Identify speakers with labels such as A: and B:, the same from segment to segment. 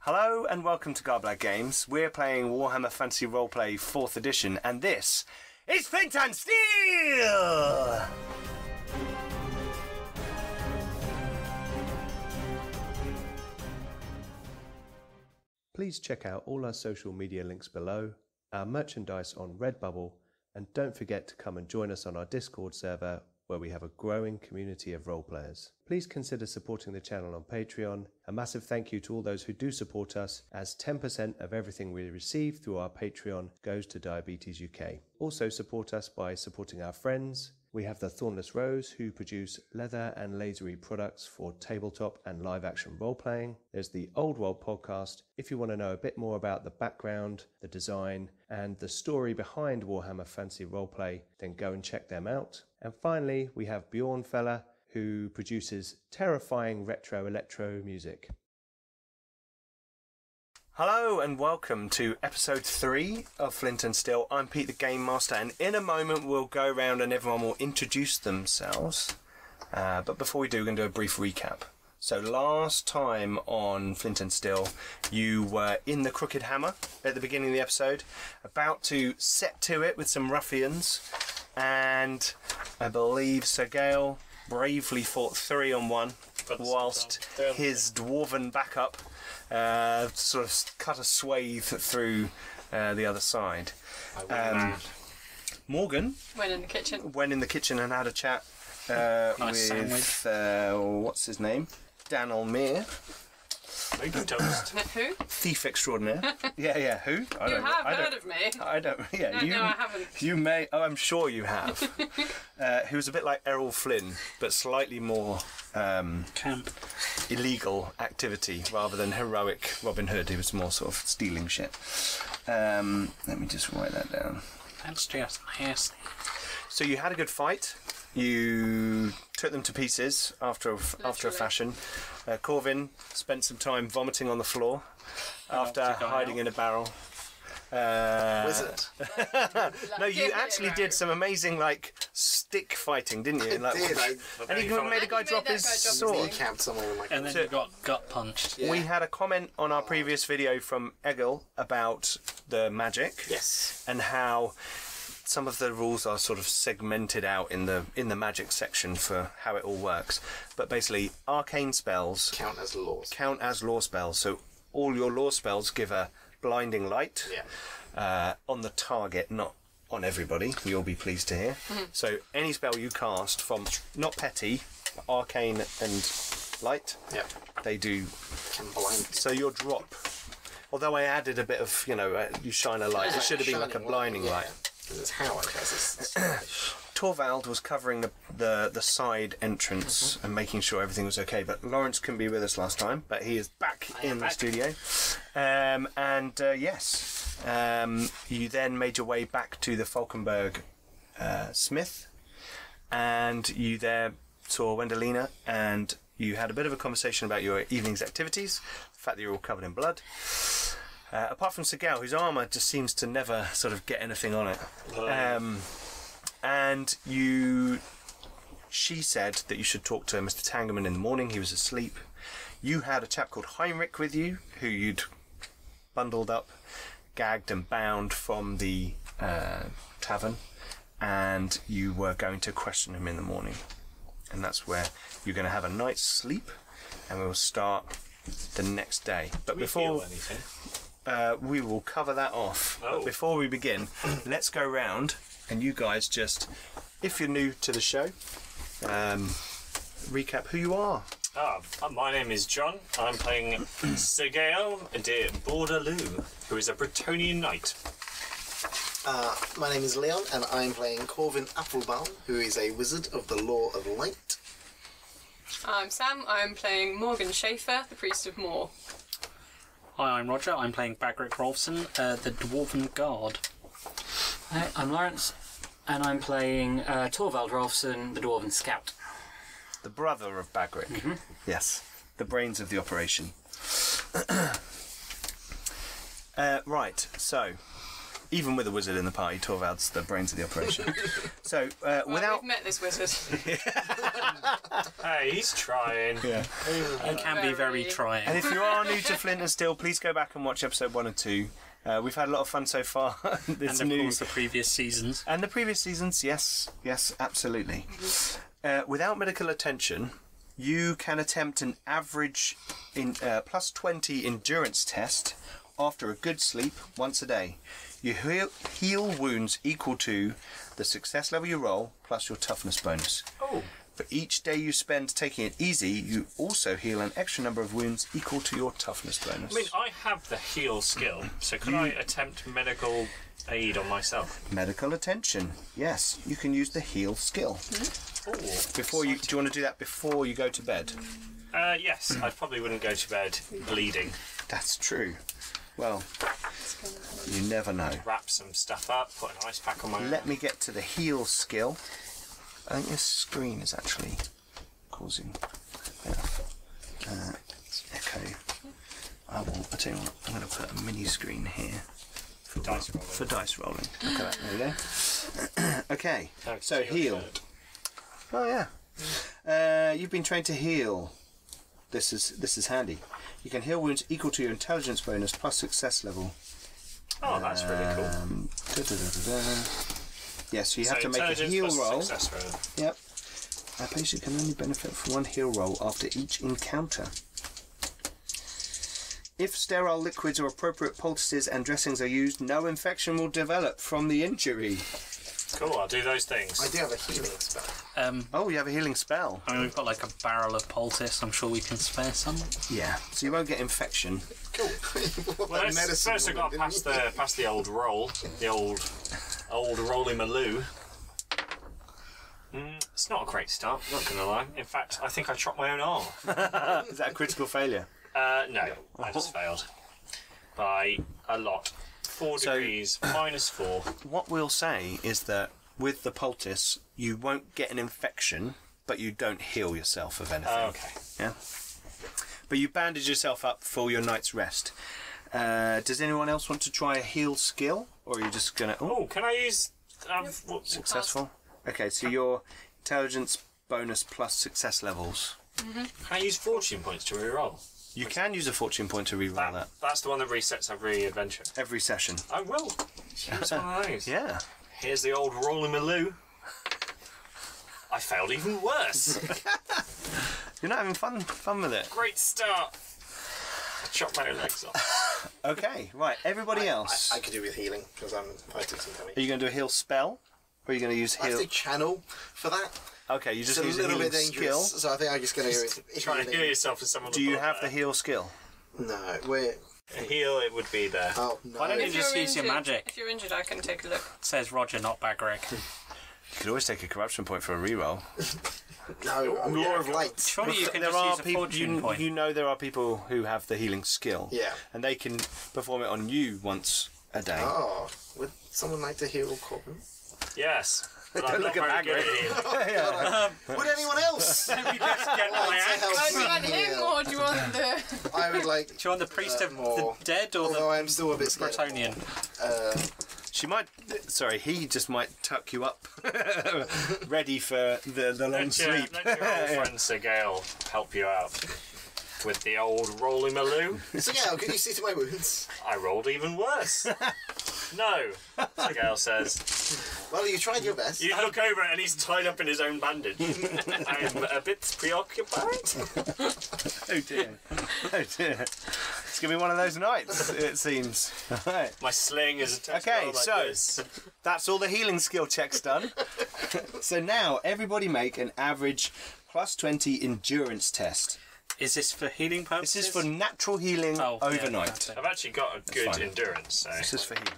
A: Hello and welcome to Garblad Games. We're playing Warhammer Fantasy Roleplay 4th Edition, and this is Flint and Steel!
B: Please check out all our social media links below, our merchandise on Redbubble, and don't forget to come and join us on our Discord server where we have a growing community of role players. Please consider supporting the channel on Patreon. A massive thank you to all those who do support us, as 10% of everything we receive through our Patreon goes to Diabetes UK. Also, support us by supporting our friends. We have the Thornless Rose, who produce leather and lasery products for tabletop and live action role playing. There's the Old World podcast. If you want to know a bit more about the background, the design, and the story behind Warhammer Fantasy Roleplay, then go and check them out. And finally, we have Bjorn Feller, who produces terrifying retro electro music.
A: Hello and welcome to episode 3 of Flint and Steel. I'm Pete the Game Master, and in a moment we'll go round and everyone will introduce themselves. Uh, but before we do, we're going to do a brief recap. So, last time on Flint and Steel, you were in the Crooked Hammer at the beginning of the episode, about to set to it with some ruffians, and I believe Sir Gale bravely fought three on one, whilst his dwarven backup uh, sort of cut a swathe through uh, the other side. Um, Morgan
C: Went in the kitchen.
A: went in the kitchen and had a chat uh,
D: Nice
A: with uh, what's his name, Dan Olmere,
D: toast.
C: Who? You
A: thief extraordinaire. yeah, yeah. Who? I
C: have
A: don't. I
C: heard
A: don't.
C: of me.
A: I don't. Yeah,
C: No,
A: you.
C: no, I haven't.
A: You may. Oh, I'm sure you have. uh, who was a bit like Errol Flynn, but slightly more um,
D: Camp.
A: illegal activity rather than heroic Robin Hood. He was more sort of stealing shit. Um, let me just write that down.
D: That's just nasty.
A: So you had a good fight. You took them to pieces after a, after a
C: Literally.
A: fashion. Uh, Corvin spent some time vomiting on the floor after
D: to go
A: hiding
D: out.
A: in a barrel. Uh,
E: Wizard.
A: No,
C: Give
A: you
C: me a
A: actually
C: row.
A: did some amazing like stick fighting, didn't you? Like,
E: did, I-
A: and you even made a
C: And
A: guy
C: you made
A: drop
C: that
A: his
C: guy drop his
A: sword.
C: sword.
E: Camped someone in my
D: And then you got gut punched.
A: We had a comment on our previous video from Egil about the magic.
E: Yes.
A: and how some of the rules are sort of segmented out in the in the magic section for how it all works. But basically, arcane spells
E: Count as laws.
A: count as law spells. So all your law spells give a blinding light
E: Yeah.
A: uh, on the target, not on everybody. You'll be pleased to hear.
E: Mm-hmm.
A: So any spell you cast from not petty, but arcane and light,
E: Yep.
A: they do
E: Can blind.
A: so your drop. Although I added a bit of, you know, uh, you shine a light. It should have been like a blinding light.
E: Because it's Howard. That's his.
A: Torvald was covering the the, the side entrance and making sure everything was okay. But Lawrence couldn't be with us last time, but he is back in the studio. Um, and uh, yes, um, you then made your way back to the Falkenberg uh, Smith, and you there saw Wendelina, and you had a bit of a conversation about your evening's activities, the fact that you're all covered in blood. Uh, apart from Segal, whose armour just seems to never sort of get anything on it. Um, and you she said that you should talk to Mr. Tangerman in the morning. He was asleep. You had a chap called Heinrich with you, who you'd bundled up, gagged and bound from the uh, tavern, and you were going to question him in the morning. And that's where you're going to have a night's sleep, and we'll start the next day. But before
D: anything.
A: uh, we will cover that off. But
D: Oh.
A: before we begin, let's go round and you guys just, if you're new to the show, um, recap who you are.
F: Ah, my name is John. I'm playing Sergeo de Bordelou, who is a Bretonian knight.
E: Uh, my name is Leon, and I'm playing Corvin Applebaum, who is a wizard of the Law of Light.
C: I'm Sam. I'm playing Morgan Schaefer, the priest of Moor.
D: Hi, I'm Roger. I'm playing Bagric Rolfson, uh, the Dwarven Guard.
G: Hi, I'm Lawrence, and I'm playing uh, Torvald Rolfson, the Dwarven Scout.
A: The brother of Bagric.
D: Mm-hmm.
A: Yes, the brains of the operation. uh, right, so Even with a wizard in the party, Torvald's the brains of the operation. so uh,
C: Well,
A: without
C: We've met this wizard.
F: Hey, he's trying.
D: It can be very
C: Very.
D: trying.
A: And if you are new to Flint and Steel, please go back and watch episode one and two. Uh, we've had a lot of fun so far. this
D: And of
A: new
D: course, the previous seasons.
A: and the previous seasons, yes, yes, absolutely. Uh, without medical attention, you can attempt an average in uh, plus twenty endurance test after a good sleep once a day. You heal, heal wounds equal to the success level you roll plus your toughness bonus.
F: Oh.
A: For each day you spend taking it easy, you also heal an extra number of wounds equal to your toughness bonus.
F: I mean, uh I have the heal skill, so could I attempt medical aid on myself?
A: Medical attention. Yes, you can use the heal skill.
F: Ooh.
A: Before you, do you want to do that before you go to bed?
F: Uh, yes, I probably wouldn't go to bed bleeding.
A: That's true. Well, you never know.
F: Wrap some stuff up, put an ice pack on my.
A: Let me get to the heal skill. I think this screen is actually causing a bit of uh, echo. I will. I tell you what. I'm going to put a mini screen here for
F: Dice
A: ro-
F: rolling.
A: For dice rolling. Look at that. There we go. okay.
F: No, it's
A: so
F: your
A: heal.
F: shirt.
A: Oh yeah. Uh, you've been trained to heal. This is this is handy. You can heal wounds equal to your intelligence bonus plus success level.
F: Oh, that's really cool.
A: Um, da, da, da, da, da. Yeah, so you have
F: So
A: to make a
F: intelligence
A: heal
F: plus
A: roll.
F: success roll.
A: Yep. A patient can only benefit from one heal roll after each encounter. If sterile liquids or appropriate poultices and dressings are used, no infection will develop from the injury.
F: Cool, I'll do those
E: I
F: things.
E: do have a healing spell.
D: Um,
A: Oh, you have a healing spell.
D: I mean, we've got like a barrel of poultice. I'm sure we can spare some.
A: Yeah. So you won't get infection.
E: Cool.
F: Well, let's, first I've got to pass the, pass the old roll, the old old roly maloo. Mm, it's not a great start, not gonna lie. In fact, I think I chopped my own arm.
A: Is that a critical failure?
F: Uh, no, I just failed by a lot. Four
A: So-
F: degrees, minus four.
A: What we'll say is that with the poultice, you won't get an infection, but you don't heal yourself of anything.
F: Uh, okay.
A: Yeah. But you bandage yourself up for your night's rest. Uh, does anyone else want to try a heal skill, or are you just gonna? Oh,
F: Oh, can I use? Um, what-
A: successful. Okay, so your intelligence bonus plus success levels.
F: Can I use fortune points to reroll?
A: You can use a fortune point to reroll that
F: That's the one that resets every adventure.
A: every session.
F: I will. Use one of those.
A: Yeah.
F: Here's the old roly maloo. I failed even worse.
A: You're not having fun fun with it.
F: Great start. I chopped my own legs off.
A: Okay, right. Everybody else,
E: I, I could do with healing because I'm I took some
A: are
E: damage.
A: you going to do a heal spell, or are you going to use
E: I have
A: heal?
E: to channel for that.
A: Okay, you
E: It's
A: just
E: a
A: use a
E: little
A: healing
E: bit dangerous,
A: skill.
E: so I think I'm just going to go with
F: Trying to heal
E: healing.
F: yourself as someone.
A: Do you have the heal skill?
E: No, we're
F: heal? It would be there.
E: oh no.
D: Why don't you
C: If
D: just
C: you're
D: use your
C: injured-
D: magic?
C: If you're injured, I can take a look.
D: Says Roger, not Bagrick.
A: You could always take a corruption point for a reroll.
E: no, I'm Law of Light.
D: Surely you can
A: there
D: just
A: are
D: use a
A: people
D: fortune
A: you,
D: point.
A: you know there are people who have the healing skill
E: Yeah.
A: and they can perform it on you once a day
E: Oh, would someone like to heal Corbin?
F: Yes. But I'm
A: look
F: not
A: at
F: very good
A: Bagrick.
F: at healing.
E: Would anyone else?
D: Let me just get my
E: like
D: axe.
E: to help
C: Oh, do you
E: me
C: want him or do you
E: heal?
C: want the?
E: I would like.
D: Do you want the priest
E: Uh,
D: of
E: more.
D: the dead or
E: Although
D: the
E: I'm still a bit scared.
D: Bretonian?
A: she might sorry he just might tuck you up ready for the, the long
F: Let your,
A: sleep
F: let your old friend Sir Gale help you out with the old roly maloo.
E: So yeah, can you see to my wounds?
F: I rolled even worse. No, Sir Gale says.
E: Well, you tried your best.
F: You look over and he's tied up in his own bandage. I'm a bit preoccupied.
A: oh dear oh dear it's gonna be one of those nights it seems all right
F: My sling is attached.
A: Okay,
F: well like
A: so-
F: this.
A: That's all the healing skill checks done. so now everybody make an average plus 20 endurance test.
D: Is this for healing purposes?
A: This is for natural healing
D: Oh, yeah,
A: overnight.
D: that's it.
F: I've actually got a good
A: fine.
F: endurance. So.
A: This is for healing.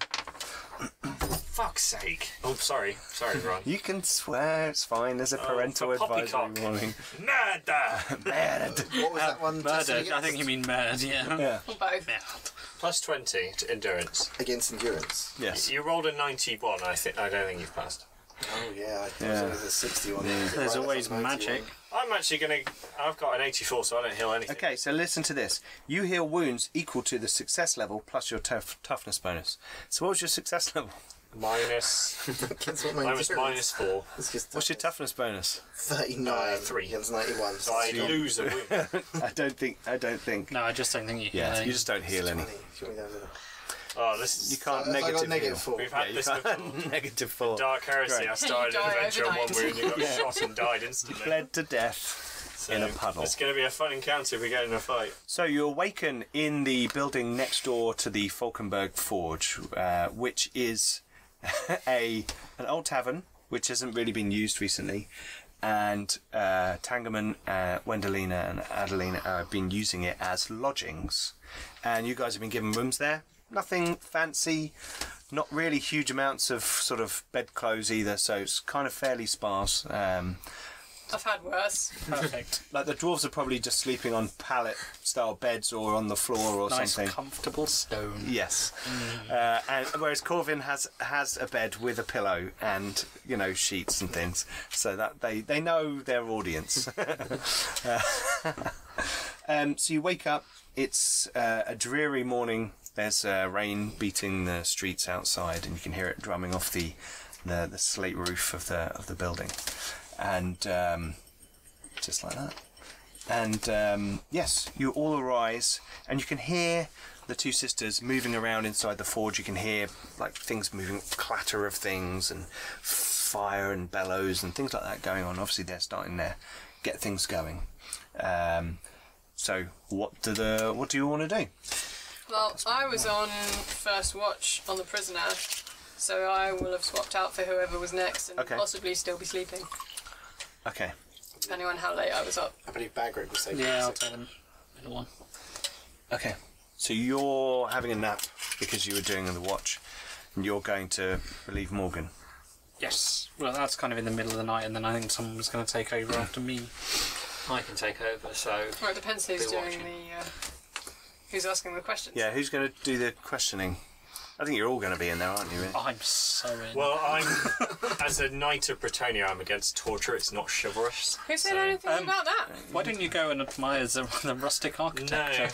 F: Fuck's sake. Oh, sorry, sorry, Ron.
A: You can swear, it's fine. There's a parental
F: Oh, for
A: advisory
F: poppycock.
A: warning.
F: Murder.
A: Mad.
E: What was that one?
D: Murder.
E: testing
D: I think you mean murder. Yeah.
C: Or both.
F: Plus twenty to endurance.
E: against endurance.
A: Yes.
F: You rolled a ninety-one. I think I don't think you've passed.
E: Oh yeah, I thought
A: Yeah.
E: it was a sixty-one.
D: There's always magic.
F: I'm actually gonna. I've got an 84, so I don't heal anything.
A: Okay, so listen to this. You heal wounds equal to the success level plus your tough, toughness bonus. So what was your success level?
F: Minus.
E: That's what my
F: mine was
E: zero is.
F: minus four.
E: It's just
A: What's your toughness bonus?
E: 39
F: Uh, three.
E: against 91.
F: So I lose a wound.
A: I don't think. I don't think.
D: No, I just don't think you hear
A: Yeah,
D: anything.
A: you just don't heal any.
F: Oh, this
A: You
F: is.
A: can't
E: I
A: negative.
E: got negative
A: heal.
E: four.
F: We've
A: Yeah,
F: had
A: you
F: this before.
A: can't negative four.
F: Dark heresy.
A: Great.
F: I started an
C: die
F: adventure on one
C: overnight.
F: wound, you got shot and died instantly.
A: Bled to death.
F: So
A: in a puddle.
F: It's going to be a fun encounter if we get in a fight.
A: So you awaken in the building next door to the Falkenberg Forge, uh, which is a an old tavern which hasn't really been used recently, and uh, Tangerman, uh, Wendelina, and Adelina have been using it as lodgings, and you guys have been given rooms there. Nothing fancy, not really huge amounts of sort of bedclothes either, so it's kind of fairly sparse. Um,
C: I've had worse.
D: Perfect.
A: like the dwarves are probably just sleeping on pallet style beds or on the floor or
D: nice,
A: something.
D: comfortable stone.
A: Yes. Uh, and whereas Corvin has has a bed with a pillow and you know sheets and things, so that they they know their audience. Uh, um, so you wake up. It's uh, a dreary morning. There's uh, rain beating the streets outside, and you can hear it drumming off the the, the slate roof of the of the building, and um, just like that. And um, yes, you all arise, and you can hear the two sisters moving around inside the forge. You can hear like things moving, clatter of things, and fire and bellows and things like that going on. Obviously, they're starting to get things going. Um, so, what do the what do you want to do?
C: Well, I was on first watch on the prisoner, so I will have swapped out for whoever was next and
A: Okay.
C: possibly still be sleeping,
A: Okay,
C: depending on how late I was up.
E: I believe Bagrick was taking
D: Yeah, I'll
E: six.
D: take the middle one.
A: okay. So you're having a nap because you were doing the watch, and you're going to relieve Morgan.
D: Yes. Well, that's kind of in the middle of the night, and then I think someone was going to take
A: Hmm.
D: over after me.
G: I can take over, so
C: Well, it depends who's
G: Be
C: doing
G: watching.
C: the. Uh, who's asking the questions.
A: Yeah, who's going to do the questioning? I think you're all going to be in there, aren't you? Really?
D: I'm so in.
F: Well, I'm. as a knight of Britannia, I'm against torture. It's not chivalrous.
C: Who said anything
A: Um,
C: about that?
D: Why don't you go and admire the, the rustic
F: No.
D: architecture?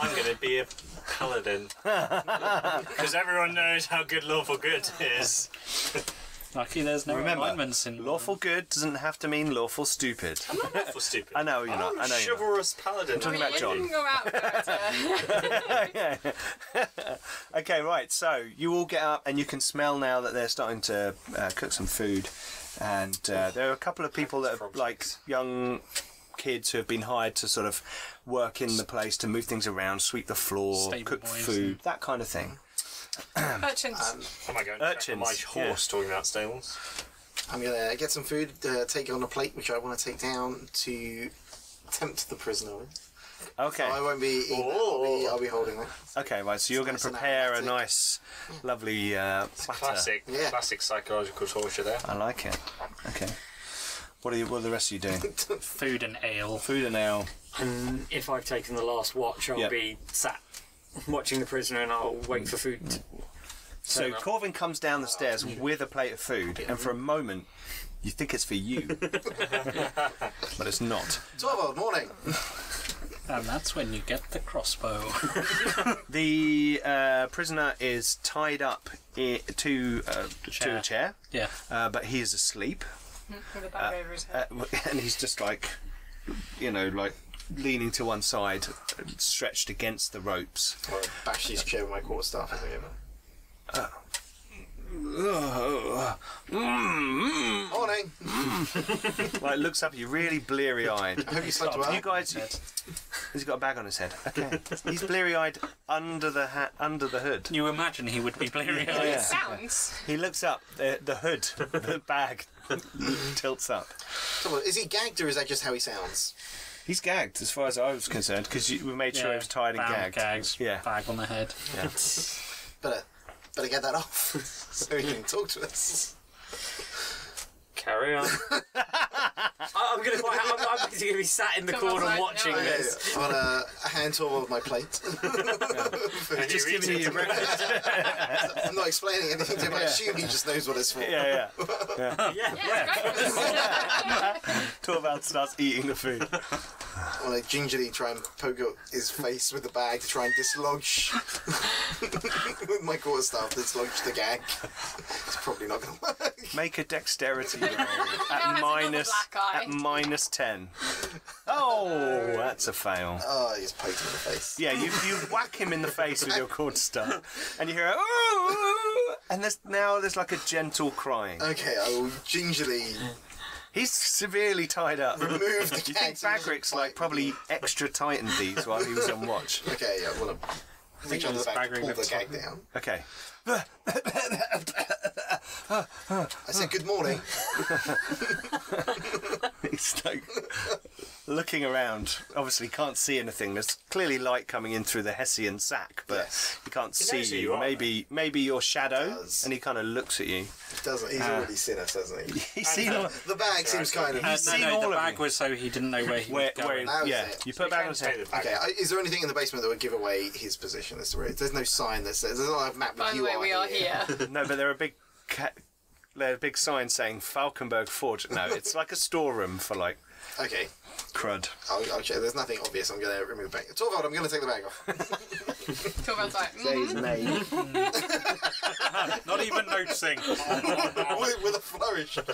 F: I'm going to be a paladin. Because everyone knows how good lawful good is.
D: Lucky there's no
A: Remember,
D: alignments in
A: Lawful good doesn't have to mean lawful stupid.
F: I'm not lawful stupid.
A: I know you're not.
F: I'm
A: I know you're not.
F: chivalrous paladin. I'm
A: talking about
C: you
A: John.
C: didn't go out of character.
A: Okay, right. So you all get up, and you can smell now that they're starting to uh, cook some food, and uh, there are a couple of people that are like young kids who have been hired to sort of work in the place to move things around, sweep the floor,
D: Stable
A: cook
D: boys.
A: food, that kind of thing.
C: Urchins.
F: Oh my god,
A: Urchins,
F: my
A: yeah.
F: horse talking about stables.
E: I'm going to get some food, uh, take it on a plate, which I want to take down to tempt the prisoner with.
A: Okay.
E: I won't be eating that, I'll be,
F: Oh.
E: I'll be holding that.
A: Okay, right. So you're going
E: nice
A: to
E: and
A: prepare a
E: aromatic.
A: nice, lovely uh, platter.
F: Classic,
E: Yeah.
F: classic psychological torture there.
A: I like it. Okay. What are you? What are the rest of you doing?
D: food and ale.
A: Food and ale.
G: and if I've taken the last watch, I'll
A: Yeah.
G: be sat watching the prisoner, and I'll wait for food. to-
A: So
G: Turn up.
A: Corvin comes down the stairs with a plate of food, and for a moment, you think it's for you, but it's not.
E: 12 old morning!
D: And that's when you get the crossbow.
A: The uh, prisoner is tied up i- to uh, to a
D: Chair.
A: chair,
D: yeah.
A: uh, but he is asleep,
C: With a bag over his head.
A: uh, and he's just like, you know, like leaning to one side, stretched against the ropes.
E: Or bash his chair with my quarterstaff as I go by. Morning!
A: Like looks up at you, really bleary eyed.
E: I hope you slept well.
A: You guys, he's got a bag on his head. Okay, he's bleary-eyed under the hat, under the hood.
D: You imagine he would be bleary eyed.
A: yeah.
C: Sounds.
A: He looks up. The, the hood, the bag, tilts up.
E: Come on, is he gagged or is that just how he sounds?
A: He's gagged, as far as I was concerned, because we made sure he was tied and
D: bound
A: gagged.
D: Gags,
A: Yeah.
D: Bag on the head.
E: Better, better get that off so he can talk to
D: Uh,
E: us.
F: Carry on.
G: I,
D: I'm gonna. I'm, I'm just gonna be sat in the
C: Someone's
D: corner
C: like,
D: watching
C: "No, I
D: this.
E: I'm on a, a hand tour of my plate.
F: And you eat it.
E: I'm not explaining anything to him. I assume he just knows what it's for.
A: Yeah, yeah.
C: Yeah, it's breakfast.
A: Torvald starts eating the food.
E: Well, I gingerly try and poke at his face with the bag to try and dislodge with my quarterstaff, dislodge the gag. It's probably not going to work.
A: Make a dexterity roll at
C: another
A: minus
C: black eye.
A: at minus ten. Oh, that's a fail.
E: Oh, he's poked him in the face.
A: Yeah, you, you whack him in the face with your cord staff, and you hear oh, and there's now there's like a gentle crying.
E: Okay, I will gingerly
A: He's severely tied up. Do
E: move the
A: you think
E: gag.
A: Bagrick's like probably extra tightened these while he was on watch?
E: Okay, yeah, well, I'm reach under the back to
D: Bagrick
E: pull
D: at
E: the
D: the
E: gag down.
A: Okay.
E: I said, good morning.
A: He's like looking around. Obviously, can't see anything. There's clearly light coming in through the Hessian sack, but
E: Yes.
A: he can't see
F: knows who
A: you.
F: you are.
A: Maybe, maybe your shadow,
E: does.
A: and he kind of looks at you.
E: Doesn't He's
A: Ah.
E: already seen us, hasn't he?
A: He's seen all,
E: The bag seems kind of.
A: He's
D: No,
A: seen
D: no,
A: all
D: the
A: of
D: bag
A: you.
D: was so he didn't know where he
A: Where,
D: was
A: where,
D: going.
E: That was
A: yeah,
E: it.
A: you put a bag on his
F: Take
A: head.
F: the bag.
E: Okay, I- is there anything in the basement that would give away his position as to where it is? There's no sign that says. There's not a map
C: By
E: that
C: the
E: you
C: way,
E: are
C: we are here.
A: No, but there are big, ca- there are big signs saying Falkenberg Forge. No, it's like a storeroom for like
E: Okay,
A: crud.
E: I'll, I'll check. There's nothing obvious. I'm going to remove the bag. Torvald, I'm going to take the bag off.
C: Torvald's like,
E: Say
C: mm,
E: his name.
D: Not even noticing.
E: with, with a flourish. I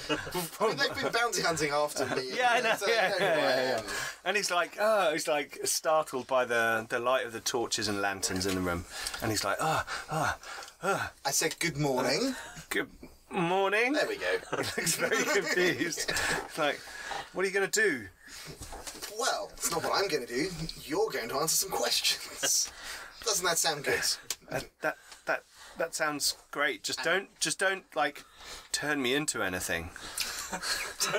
E: mean, they've been bounty hunting after me.
A: Yeah, I know,
E: So um, they
A: yeah,
E: know who
A: yeah,
E: I
A: yeah,
E: am.
A: And he's like, oh, he's like startled by the the light of the torches and lanterns in the room, and he's like, ah, oh, ah,
E: I said good morning.
A: good morning.
E: There we go.
A: He's very confused. It's like, what are you going to do?
E: Well, it's not what I'm going to do. You're going to answer some questions. Doesn't that sound good?
A: That that that that sounds great. Just don't just don't like turn me into anything.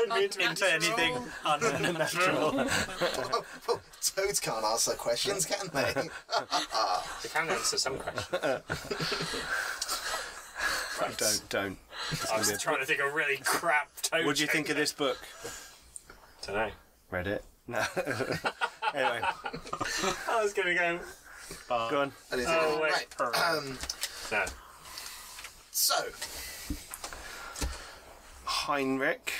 C: into anything.
E: Oh, Toads can't answer questions, can they?
F: You can answer some questions.
A: Don't don't.
F: I was trying to think of really crap toad
A: What do you think of this book?
F: don't know.
A: Read it. No. anyway,
F: I was going to go,
A: go on.
E: I didn't
F: oh,
E: think-
F: wait.
E: right. Um,
F: no.
E: so,
A: Heinrich.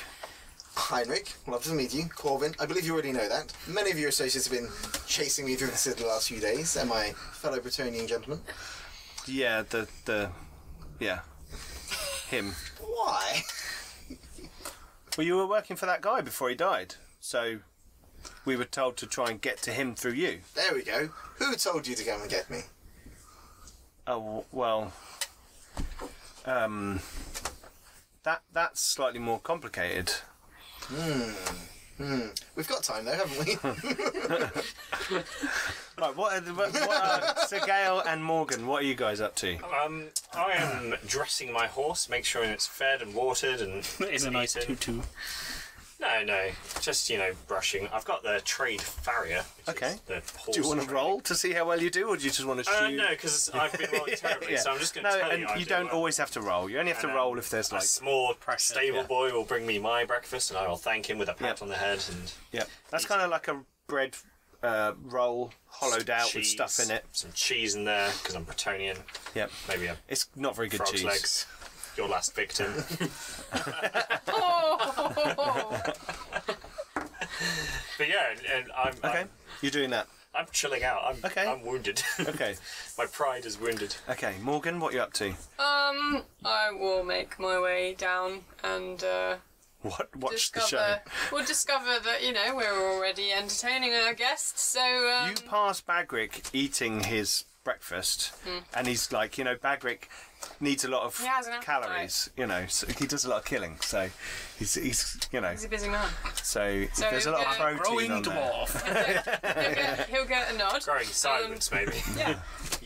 E: Heinrich, love to meet you. Corvin, I believe you already know that. Many of your associates have been chasing me through the city the last few days, and my fellow Bretonian gentleman.
A: Yeah, the the yeah. Him.
E: Why?
A: Well, you were working for that guy before he died, so we were told to try and get to him through you.
E: There we go. Who told you to come and get me?
A: Oh w- well, um, that that's slightly more complicated.
E: We've got time though, haven't we?
A: Right, what are, the, what, what are Sir Gail and Morgan? What are you guys up to?
F: Um, I am dressing my horse, make sure it's fed and watered and
D: in a nice
F: eaten.
D: tutu.
F: No, no, just you know, brushing. I've got the trade farrier. which is
A: Okay.
F: The horse
A: Do you want to
F: trade.
A: roll to see how well you do, or do you just want to
F: Uh,
A: shoot?
F: no, because I've been rolling terribly, so I'm just going to
A: no,
F: tell
A: and
F: you. I
A: you
F: do
A: don't
F: well.
A: always have to roll. You only have to
F: And, um,
A: roll if there's
F: A
A: like.
F: small stable
A: yeah.
F: boy will bring me my breakfast, and I will thank him with a pat
A: Yep.
F: on the head. And
A: Yeah, that's kind of like a bread uh, roll, hollowed out with stuff
F: cheese,
A: in it.
F: Some cheese in there because I'm Bretonian.
A: Yep,
F: Maybe a
A: it's not very good
F: frog's
A: cheese.
F: legs. Your last victim.
C: oh,
F: but yeah, and, and I'm,
A: Okay,
F: I'm
A: you're doing that.
F: I'm chilling out. I'm
A: Okay.
F: I'm wounded.
A: Okay,
F: my pride is wounded.
A: okay, Morgan, what are you up to?
C: Um, I will make my way down and uh,
A: What watch the show?
C: discover. We'll discover that you know we're already entertaining our guests. So um,
A: you pass Bagrick eating his breakfast, and he's like, you know, Bagrick needs a lot of
C: Hmm. He has an appetite.
A: calories. You know, so he does a lot of killing, so he's, he's you know,
C: he's a busy man.
A: so,
C: So
A: there's a lot of
C: we're gonna-
A: protein
D: Growing
A: on there.
D: dwarf.
C: He'll get, he'll get a nod.
F: Growing silence, maybe.
C: Yeah.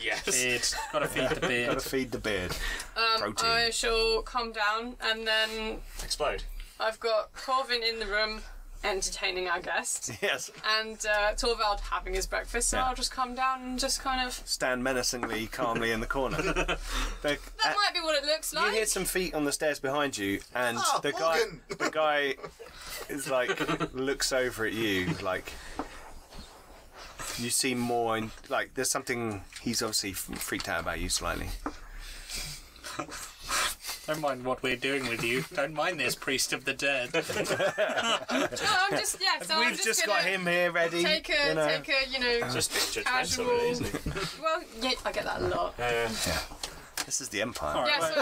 F: Yes.
D: Beard. Gotta feed the
A: Gotta
D: beard.
A: feed the beard.
C: Um,
A: Protein.
C: I shall calm down and then
F: Explode.
C: I've got Corvin in the room entertaining our guest
A: Yes.
C: and uh, Torvald having his breakfast. So
A: Yeah.
C: I'll just come down and just kind of.
A: Stand menacingly, calmly in the corner. The-
C: That
A: uh,
C: might be what it looks
A: you
C: like.
A: hear some feet on the stairs behind you, and
E: Ah,
A: the guy,
E: Morgan!
A: the guy, is like looks over at you, like you see more, and like there's something he's obviously f- freaked out about you slightly.
D: Don't mind what we're doing with you. Don't mind this priest of the dead.
C: No, I'm just yeah. So I'm
A: We've
C: just,
A: just, got
C: gonna
A: him here ready.
C: Take a
A: you know. Uh.
C: take a you know.
F: Just being judgmental,
C: Casual.
F: really, isn't it?
C: Well, yeah, I get that a lot.
A: This is the empire.
C: Yeah, so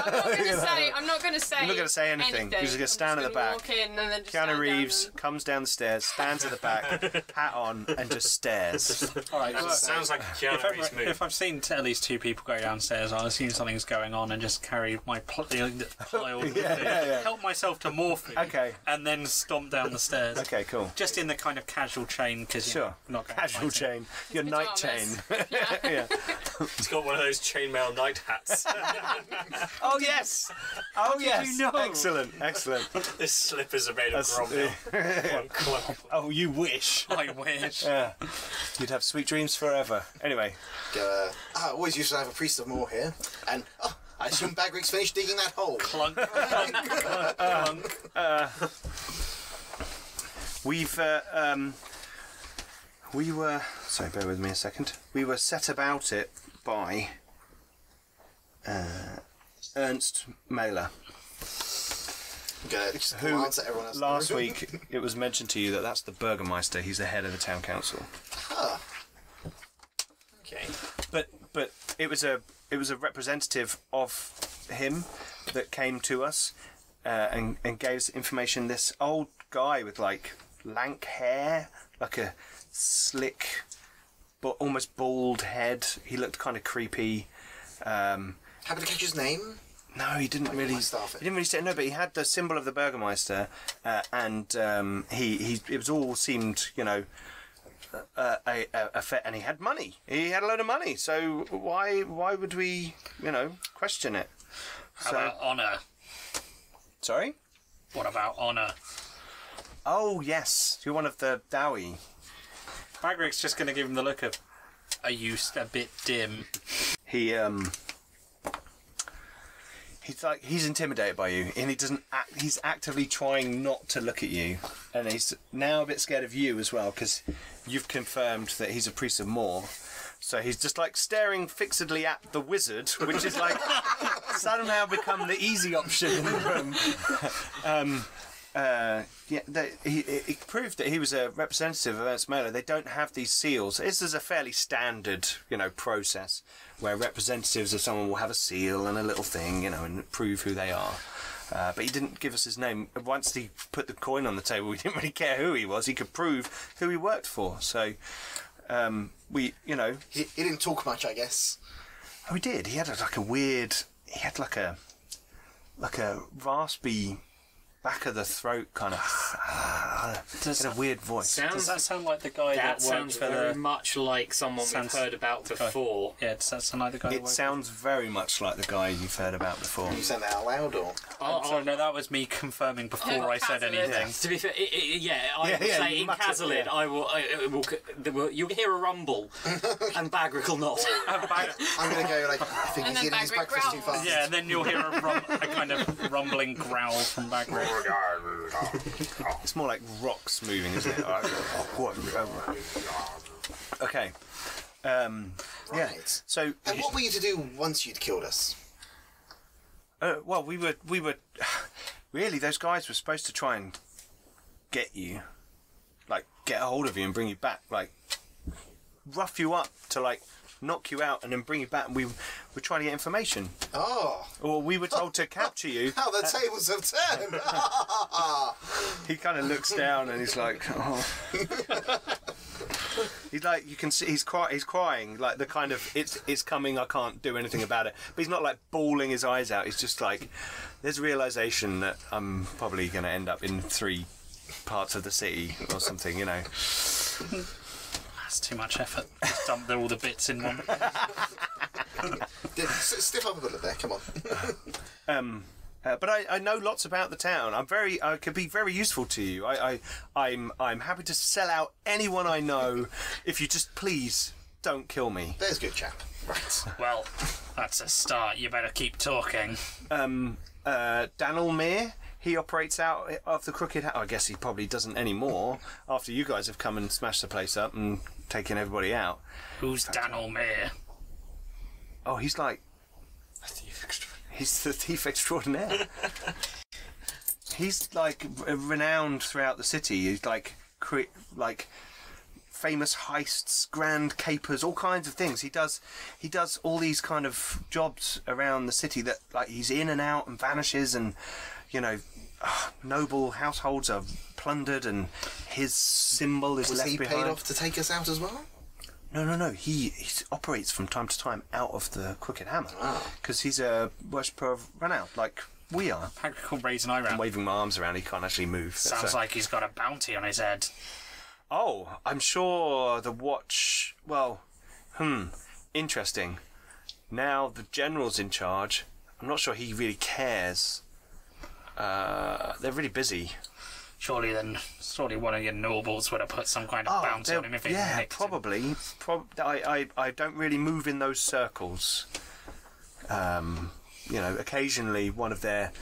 C: I'm not going to say. I'm not going to say.
A: You're not gonna say anything. You're just gonna
C: I'm
A: stand at the
C: gonna
A: back.
C: Walk in and then just stand
A: Keanu
C: down
A: Reeves
C: and-
A: comes down the stairs, stands at the back, hat on, and just stares.
D: All right.
F: That sounds like a Keanu Reeves
D: If,
F: movie.
D: if I've seen t- at least two people go downstairs, I'll assume something's going on and just carry my pl- pile, help myself to morphine,
A: Okay.
D: and then stomp down the stairs.
A: Okay, cool.
D: Just in the kind of casual chain, because
A: Sure.
D: not going
A: Casual
D: to fight
A: chain. Your night chain.
C: pajamas.
A: yeah.
F: He's got one of those chainmail night hats.
A: Oh yes. Oh yes.
D: you know?
A: Excellent. Excellent.
F: His slippers are made of
A: That's-
F: grommet. One clump.
A: Oh, you wish.
D: it. I wish.
A: You'd have sweet dreams forever. Anyway,
E: Uh, ah, always used to have a priest of more here. And oh, I assume Bagrick's finished digging that hole.
D: Clunk, clunk, clunk, clunk.
A: we've uh, um, we were sorry. Bear with me a second. We were set about it by uh, Ernst Mailer.
E: Gonna just
A: Who-
E: glance at everyone else. in the
A: Last
E: room.
A: week, it was mentioned to you that that's the Burgermeister. He's the head of the town council.
F: Okay.
A: But but it was a it was a representative of him that came to us uh, and and gave us information. This old guy with like lank hair, like a slick, but almost bald head. He looked kind of creepy. Um,
E: Happy to catch his name?
A: no, he didn't really.
E: my staff it.
A: He didn't really say no, but he had the symbol of the Burgermeister, uh, and um, he he it was all seemed you know. Uh, a, a, a fair, and he had money. He had a load of money. So why why would we you know question it?
D: How about honour?
A: Sorry.
D: What about honour?
A: Oh yes, you're one of the Dowie.
D: Bagrick's just going to give him the look of, are you st- a bit dim?
A: He um. He's like he's intimidated by you, and he doesn't. Act, he's actively trying not to look at you, and he's now a bit scared of you as well because you've confirmed that he's a priest of Moor. So he's just like staring fixedly at the wizard, which is like somehow become the easy option in the room. Um, uh, yeah, they, he, it it proved that he was a representative of Ernst Mailer. They don't have these seals. This is a fairly standard, you know, process where representatives of someone will have a seal and a little thing, you know, and prove who they are. Uh, but he didn't give us his name. Once he put the coin on the table, we didn't really care who he was. He could prove who he worked for. So um, we, you know,
E: He, he didn't talk much, I guess.
A: Oh, he did. He had a, like a weird. He had like a like a raspy back of the throat kind of.
G: Does
A: He had a weird voice.
D: Does that sound like the guy
G: that
D: Mm. that,
G: sounds
D: worked for
G: very
D: the?
G: much like someone
D: Sounds-
G: we've heard about before.
D: Yeah, does that sound like the guy? that
A: it
D: worked
A: sounds very much like the guy you've heard about before.
E: You saying that out loud, or
G: Oh,
D: Oh, no, that was me confirming before I said
C: Catalyst.
D: anything.
G: To be fair, i i yeah, I
A: Yeah,
G: will
A: yeah,
G: say
A: you
G: in
A: mutter,
G: Casalid,
A: yeah.
G: I will. I, I will, c- there will. You'll hear a rumble, and Bagrick will not.
E: I'm gonna go like I think
C: And
E: he's
C: then
E: eating his
C: Bagrick
E: breakfast too
C: growls.
E: fast.
D: Yeah, and then you'll hear a, rum- a kind of rumbling growl from Bagrick.
A: It's more like rocks moving, isn't it? okay. Um, yeah.
E: Right.
A: So,
E: And what were you to do once you'd killed us?
A: uh, well, we were we were really those guys were supposed to try and get you, like get a hold of you and bring you back, like rough you up to like knock you out and then bring you back. And we were trying to get information,
E: Oh,
A: or we were told to capture you.
E: how the tables have turned!
A: He kind of looks down and he's like, oh. he's like, you can see he's cry, he's crying, like the kind of it's it's coming. I can't do anything about it. But he's not like bawling his eyes out. He's just like, there's a realization that I'm probably going to end up in three parts of the city or something, you know.
D: That's too much effort. Just dump the- all the bits in one.
E: Did- s- Stiff up a little there, come on.
A: Um, uh, Uh, but I, I know lots about the town. I'm very I could be very useful to you. I, I I'm I'm happy to sell out anyone I know if you just please don't kill me.
E: There's good chap. Right.
D: Well, that's a start. You better keep talking.
A: Um, uh, Daniel Mear. He operates out of the Crooked House. I guess he probably doesn't anymore after you guys have come and smashed the place up and taken everybody out.
D: Who's Daniel Mear?
A: Oh, he's like
F: A thief extraordinaire.
A: He's the thief extraordinaire. he's like re- renowned throughout the city. He's like cre- like famous heists, grand capers, all kinds of things. He does he does all these kind of jobs around the city that like he's in and out and vanishes and you know noble households are plundered and his symbol is
E: Was
A: left
E: he
A: behind.
E: paid off to take us out as well?
A: No, no, no. He, he operates from time to time out of the Crooked Hammer because he's a worshipper of Ranout, like we are.
D: Hagrid raise an eyebrow.
A: I'm waving my arms around. He can't actually move.
D: Sounds
A: So-
D: like he's got a bounty on his head.
A: Oh, I'm sure the watch. Well, hmm. Interesting. Now the general's in charge. I'm not sure he really cares. Uh, they're really busy.
D: Surely then, surely one of your nobles would have put some kind of bounty
A: they're-
D: on him if it
A: Oh, yeah,
D: nicked him.
A: probably. Prob- I, I, I don't really move in those circles. Um, you know, occasionally one of their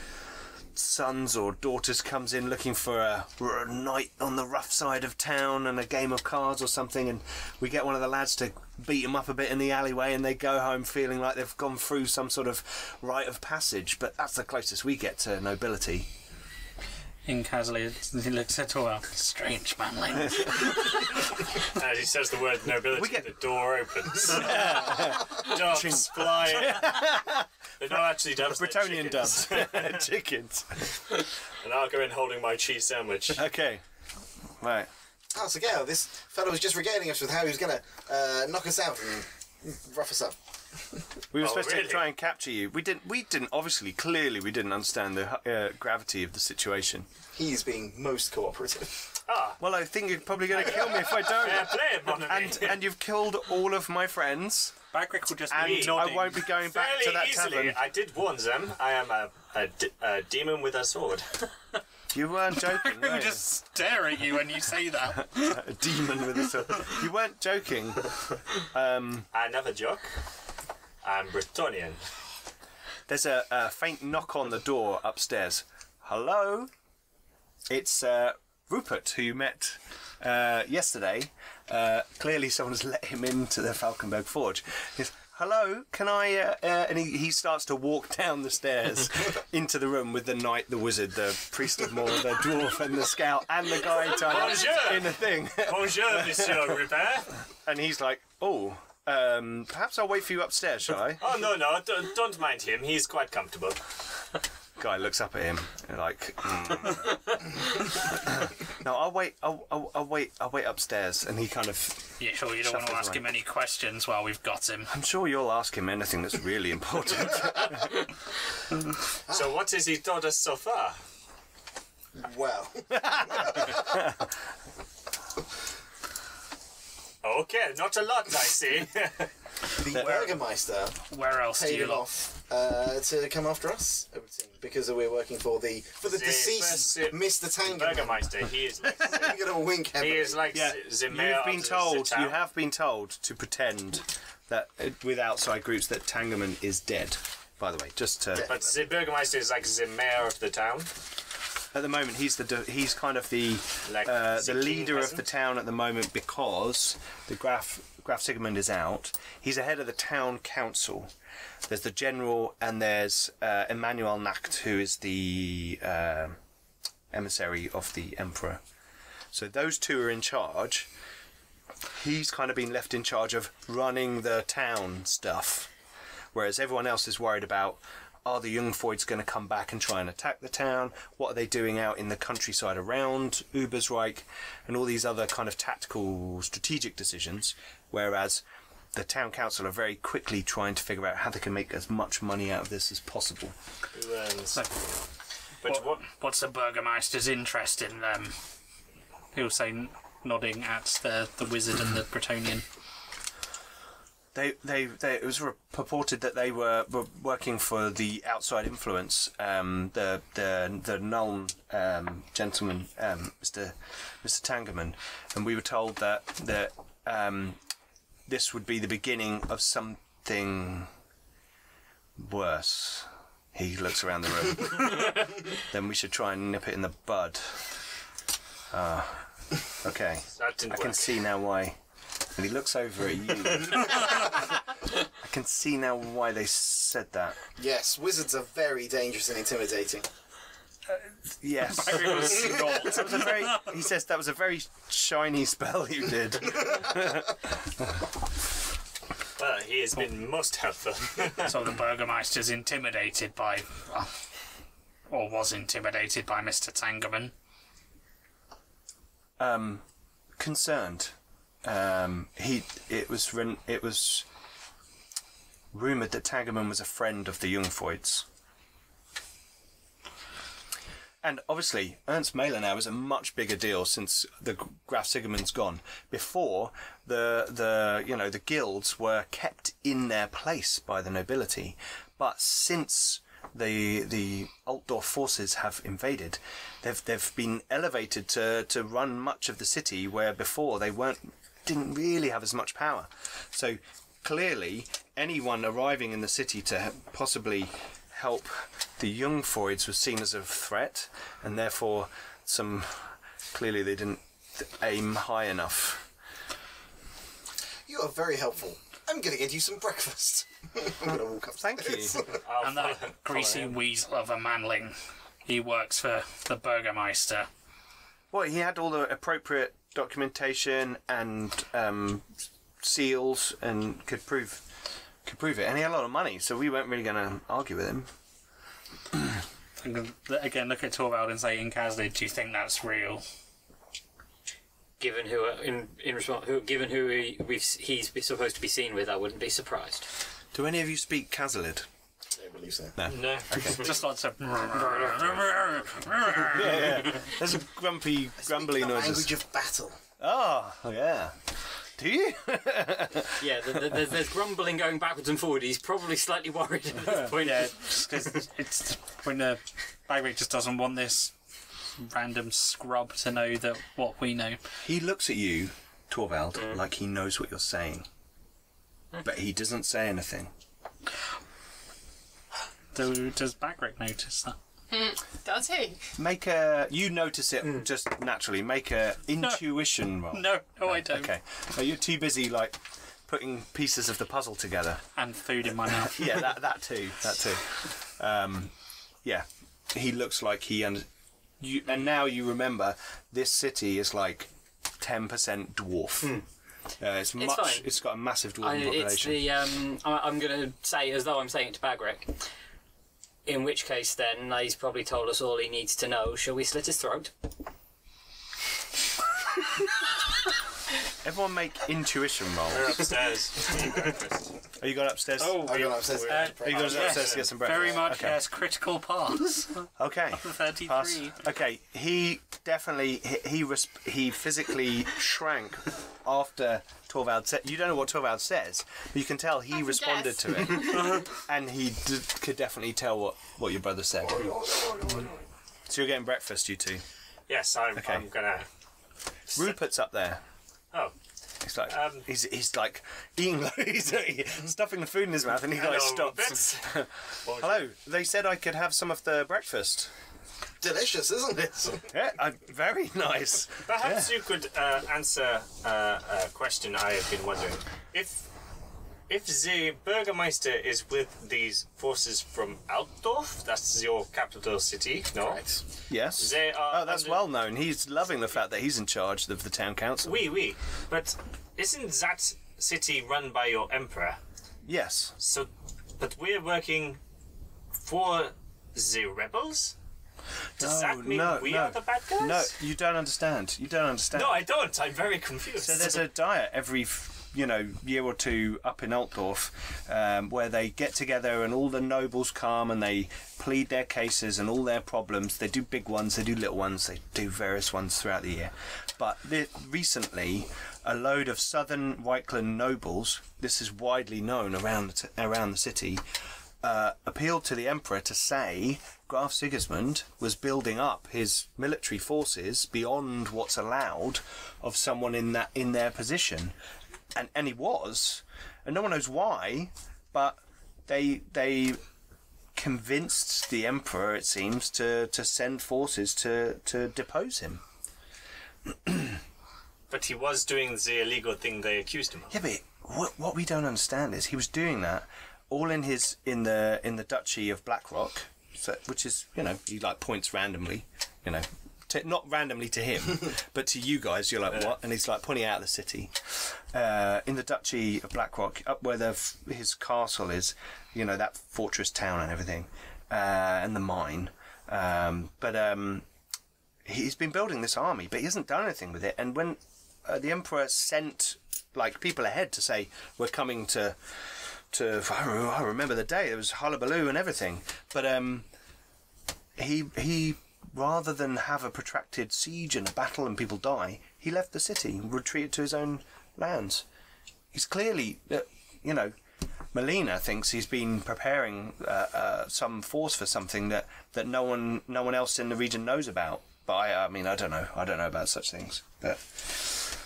A: sons or daughters comes in looking for a, for a night on the rough side of town and a game of cards or something, and we get one of the lads to beat them up a bit in the alleyway, and they go home feeling like they've gone through some sort of rite of passage. But that's the closest we get to nobility.
D: In casually, he looks at all. Strange manling.
F: As he says the word nobility,
A: We get-
F: the door opens. Doves fly. They're not actually doves. they're
A: Bretonian
F: chickens.
A: does chickens.
F: And I'll go in holding my cheese sandwich.
A: Okay, right.
E: Oh, so Gail, this fellow was just regaling us with how he was gonna uh, knock us out and rough us up.
A: We were
F: Oh,
A: supposed
F: really?
A: to try and capture you. We didn't. We didn't. Obviously, clearly, we didn't understand the uh, gravity of the situation.
E: He's being most cooperative.
A: Well, I think you're probably going to kill me if I
F: Fair
A: don't.
F: play, mon ami.
A: And and you've killed all of my friends.
D: Bagrick will just
A: And
D: leave.
A: I won't be going back
F: Fairly
A: to that
F: easily.
A: tavern.
F: I did warn them. I am a, a, d- a demon with a sword.
A: You weren't joking.
D: Who
A: were you?
D: just stare at you when you say that?
A: a demon with a sword. You weren't joking.
F: I never joke. I'm Bretonian.
A: There's a, a faint knock on the door upstairs. Hello? It's uh, Rupert, who you met uh, yesterday. Uh, clearly, someone's let him into the Falkenberg Forge. He's, Hello, can I? Uh, uh, and he, he starts to walk down the stairs into the room with the knight, the wizard, the priest of Moor, the dwarf, and the scout, and the guy tied up
F: Bonjour.
A: in the thing.
F: Bonjour, Monsieur Rupert.
A: and he's like, "Oh, um, perhaps I'll wait for you upstairs, shall I?"
F: Oh no no, don't, don't mind him. He's quite comfortable.
A: guy looks up at him like mm. no i'll wait I'll, I'll, I'll wait i'll wait upstairs and he kind of
D: Yeah, sure. You don't want to
A: Shuffles
D: ask him
A: around.
D: any questions while we've got him.
A: i'm sure you'll ask him anything that's really important
F: So what has he taught us so far?
E: Well,
F: Okay, not a lot, I see.
E: the Burgermeister
D: Where else do
E: paid
D: you
E: him
D: look?
E: off uh, to come after us, it would seem, because we're working for the for the
F: The
E: deceased
F: first-
E: Mr. Tango.
F: Burgermeister, he is like
E: I'm gonna wink
F: he
E: heavily.
F: is like the mayor
A: you've been
F: of the
A: told
F: town.
A: you have been told to pretend that uh, with outside groups that tangerman is dead by the way just to,
F: But the Burgermeister is like the mayor of the town.
A: at the moment he's the de- he's kind of the
F: Like
A: uh, the
F: the king
A: leader of
F: peasant?
A: the town at the moment because the Graf Graf Sigmund is out. He's the head of the town council. There's the general and there's uh, Emmanuel Nacht, who is the uh, emissary of the emperor. So those two are in charge. He's kind of been left in charge of running the town stuff, whereas everyone else is worried about are the Jungfoids going to come back and try and attack the town? What are they doing out in the countryside around Ubersreich? And all these other kind of tactical, strategic decisions. Whereas the town council are very quickly trying to figure out how they can make as much money out of this as possible.
F: Who owns- But what?
D: What, what's the Burgermeister's interest in them? He'll say, nodding at the, the wizard and the Bretonian.
A: They, they, they, it was re- purported that they were, were working for the outside influence, um, the the the known um, gentleman, um, Mr. Mr. Tangerman, and we were told that that um, this would be the beginning of something worse. He looks around the room. then we should try and nip it in the bud. Ah, okay.
F: That didn't
A: I can
F: work.
A: see now why. And he looks over at you. I can see now why they said that.
E: Yes, wizards are very dangerous and intimidating.
A: Yes. That was a very, he says that was a very shiny spell you did.
F: Well, he
A: Oh.
F: has been most helpful.
D: So the burgomaster's intimidated by, well, or was intimidated by Mr. Tangerman.
A: Um, concerned. Um, he. It was. ren- It was. Rumored that Tagerman was a friend of the Jungfoids. And obviously, Ernst Mailer now is a much bigger deal since the G- Graf Sigemund's gone. Before, the the you know the guilds were kept in their place by the nobility, but since the the Altdorf forces have invaded, they've they've been elevated to to run much of the city where before they weren't didn't really have as much power. So clearly, anyone arriving in the city to ha- possibly help the Jungfroids was seen as a threat, and therefore some clearly they didn't aim high enough.
E: You are very helpful. I'm gonna get you some breakfast. I'm gonna walk up.
A: Thank you.
D: And that greasy weasel of a manling, he works for the burgomeister.
A: well, he had all the appropriate documentation and um, seals, and could prove could prove it, and he had a lot of money, so we weren't really going to argue with him.
D: And then, again, look at Torvald and say, Inkazli, do you think that's real?
G: Given who, in in response, who, given who he, we've, he's be- supposed to be seen with, I wouldn't be surprised.
A: Do any of you speak Kazalid?
E: I don't believe so.
F: no.
D: Just lots of. That's
A: There's a grumpy, grumbly
E: the
A: noises.
E: language of battle.
A: Oh, yeah. Do you?
G: Yeah, th th there's, there's grumbling going backwards and forward. He's probably slightly worried at this point.
D: Yeah, just 'cause it's when the Bagric just doesn't want this random scrub to know that what we know.
A: He looks at you, Torvald, like he knows what you're saying. But he doesn't say anything.
D: Do, does Bagric notice that?
C: Does he?
A: Make a. You notice it just naturally. Make a intuition roll.
D: No, no, I don't.
A: Okay. So you're too busy, like, putting pieces of the puzzle together.
D: And food in my mouth.
A: Yeah, that, that too. That too. Um, yeah. He looks like he. And, you, and now you remember this city is like 10% dwarf. Uh, it's, much.
G: fine.
A: It's got a massive dwarf
G: I, it's
A: population.
G: the um, I, I'm going to say as though I'm saying it to Bagric. In which case, then he's probably told us all he needs to know. Shall we slit his throat?
A: Everyone make intuition rolls.
F: We're upstairs. Eating breakfast.
A: Are you going upstairs?
D: Oh,
E: I got upstairs.
D: Uh,
A: Are you going
D: Yes,
A: upstairs to get some breakfast?
D: very much
A: Okay.
D: yes. Critical pass.
A: Okay.
D: Thirty-three.
A: Pass. Okay. He definitely he he, resp- he physically shrank after Torvald said. You don't know what Torvald says, but you can tell he
C: can
A: responded
C: guess.
A: to it, and he d- could definitely tell what what your brother said. So you're getting breakfast, you two.
F: Yes, I'm,
A: Okay.
F: I'm gonna.
A: Rupert's up there.
F: Oh,
A: He's like
F: Um,
A: he's, he's like eating he's stuffing the food in his mouth, and he like
F: hello,
A: stops.
F: Rupert.
A: Hello. They said I could have some of the breakfast.
E: Delicious, isn't it?
A: Yeah, i very nice.
F: Perhaps you could uh, answer uh, a question I have been wondering. If if the Burgermeister is with these forces from Altdorf, that's your capital city, no?
A: Yes.
F: They are
A: oh, that's
F: under-
A: well known. He's loving the fact that he's in charge of the town council.
F: We, we. But isn't that city run by your emperor?
A: yes.
F: So, but we're working for the rebels? Does
A: Oh, No,
F: that mean
A: no,
F: we
A: no.
F: are the bad guys?
A: No, you don't understand. You don't understand.
F: No, I don't. I'm very confused.
A: So there's a diet every, f- you know, year or two up in Altdorf, um, where they get together and all the nobles come and they plead their cases and all their problems. They do big ones, they do little ones, they do various ones throughout the year. But the- recently, a load of southern Reichland nobles, this is widely known around the, t- around the city, uh, appealed to the emperor to say Graf Sigismund was building up his military forces beyond what's allowed of someone in that in their position, and and he was, and no one knows why, but they they convinced the emperor, it seems, to, to send forces to, to depose him.
F: But he was doing the illegal thing they accused him of.
A: Yeah, but what, what we don't understand is he was doing that all in his in the in the duchy of Blackrock, so, which is you know he like points randomly, you know, to, not randomly to him, but to you guys. You're like what? And he's like pointing out the city uh, in the duchy of Blackrock, up where the, f- his castle is, you know that fortress town and everything, uh, and the mine. Um, but um, he's been building this army, but he hasn't done anything with it. And when uh, the emperor sent like people ahead to say we're coming to to I remember, I remember the day it was hullabaloo and everything, but um, he he rather than have a protracted siege and a battle and people die, he left the city and retreated to his own lands. He's clearly uh, you know. Molina thinks he's been preparing uh, uh, some force for something that, that no one no one else in the region knows about. But I, I mean, I don't know. I don't know about such things. But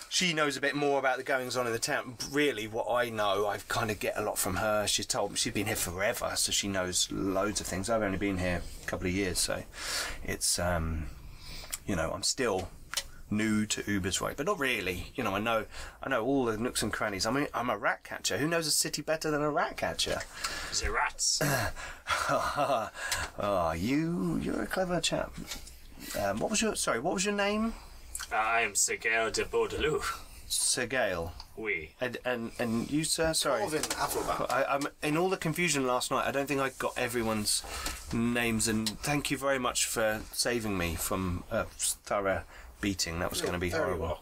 A: she knows a bit more about the goings on in the town. Really, what I know, I kind of get a lot from her. She's told me she's been here forever, so she knows loads of things. I've only been here a couple of years, so it's um, you know, I'm still new to Uber's right, but not really. You know, I know I know all the nooks and crannies. I mean, I'm a rat catcher. Who knows a city better than a rat catcher?
F: The rats. Uh,
A: oh, you you're a clever chap. Um, what was your sorry? What was your name?
F: I am Sir Gael de Bordelou.
A: Sir Gale.
F: We.
A: And and and you, sir. Sorry.
E: Corvin Applebaum.
A: I, I'm in all the confusion last night. I don't think I got everyone's names, and thank you very much for saving me from a thorough beating. That was going to be
E: Very
A: horrible.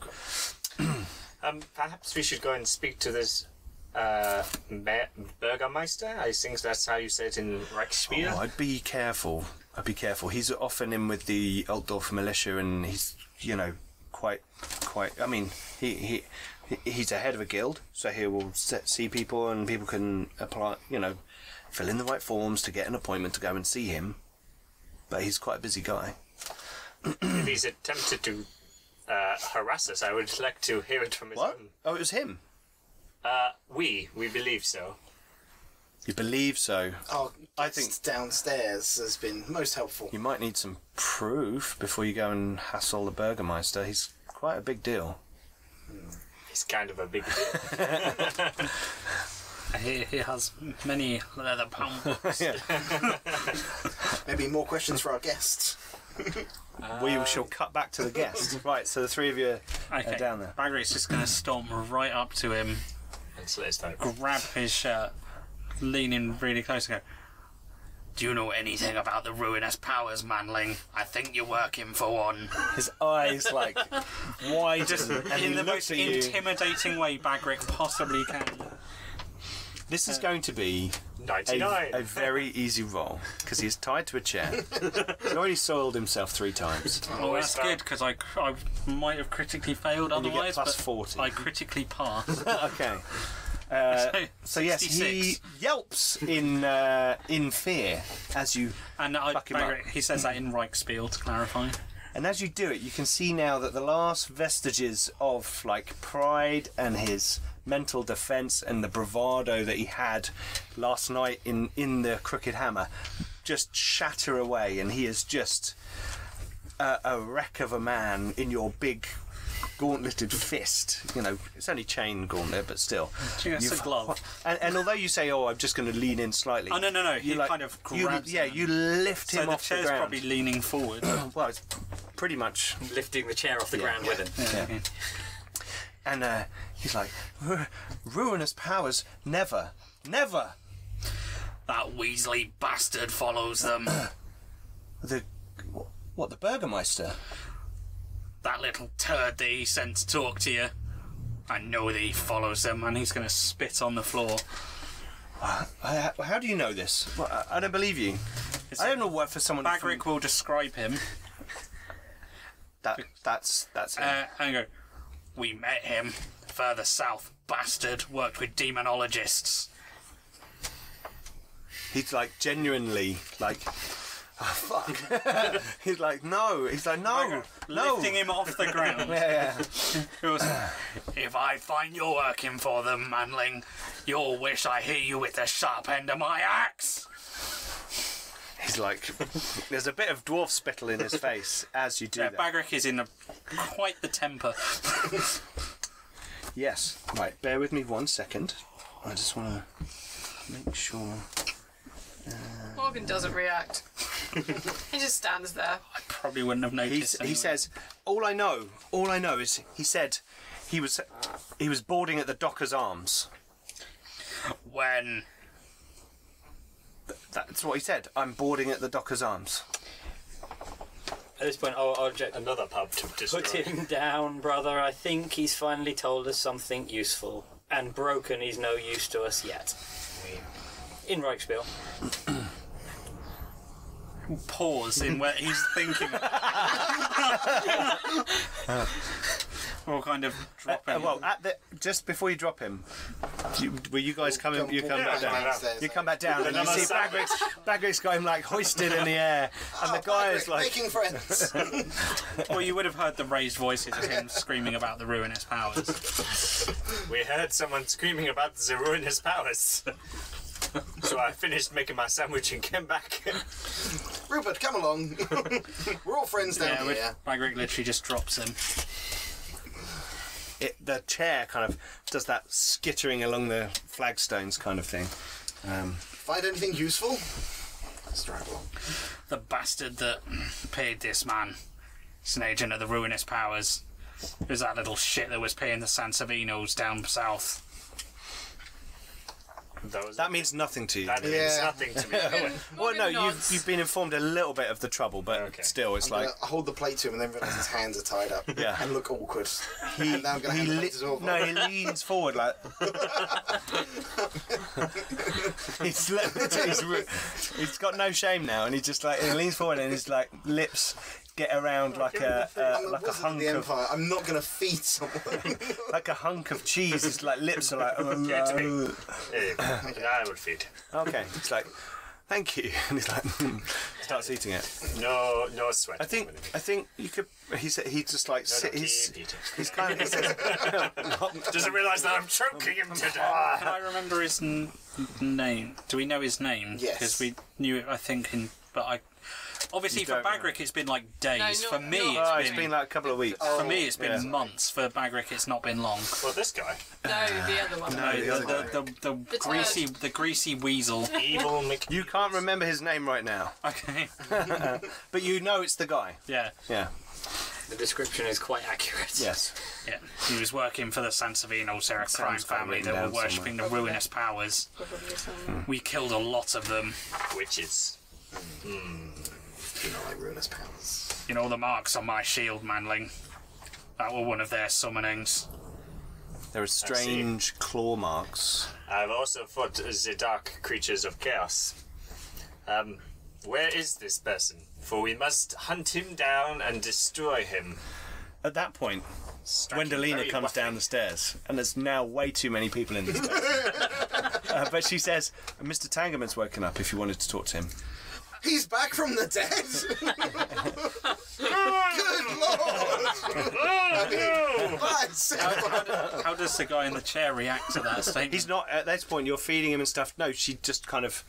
E: welcome.
F: Um, perhaps we should go and speak to this uh, Ma- Burgermeister. I think that's how you say it in Reichsspiel.
A: Oh, I'd be careful. I'd be careful. He's often in with the Altdorf militia, and he's you know quite quite. I mean, he he. he- He's the head of a guild, so he will se- see people, and people can apply, you know, fill in the right forms to get an appointment to go and see him. But he's quite a busy guy.
F: If he's attempted to uh, harass us, I would like to hear it from his own.
A: Oh, it was him.
F: Uh, we, we believe so.
A: You believe so?
E: Our
A: I
E: I
A: think-
E: think downstairs has been most helpful.
A: You might need some proof before you go and hassle the Burgermeister. He's quite a big deal.
F: He's kind of a big deal.
D: He, he has many leather pumps.
E: Maybe more questions for our guests.
A: we shall cut back to the guest. right, so the three of you are
D: okay.
A: Uh, down there.
D: Bagrat's just going to storm right up to him,
F: Until it's time.
D: grab his shirt, lean in really close, and go, Do you know anything about the ruinous powers, Manling? I think you're working for one.
A: His eyes like wide
D: Just
A: and he
D: in the
A: looks
D: most
A: at you.
D: intimidating way Bagric possibly can.
A: this is going to be a,
F: 99.
A: a very easy roll because he's tied to a chair. he's already soiled himself three times.
D: Oh, that's good because I, cr- I might have critically failed
A: you get
D: otherwise.
A: plus
D: but
A: 40.
D: I critically passed.
A: okay. Uh, so yes,
D: 66.
A: he yelps in uh, in fear as you
D: And I,
A: Fuck him up.
D: Bagric- he says that in Reichspiel to clarify.
A: And as you do it, you can see now that the last vestiges of like pride and his mental defense and the bravado that he had last night in in the crooked hammer just shatter away, and he is just a, a wreck of a man in your big gauntleted fist. You know, it's only chain gauntlet, but still.
D: Just a
A: You've-
D: glove.
A: And, and although you say, "Oh, I'm just going to lean in slightly,"
D: Oh, no, no, no,
A: you,
D: he kind of
A: you-
D: grabs
A: yeah,
D: him.
A: you lift
D: So
A: him
D: the
A: off the
D: chair's
A: ground.
D: probably leaning forward.
A: well, it's pretty much
G: Lifting the chair off the ground with him.
D: yeah.
A: And uh, he's like, "Ru- ruinous powers, never, never.
D: That Weasley bastard follows them.
A: The what? The Burgermeister.
D: that little turd that he sent to talk to you. I know that he follows them, and he's going to spit on the floor.
A: I, how do you know this? Well, I, I don't believe you. I don't know what for someone.
D: Bagric
A: from-
D: will describe him
A: that that's that's. him.
D: Um, uh, and go, We met him further south, bastard. Worked with demonologists.
A: He's like genuinely like, oh, fuck. he's like, no. He's like, no, no.
D: Lifting him off the ground.
A: Yeah,
D: It was, if I find you're working for them, Manling, you'll wish I hit you with the sharp end of my axe.
A: he's like, there's a bit of dwarf spittle in his face as you do
D: Yeah,
A: that.
D: Bagric is in a, quite the temper.
A: Yes. Right. Bear with me one second. I just want to make sure.
C: Morgan doesn't react. he just stands there.
D: I probably wouldn't have
A: He's,
D: noticed.
A: he
D: anyway.
A: says, "All I know, all I know is he said he was he was boarding at the Dockers Arms.
D: when
A: That's what he said. I'm boarding at the Dockers Arms. Uh,
G: At this point, I'll, I'll object.
F: Another pub to
G: Put
F: destroy.
G: him down, brother. I think he's finally told us something useful. And broken is no use to us yet. In Reichspiel.
D: pause in where he's thinking. or kind of dropping.
A: Uh, well, at the, just before you drop him, you, will you
F: Oh,
A: guys come? You come back down. You come back down and you
F: Another
A: see
F: side.
A: Bagric's, Bagric's got him like hoisted in the air, and
F: Oh,
A: the guy is like,
E: Oh, making friends.
D: Well, you would have heard the raised voices of him screaming about the ruinous powers.
F: We heard someone screaming about the ruinous powers. so I finished making my sandwich and came back.
E: Rupert, come along. We're all friends down
D: Yeah, which
E: here.
D: Bagric literally just drops him.
A: it, the chair kind of does that skittering along the flagstones kind of thing. Um,
E: Find anything useful? Let's drive along.
D: The bastard that paid this man. He's an agent of the ruinous powers. It was that little shit that was paying the Sansavinos down south.
F: That was
A: that means nothing to you.
F: that means
E: Yeah.
F: nothing to me.
A: Well,
C: Morgan
A: no, you've,
C: nods.
A: you've been informed a little bit of the trouble, but
F: Okay.
A: still, it's like
E: Uh, I hold the plate to him and then realize his hands are tied up.
A: Yeah.
E: And look awkward. and now I'm going to
A: he
E: hand the
A: li-
E: plate to Zorba.
A: no, he leans forward like. he's, li- he's, re- he's got no shame now, and he just like he leans forward and his like lips get
E: Oh,
A: around like a uh,
E: I'm a
A: like a
E: wizard of
A: hunk
E: the
A: of
E: Empire. I'm not going to feed someone.
A: like a hunk of cheese. His like lips are like
F: Yeah, to Eh, I would feed.
A: okay. It's like thank you, and he's like "Hmm." starts eating it.
F: No, no sweat.
A: I think I think you could. He said he just like sit, he's he's kind of. He's,
F: doesn't realise that I'm choking him to death.
D: Can I remember his n- name? Do we know his name?
E: Yes.
D: Because we knew it, I think, in. But I. Obviously,
A: You
D: for
A: don't remember.
D: Bagric, it's been like days.
C: No,
D: for
C: not-
D: me,
C: not-
A: oh,
D: Ah, it's
A: it's been like a couple of weeks.
E: Oh,
D: for me, it's been
A: yeah.
D: months. For Bagric, it's not been long.
F: Well, this guy,
C: No, the other one.
D: No,
A: the
D: the,
A: other
D: the, the, the,
C: The
D: greasy, the greasy weasel.
F: evil Mc.
A: You can't remember his name right now,
D: okay.
A: but you know it's the guy.
D: Yeah.
A: Yeah.
G: The description is quite accurate.
A: Yes.
D: Yeah. He was working for the Sansavinos. They're a crime
A: sounds quite
D: family
A: written
D: that were
A: down
D: worshipping the ruinous powers.
C: Probably somewhere.
D: We killed a lot of them.
F: witches.
E: you know, like ruinous powers.
D: You know the marks on my shield, Manling. That were one of their summonings.
A: There are strange claw marks.
F: I've also fought the dark creatures of chaos. Um, where is this person? For we must hunt him down and destroy him.
A: At that point,
F: Striking
A: Wendelina
F: very
A: comes
F: roughly.
A: down the stairs, and there's now way too many people in this place. uh, but she says, "Mr. Tangerman's woken up. If you wanted to talk to him,
E: He's back from the dead. Good lord. That's
D: How does the guy in the chair react to that statement?
A: he's not at this point. You're feeding him and stuff. No, she just kind of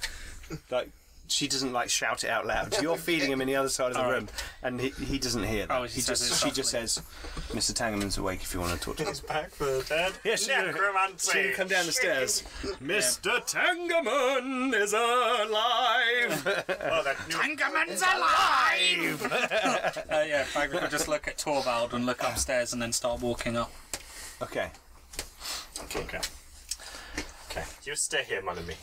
A: like." She doesn't like shout it out loud. You're feeding him in the other side of the
D: All right.
A: room, and he, he doesn't hear that.
D: Oh, she
A: he
D: says
A: just
D: it
A: she just
D: softly.
A: says, "Mr. Tangerman's awake. If you want to talk to him."
F: Back for the dead.
A: Yes, she-
F: Necromancy.
A: She would come down the stairs. Mr. Tangerman is alive.
F: Oh, that new
D: Angerman's alive! uh, yeah, Bagric will just look at Torvald and look upstairs and then start walking up.
A: okay.
F: Okay. Okay. Okay. You stay here, man and me.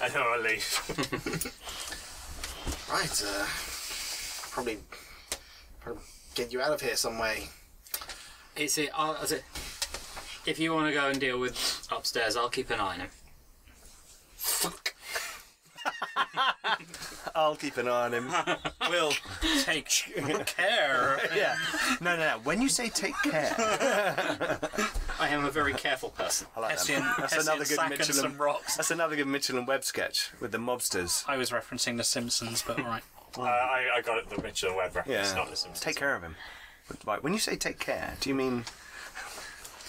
F: I know I'll leave.
E: Right, uh, probably, probably get you out of here some way.
G: It's it. I'll, is it if you want to go and deal with upstairs, I'll keep an eye on him.
E: Fuck.
A: I'll keep an eye on him.
D: Will take care.
A: yeah. No, no, no. When you say take care,
G: I am a very careful person.
A: I like that.
D: Hessian-
A: That's
D: Hessian
A: another good
D: sack and
A: Mitchell and
D: some rocks.
A: That's another good Mitchell and Webb sketch with the mobsters.
D: I was referencing The Simpsons, but alright.
F: Uh, I, I got it, the Mitchell and Webb reference,
A: Yeah.
F: not the Simpsons.
A: Take care of him. But, Right. When you say take care, do you mean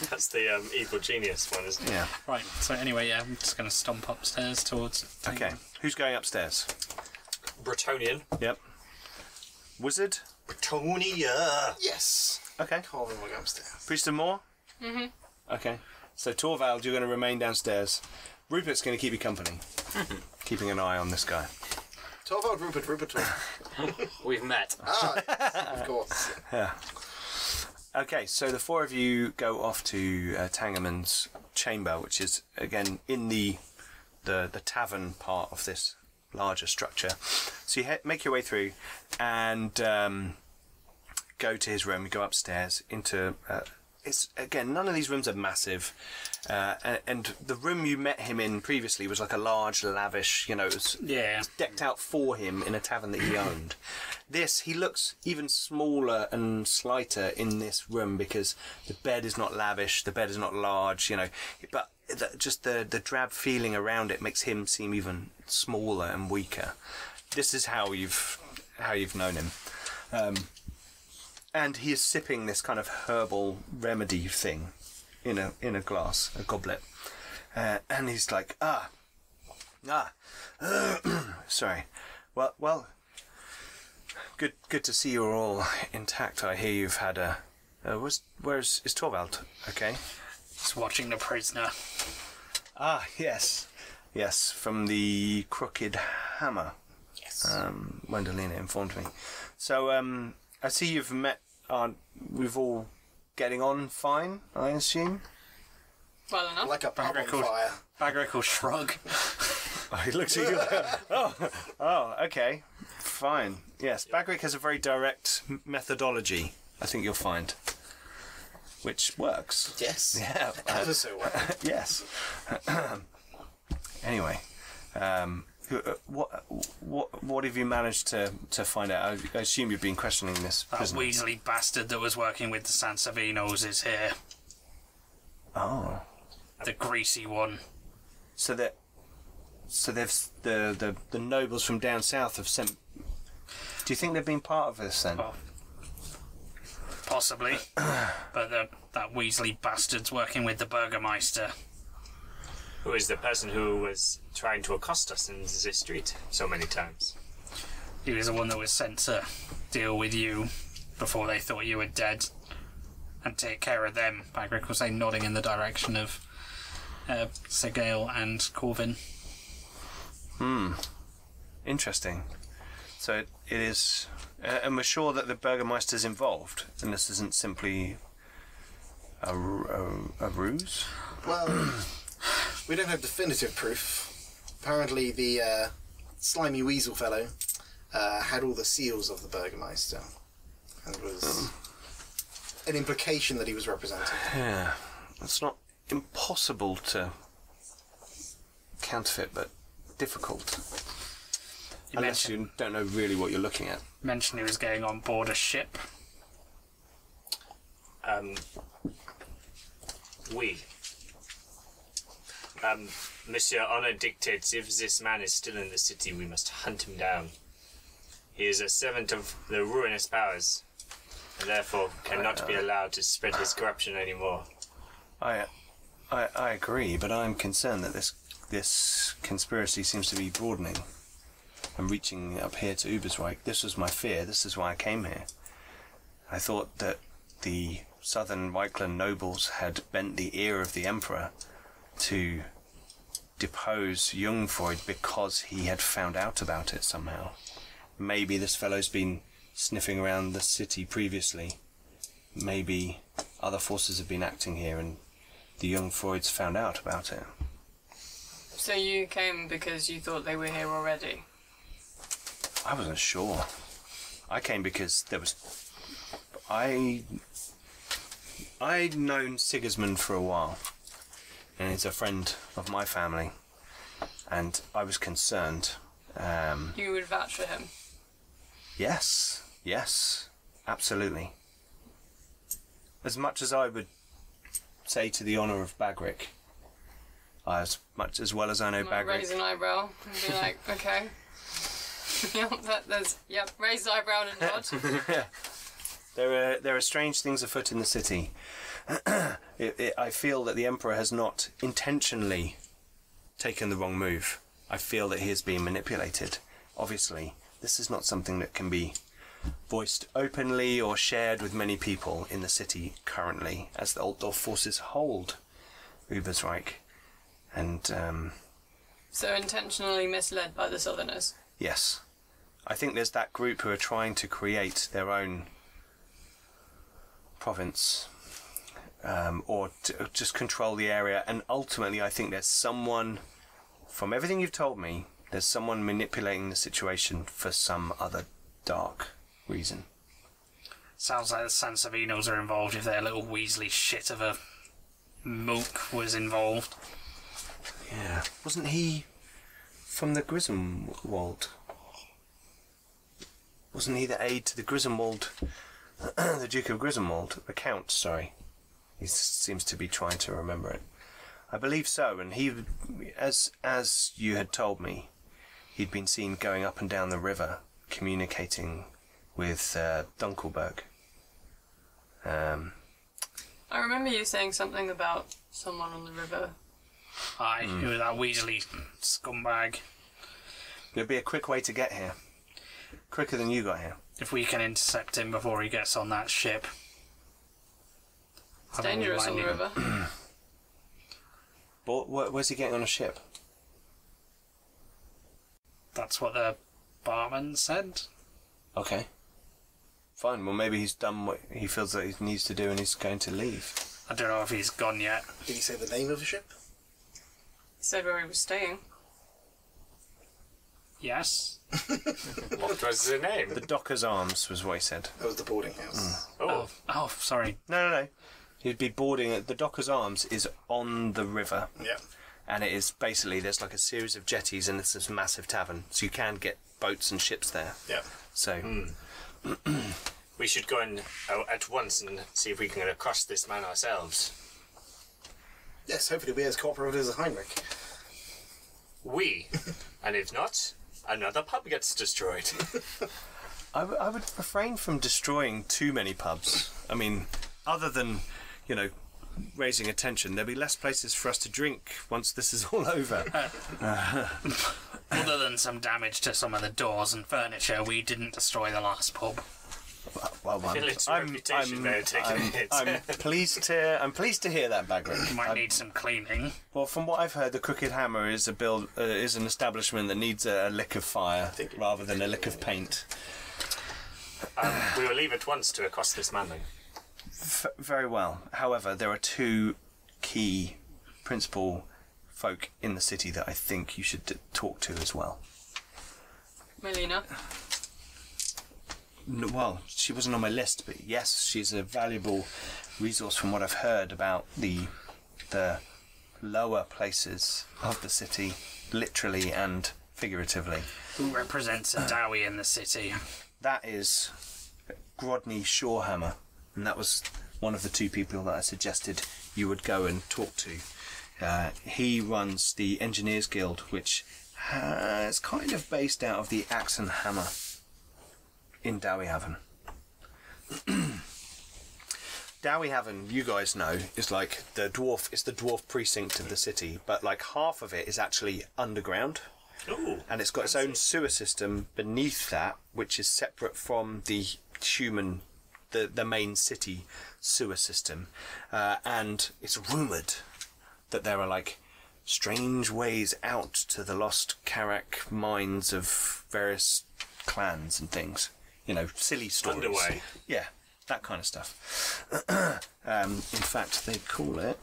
F: That's the um, evil genius one, isn't it?
A: yeah?
D: Right, so anyway, yeah, I'm just going to stomp upstairs towards. the
A: Okay.
D: table.
A: Who's going upstairs?
F: Bretonian.
A: Yep. Wizard.
F: Bretonia!
E: Yes.
A: Okay.
E: Hold on, we'll go upstairs.
A: Priest and Moore. Mm-hmm. Okay. So Torvald, you're going to remain downstairs. Rupert's going to keep you company, keeping an eye on this guy.
E: Torvald Rupert, Rupert Torvald.
G: We've met.
E: Of course.
A: Okay, so the four of you go off to uh, Tangerman's chamber, which is again in the the, the tavern part of this larger structure. So you he- make your way through and um, go to his room. You go upstairs into. Uh, it's again none of these rooms are massive, uh, and, and the room you met him in previously was like a large, lavish. You know, it was
D: Yeah.
A: decked out for him in a tavern that he owned. This, he looks even smaller and slighter in this room because the bed is not lavish, the bed is not large, you know, but the, just the, the drab feeling around it makes him seem even smaller and weaker. This is how you've how you've known him. Um, and he is sipping this kind of herbal remedy thing in a in a glass, a goblet. Uh, and he's like, ah, ah, Sorry. Well, well. Good, good to see you're all intact. I hear you've had a. Uh, where's, where's is Torvald? Okay.
D: Just watching the prisoner.
A: Ah, yes, yes, from the crooked hammer. Yes. Um, Wendelina informed me. So, um, I see you've met. Aren't we've all getting on fine? I assume.
C: Well enough.
E: Like a pub on
D: Record.
E: fire.
D: Bagrick will shrug.
A: Oh, he looks at you. oh, oh, okay, fine. Yes, Bagric has a very direct m- methodology. I think you'll find, which works.
E: Yes.
A: Yeah. uh,
E: Ever so well.
A: yes. anyway, um, who- uh, what what what have you managed to to find out? I, I assume you've been questioning this
D: That
A: prisoner.
D: Weasley bastard that was working with the Sansavinos is here.
A: oh,
D: The greasy one.
A: so that. So they've s- the, the the nobles from down south have sent. Do you think they've been part of this then?
D: Well, possibly. but the, that Weasley bastard's working with the Burgermeister.
F: Who is the person who was trying to accost us in this street so many times?
D: He was the one that was sent to deal with you before they thought you were dead and take care of them, Bagrick was saying, nodding in the direction of uh, Sir Gael and Corvin.
A: Interesting. So it, it is, uh, and we're sure that the burgermeister's involved, and this isn't simply a, ru- a, a ruse.
E: Well, we don't have definitive proof. Apparently, the uh, slimy weasel fellow uh, had all the seals of the Burgermeister, and it was an implication that he was representing.
A: Yeah, it's not impossible to counterfeit, but difficult
D: He
A: unless
D: mentioned,
A: you don't know really what you're looking at.
D: mentioned he was going on board a ship.
F: Um, we. Um, Monsieur Honor dictates if this man is still in the city, we must hunt him down. He is a servant of the ruinous powers, and therefore cannot be allowed to spread his corruption anymore.
A: I, I, I agree, but I'm concerned that this this conspiracy seems to be broadening and reaching up here to Ubersreich. This was my fear. This is why I came here. I thought that the southern Reichland nobles had bent the ear of the emperor to depose Jungfreud because he had found out about it somehow. Maybe this fellow's been sniffing around the city previously. Maybe other forces have been acting here and the young Freud's found out about it.
C: So you came because you thought they were here already.
A: I wasn't sure. I came because there was. I. I'd known Sigismund for a while, and he's a friend of my family, and I was concerned. Um,
C: You would vouch for him.
A: yes, yes, absolutely. As much as I would say to the honour of Bagric, as much as well as I know
C: might raise
A: Bagric,
C: an eyebrow and be like, okay. yep, that, there's, yep, raise eyebrow and nod.
A: there are there are strange things afoot in the city. it, it, I feel that the Emperor has not intentionally taken the wrong move. I feel that he is being manipulated. Obviously, this is not something that can be voiced openly or shared with many people in the city currently, as the Altdorf forces hold Uber's Reich. And um,
C: so intentionally misled by the Southerners.
A: Yes. I think there's that group who are trying to create their own province um, or t- just control the area. And ultimately, I think there's someone, from everything you've told me, there's someone manipulating the situation for some other dark reason.
D: Sounds like the Sansavinos are involved if their little Weasley shit of a milk was involved.
A: Yeah. Wasn't he from the Grismwald? Wasn't he the aide to the Grismwald, the Duke of Grismwald, the Count? Sorry, he s- seems to be trying to remember it. I believe so, and he, as as you had told me, he'd been seen going up and down the river, communicating with uh, Dunkelberg. Um,
C: I remember you saying something about someone on the river.
D: Aye, who was that Weasley scumbag.
A: it'd be a quick way to get here, quicker than you got here.
D: If we can intercept him before he gets on that ship.
C: It's dangerous on the river.
A: But wh- where's he getting on a ship?
D: That's what the barman said.
A: Okay. Fine. Well, maybe he's done what he feels that he needs to do, and he's going to leave.
D: I don't know if he's gone yet.
E: Did he say the name of the ship?
C: He said where he was staying.
D: Yes?
F: What was the name?
A: The Docker's Arms was what he said.
E: That was the boarding house.
F: Oh,
D: Oh, sorry.
A: No, no, no. He'd be boarding at the Docker's Arms is on the river,
E: Yeah.
A: and it is basically there's like a series of jetties, and it's this massive tavern, so you can get boats and ships there.
E: Yeah.
A: So
F: we should go in uh, at once and see if we can accost this man ourselves.
E: Yes, hopefully we're as cooperative as Heinrich.
F: We, and if not, another pub gets destroyed.
A: I, w- I would refrain from destroying too many pubs. I mean, other than, you know, raising attention, there'll be less places for us to drink once this is all over.
D: Other than some damage to some of the doors and furniture, we didn't destroy the last pub.
A: Well, I'm,
F: Village reputation may have taken a
A: I'm-
F: hit.
A: I'm pleased to I'm pleased to hear that, Bagric.
D: We might need some cleaning.
A: Well, from what I've heard, the Crooked Hammer is a build uh, is an establishment that needs a, a lick of fire rather than a lick of paint.
F: we will leave at once to accost this man then.
A: F- very well. However, there are two key principal folk in the city that I think you should d- talk to as well.
C: Melina.
A: N- well, she wasn't on my list, but yes, she's a valuable resource from what I've heard about the the lower places of the city, literally and figuratively.
D: Who represents a dowie in the city?
A: That is Grodny Shorehammer, and that was one of the two people that I suggested you would go and talk to. Uh, he runs the Engineers Guild, which has kind of based out of the Axe and Hammer in Dowiehaven. Dowiehaven, you guys know, is like the dwarf. It's the dwarf precinct of the city, but like half of it is actually underground
F: Ooh.
A: and it's got its own sewer system beneath that, which is separate from the human, the, the main city sewer system. Uh, and it's rumoured that there are like strange ways out to the lost Karak mines of various clans and things. You know, silly stories.
F: Underway.
A: Yeah, that kind of stuff. um, in fact, they call it.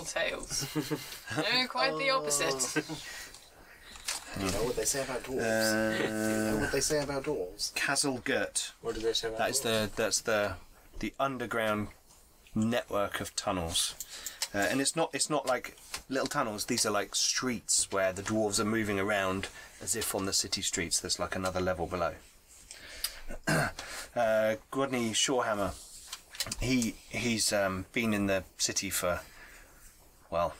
C: tales. no, quite the
A: Oh.
C: opposite.
A: Mm.
E: You know what they say about dwarves?
A: Uh,
E: you know what they say about dwarves?
A: Kazelgert.
F: What did they say about
A: That is
F: dwarves?
A: the that's the the underground network of tunnels, uh, and it's not it's not like little tunnels. These are like streets where the dwarves are moving around as if on the city streets. There's like another level below. uh, Grodny Shorehammer he he's um, been in the city for well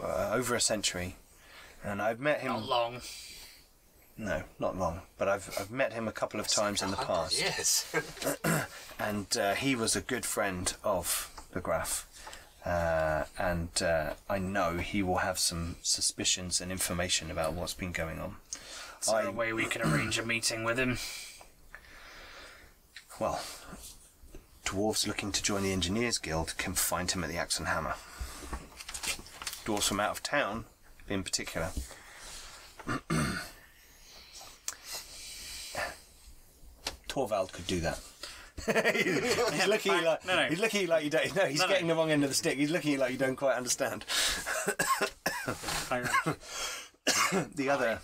A: uh, over a century, and I've met him.
D: Not long.
A: No, not long. But I've I've met him a couple of times in the past,
F: Yes.
A: and uh, he was a good friend of the Graf. Uh, and uh, I know he will have some suspicions and information about what's been going on.
D: Is there
A: I-
D: a way we can arrange a meeting with him?
A: Well, dwarves looking to join the Engineers Guild can find him at the Axe and Hammer. Dwarves from out of town, in particular. Torvald could do that. he's looking at you like
D: No, no.
A: he's looking at you like you don't. No, he's
D: No, no.
A: getting the wrong end of the stick. He's looking at you like you don't quite understand.
D: I-
A: The other.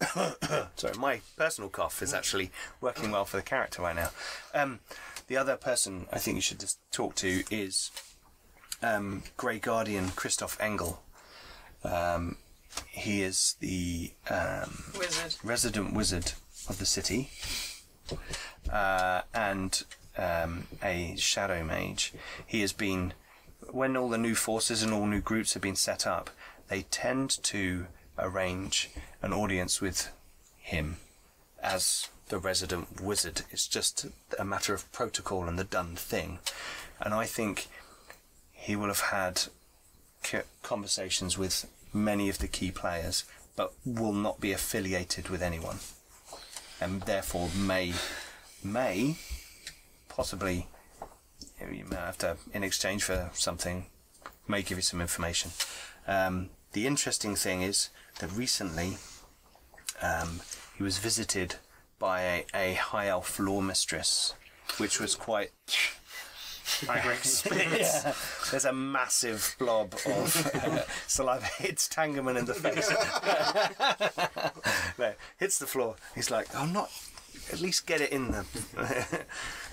A: Sorry, my personal cough is actually working well for the character right now. Um, the other person I think you should just talk to is um, Grey Guardian Christoph Engel. Um, he is the um,
C: Wizard.
A: resident wizard of the city uh, and um, a shadow mage. He has been, when all the new forces and all new groups have been set up, they tend to arrange an audience with him as the resident wizard. It's just a matter of protocol and the done thing. And I think he will have had c- conversations with many of the key players, but will not be affiliated with anyone, and therefore may may possibly you know, you may have to in exchange for something may give you some information. Um, the interesting thing is that recently um, he was visited by a, a high elf law mistress, which was quite
D: Bagrick spits.
A: yeah. There's a massive blob of uh, saliva hits Tangerman in the face. no, hits the floor. He's like, I'm not. At least get it in them.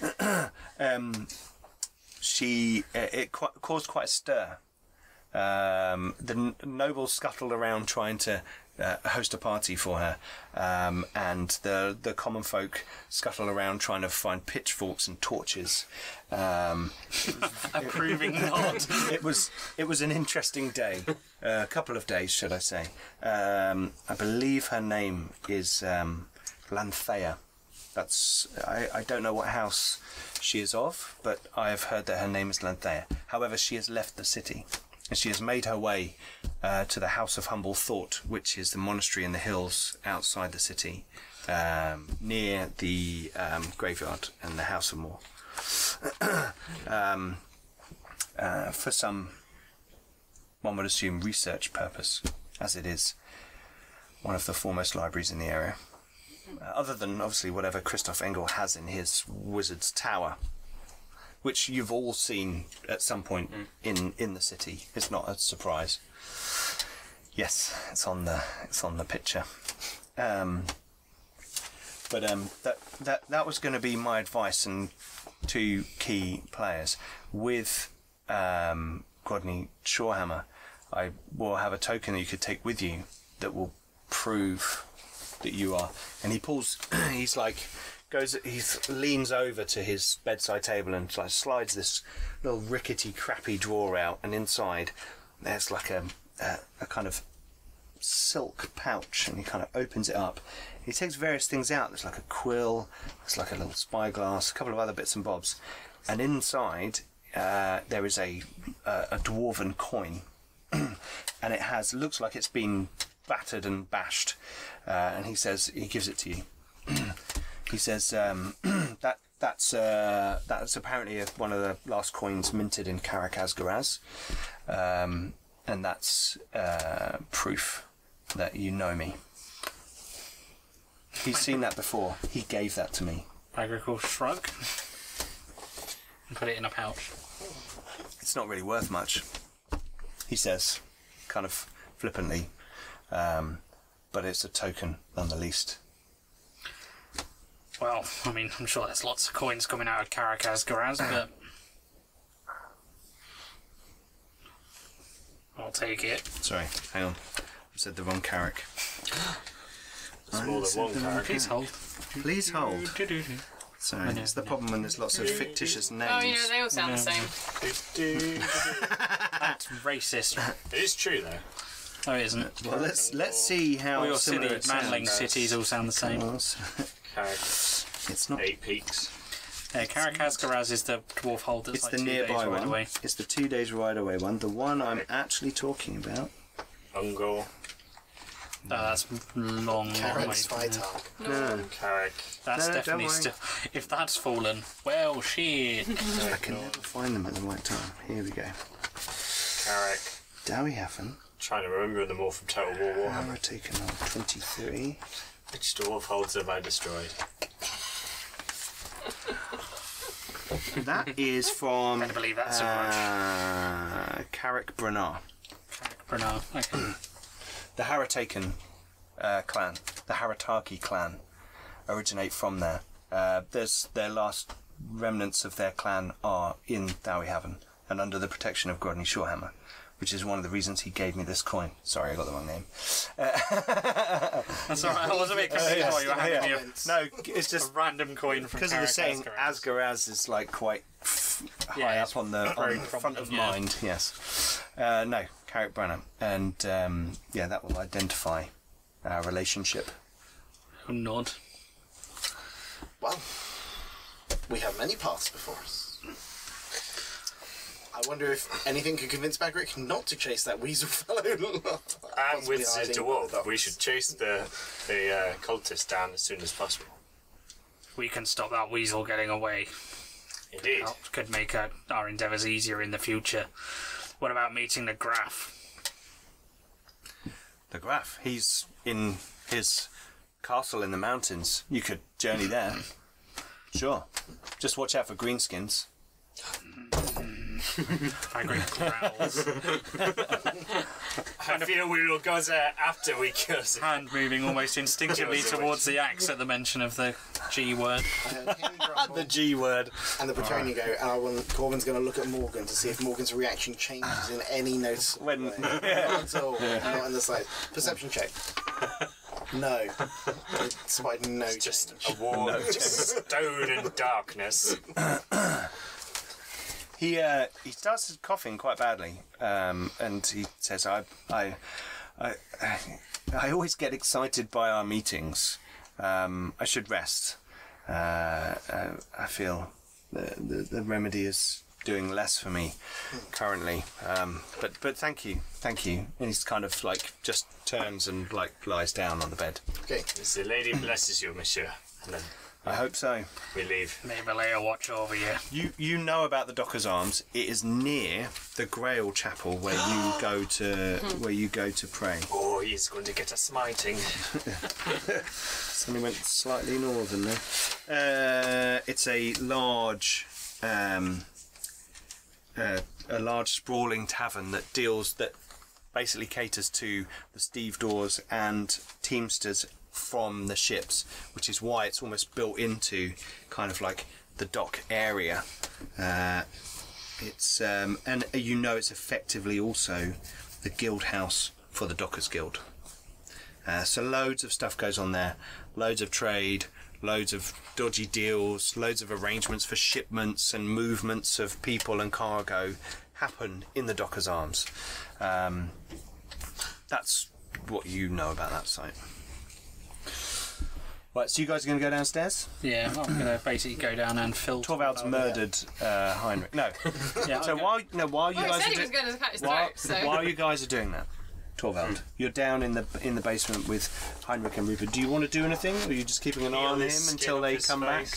A: um, she uh, it quite, caused quite a stir. Um, the n- nobles scuttled around trying to uh, host a party for her, um, and the the common folk scuttle around trying to find pitchforks and torches. Um,
D: Approving nod.
A: it was it was an interesting day, a couple of days, should I say? Um, I believe her name is um, Lanthea. That's I, I don't know what house she is of, but I have heard that her name is Lanthea. However, she has left the city, and she has made her way uh, to the House of Humble Thought, which is the monastery in the hills outside the city, um, near the um, graveyard and the House of Moor. um, uh, for some, one would assume, research purpose, as it is one of the foremost libraries in the area. Uh, other than obviously whatever Christoph Engel has in his Wizard's Tower, which you've all seen at some point in in the city. It's not a surprise. Yes, it's on the it's on the picture. Um, but um, that that that was going to be my advice and two key players with um, Grodney Shorehammer. I will have a token that you could take with you that will prove that you are. And he pulls. he's like goes. He leans over to his bedside table and like slides this little rickety, crappy drawer out, and inside there's like a a, a kind of silk pouch and he kind of opens it up. He takes various things out. There's like a quill, there's like a little spyglass, a couple of other bits and bobs. And inside, uh, there is a, uh, a dwarven coin. and it has, looks like it's been battered and bashed. Uh, and he says, he gives it to you. he says, um, that. That's uh, that's apparently one of the last coins minted in Karakaz Garaz, um, and that's uh, proof that you know me. He's seen that before. He gave that to me.
D: Bagrick will shrug and put it in a pouch.
A: It's not really worth much, he says, kind of flippantly, um, but it's a token none the least.
D: Well, I mean, I'm sure there's lots of coins coming out of Caracas Garaz, but. I'll take it.
A: Sorry, hang on. I said the wrong Carrick.
F: It's more than one character.
D: Please hold.
A: Please hold. Sorry, it's the problem when there's lots of fictitious names.
C: Oh, you know, they all sound the same.
D: That's racist.
F: it is true though.
D: No, it isn't.
A: well, let's let's see how
D: All your
A: Oh, similar
D: city,
A: it
D: Manling
A: sounds.
D: cities all sound the same.
F: Carrick,
A: It's not.
F: eight peaks.
D: Yeah, Karakazkaraz is the dwarf hole that's
A: It's
D: like
A: the
D: two
A: nearby
D: days
A: one.
D: right away.
A: It's the two days ride away one. The one I'm actually talking about.
F: Ungol,
D: Oh, that's long, long way.
E: Carrots Vitar.
F: Carrick.
D: That's
A: No, don't
D: definitely
A: worry.
D: still. If that's fallen, well, shit.
A: I can never find them at the right time. Here we go.
F: Carrick.
A: Dowie Hafen,
F: Trying to remember them all from Total War Warhammer.
A: Hammer taken on 23.
F: Which dwarf holds have I destroyed?
A: That is from
D: I believe that's a
A: uh, Carrick Branar.
D: grudge. Okay.
A: The Harataken uh, clan, the Harataki clan, originate from there. Uh, there's their last remnants of their clan are in Dowie Haven and under the protection of Grodney Shorehammer, which is one of the reasons he gave me this coin. Sorry, I got the wrong name.
D: That's alright. I was a bit confused
A: yeah,
D: while you were
A: Oh, yeah.
D: handing me a-
E: Comments.
A: No, it's
D: a
A: just
D: random coin from
A: because you were saying
D: Karakazkaraz.
A: Asgaraz is like quite f- high
D: Yeah,
A: up on the, on
D: very
A: the front of
D: prominent, yeah.
A: mind. Yes. Uh, no, Carrick Branham, and um, yeah, that will identify our relationship.
D: Nod.
E: Well, we have many paths before us. I wonder if anything could convince Bagric not to chase that weasel fellow.
F: And
E: Possibly
F: with the
E: hiding
F: dwarf,
E: both
F: we
E: of
F: should
E: us.
F: chase the the uh, cultist down as soon as possible.
D: We can stop that weasel getting away.
F: Indeed.
D: That could make our, our endeavours easier in the future. What about meeting the Graf?
A: The Graf. He's in his castle in the mountains. You could journey there. Sure. Just watch out for greenskins.
D: Agri growls.
F: I feel we will go there after we kill the
D: Hand moving almost instinctively towards the axe at the mention of the G word.
E: I heard him grumble,
A: G word.
E: and the Bretonian go, "Oh, and I want, Corbin's going to look at Morgan to see if Morgan's reaction changes in any notice.
A: When-
E: Not at all. Not in the slight. Perception check. No. It's by no
F: just
E: change.
F: a wall of just stone and darkness.
A: He uh, he starts coughing quite badly, um, and he says, "I I I I always get excited by our meetings. Um, I should rest. Uh, uh, I feel the, the the remedy is doing less for me currently. Um, but but thank you, thank you." And he's kind of like just turns and like lies down on the bed.
E: Okay.
F: The lady blesses you, monsieur. And then
A: I hope so.
F: we leave.
D: Maybe lay a watch over you.
A: You you know about the Dockers Arms. It is near the Grail Chapel where you go to where you go to pray.
F: Oh, he's going to get a smiting.
A: Suddenly went slightly northern there. Uh, it's a large, um, uh, a large sprawling tavern that deals that basically caters to the stevedores and teamsters from the ships, which is why it's almost built into kind of like the dock area. Uh, it's um, and you know it's effectively also the guild house for the Dockers Guild. Uh, so loads of stuff goes on there, loads of trade, loads of dodgy deals, loads of arrangements for shipments and movements of people and cargo happen in the Dockers Arms. Um, that's what you know about that site. Right, so you guys are going to go downstairs?
D: Yeah, I'm gonna basically go down and fill.
A: Torvald's murdered uh, Heinrich. No.
D: Oh, Yeah,
A: So
D: okay.
A: while no while you
C: Well, he
A: guys
C: said
A: are
C: he
A: do-
C: was going to cut his
A: while,
C: throat, so.
A: while you guys are doing that, Torvald, you're down in the in the basement with Heinrich and Rupert. Do you want to do anything, or are you just keeping an eye on him until they come back?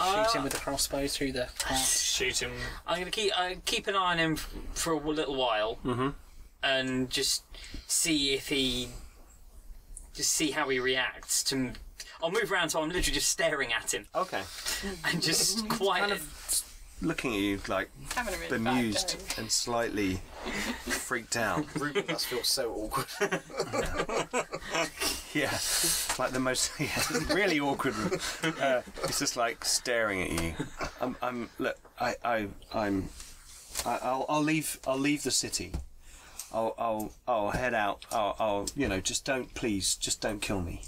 G: Uh,
D: shoot him with a crossbow through the.
F: Shoot him.
G: I'm gonna keep I keep an eye on him f- for a little while, and just see if he, just see how he reacts to. m- I'll move around so I'm literally just staring at him
A: Okay,
G: and just quiet.
A: looking at you like
C: Having a really bad
A: bemused
C: day.
A: and slightly freaked out.
E: Ruben must feel so awkward.
A: Yeah, like the most yeah, really awkward. room. Uh, it's just like staring at you. I'm, I'm look. I, I, I'm. I, I'll, I'll leave. I'll leave the city. I'll, I'll, I'll head out. I'll, I'll, you know, just don't, please, just don't kill me.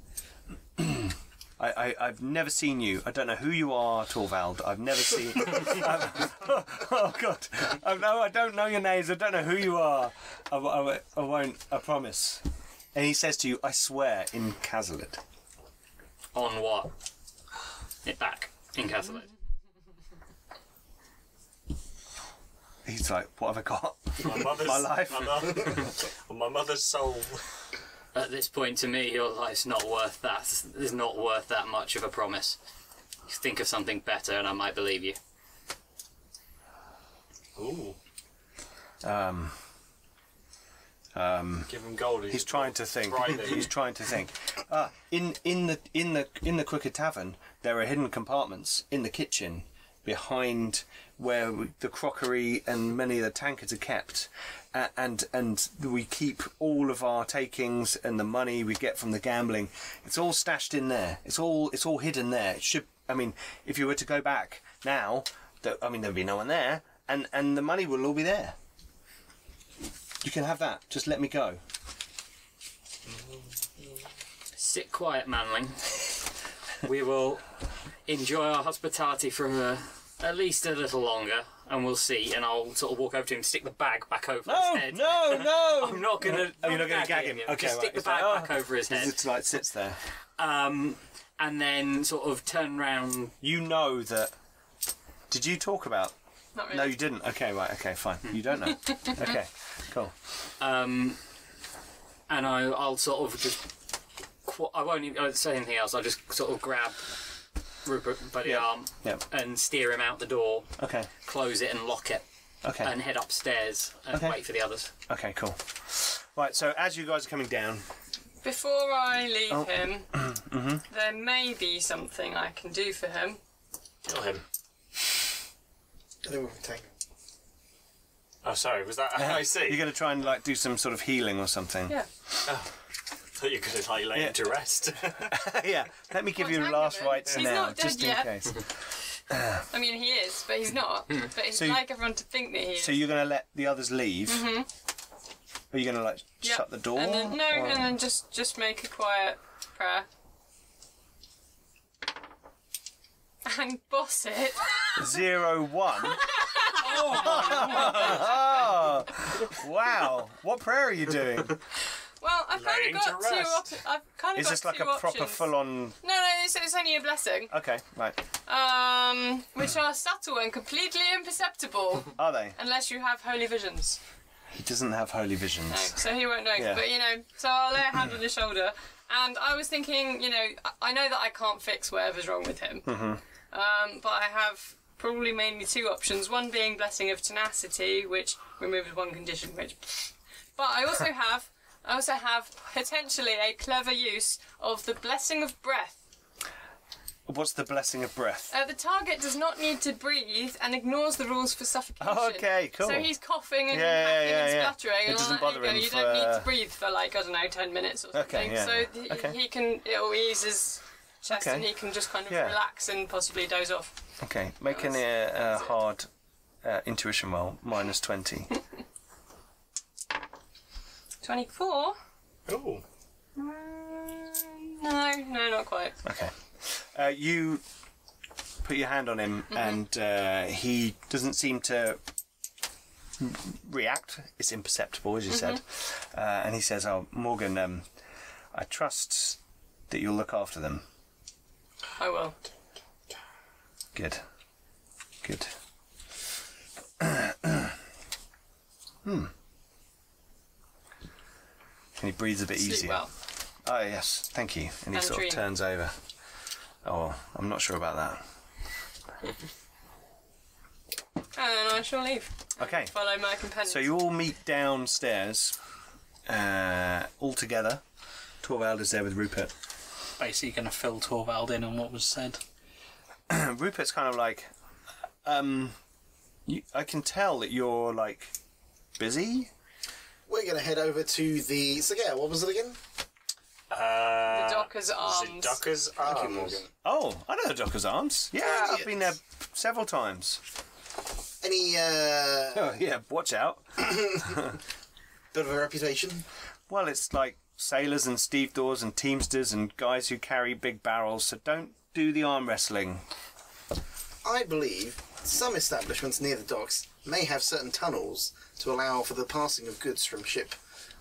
A: I, I, I've never seen you. I don't know who you are, Torvald. I've never seen. oh, God! I, no, I don't know your names. I don't know who you are. I, w- I w- I won't. I promise. And he says to you, "I swear in Cazalet."
G: On what? It back in Catholic.
A: He's like, "What have I got?"
F: My mother's,
A: My life.
F: My, mo- my mother's soul.
G: At this point, to me, your life's not worth that. It's not worth that much of a promise. Think of something better, and I might believe you.
F: Ooh.
A: Um,
F: Give him gold.
A: he's trying to think.
F: Thriving.
A: He's trying to think. Ah, in in the in the in the Quicker Tavern, there are hidden compartments in the kitchen, behind where we, the crockery and many of the tankards are kept, A- and and we keep all of our takings and the money we get from the gambling. It's all stashed in there. It's all it's all hidden there. It should. I mean, if you were to go back now, th- I mean, there'd be no one there, and and the money will all be there. You can have that. Just let me go.
G: Sit quiet, Manling. we will enjoy our hospitality from uh, at least a little longer, and we'll see. And I'll sort of walk over to him, stick the bag back over his head.
A: Oh, no, no.
G: I'm not gonna.
A: Oh, you're not gonna
G: gonna
A: gag him. Okay,
G: just
A: right.
G: stick the
A: It's like,
G: bag
A: oh.
G: back over his head,
A: It's like sits there.
G: um, and then sort of turn round.
A: You know that. Did you talk about?
C: Not really.
A: No, you didn't. Okay, right. Okay, fine. You don't know. okay, cool.
G: um, and I, I'll sort of just. Qu- I won't even I won't say anything else. I'll just sort of grab Rupert by the
A: Yeah.
G: arm
A: Yep.
G: and steer him out the door,
A: Okay.
G: close it and lock it,
A: Okay.
G: and head upstairs and
A: Okay.
G: wait for the others.
A: okay. Cool. Right. So as you guys are coming down,
C: Before I leave
A: Oh.
C: him,
A: Mm-hmm.
C: there may be something I can do for him.
F: Kill him.
E: I think we can take him.
F: Oh, sorry. Was that? I see.
A: you're going to try and like do some sort of healing or something.
C: Yeah.
F: thought you could like lay
A: Yeah.
F: him to rest.
A: Yeah, Let me give
C: Well,
A: you
C: hang
A: last
C: on.
A: rites
C: He's
A: now,
C: not dead
A: just in
C: yet.
A: case.
C: I mean, he is, but he's not. But he'd
A: So you-
C: like everyone to think that he is.
A: So you're going to let the others leave. Are you going to like
C: Mm-hmm. Yep.
A: shut the door?
C: And then, no,
A: or-
C: and then just just make a quiet prayer. And boss it.
A: Zero one. oh, wow! What prayer are you doing?
C: Well, I've
F: Laying
C: kind
F: to
C: of got two. Op-
F: rest.
C: I've kind of
A: Is
C: got
A: this like
C: two
A: a proper
C: options.
A: full-on?
C: No, no, it's, it's only a blessing.
A: Okay, right.
C: Um, which are subtle and completely imperceptible
A: Are they?
C: unless you have holy visions.
A: He doesn't have holy
C: No,
A: visions.
C: so he won't know.
A: Yeah.
C: But you know, so I'll lay a hand on his shoulder. And I was thinking, you know, I- I know that I can't fix whatever's wrong with him, um, but I have probably mainly two options. One being blessing of tenacity, which removes one condition, which. But I also have, I also have potentially a clever use of the blessing of breath.
A: What's the blessing of breath?
C: Uh, the target does not need to breathe and ignores the rules for suffocation.
A: Okay, cool.
C: So he's coughing and
A: Yeah,
C: hacking
A: yeah,
C: and
A: yeah.
C: spluttering.
A: It
C: and all
A: doesn't
C: that.
A: bother
C: There you
A: him
C: go. You don't
A: for-
C: need to breathe for like I don't know, ten minutes or something.
A: yeah,
C: So
A: yeah.
C: th-
A: Okay.
C: he can. It'll ease his chest
A: Okay.
C: and he can just kind of
A: Yeah.
C: relax and possibly doze off.
A: Okay, make an uh, uh, hard uh, intuition roll, minus twenty.
C: Twenty-four.
F: Ooh.
C: Mm, No, no, not quite.
A: Okay. Uh, you put your hand on him,
C: Mm-hmm.
A: and uh, he doesn't seem to m- react. It's imperceptible, as you
C: Mm-hmm.
A: said. Uh, and he says, "Oh, Morgan, um, I trust that you'll look after them.
C: I will.
A: Good, good." hmm. And he breathes a bit
C: Sleep
A: easier.
C: well.
A: Oh yes, thank you. And he
C: And
A: sort
C: dream.
A: of turns over. Oh, I'm not sure about that.
C: And I shall leave.
A: Okay.
C: Follow my companion.
A: So you all meet downstairs, uh, all together. Torvald is there with Rupert.
D: Basically, going to fill Torvald in on what was said.
A: And Rupert's kind of like, um, you, I can tell that you're like busy.
E: We're going to head over to the. So, yeah, what was it again?
F: Uh,
C: the Docker's arms.
F: The Docker's arms.
E: Thank you, Morgan.
A: Oh, I know the Docker's Arms. Yeah, I've been there several times.
E: Any uh,
A: Oh yeah, watch out.
E: bit of a reputation?
A: Well, it's like sailors and stevedores and teamsters and guys who carry big barrels, so don't do the arm wrestling.
E: I believe some establishments near the docks may have certain tunnels to allow for the passing of goods from ship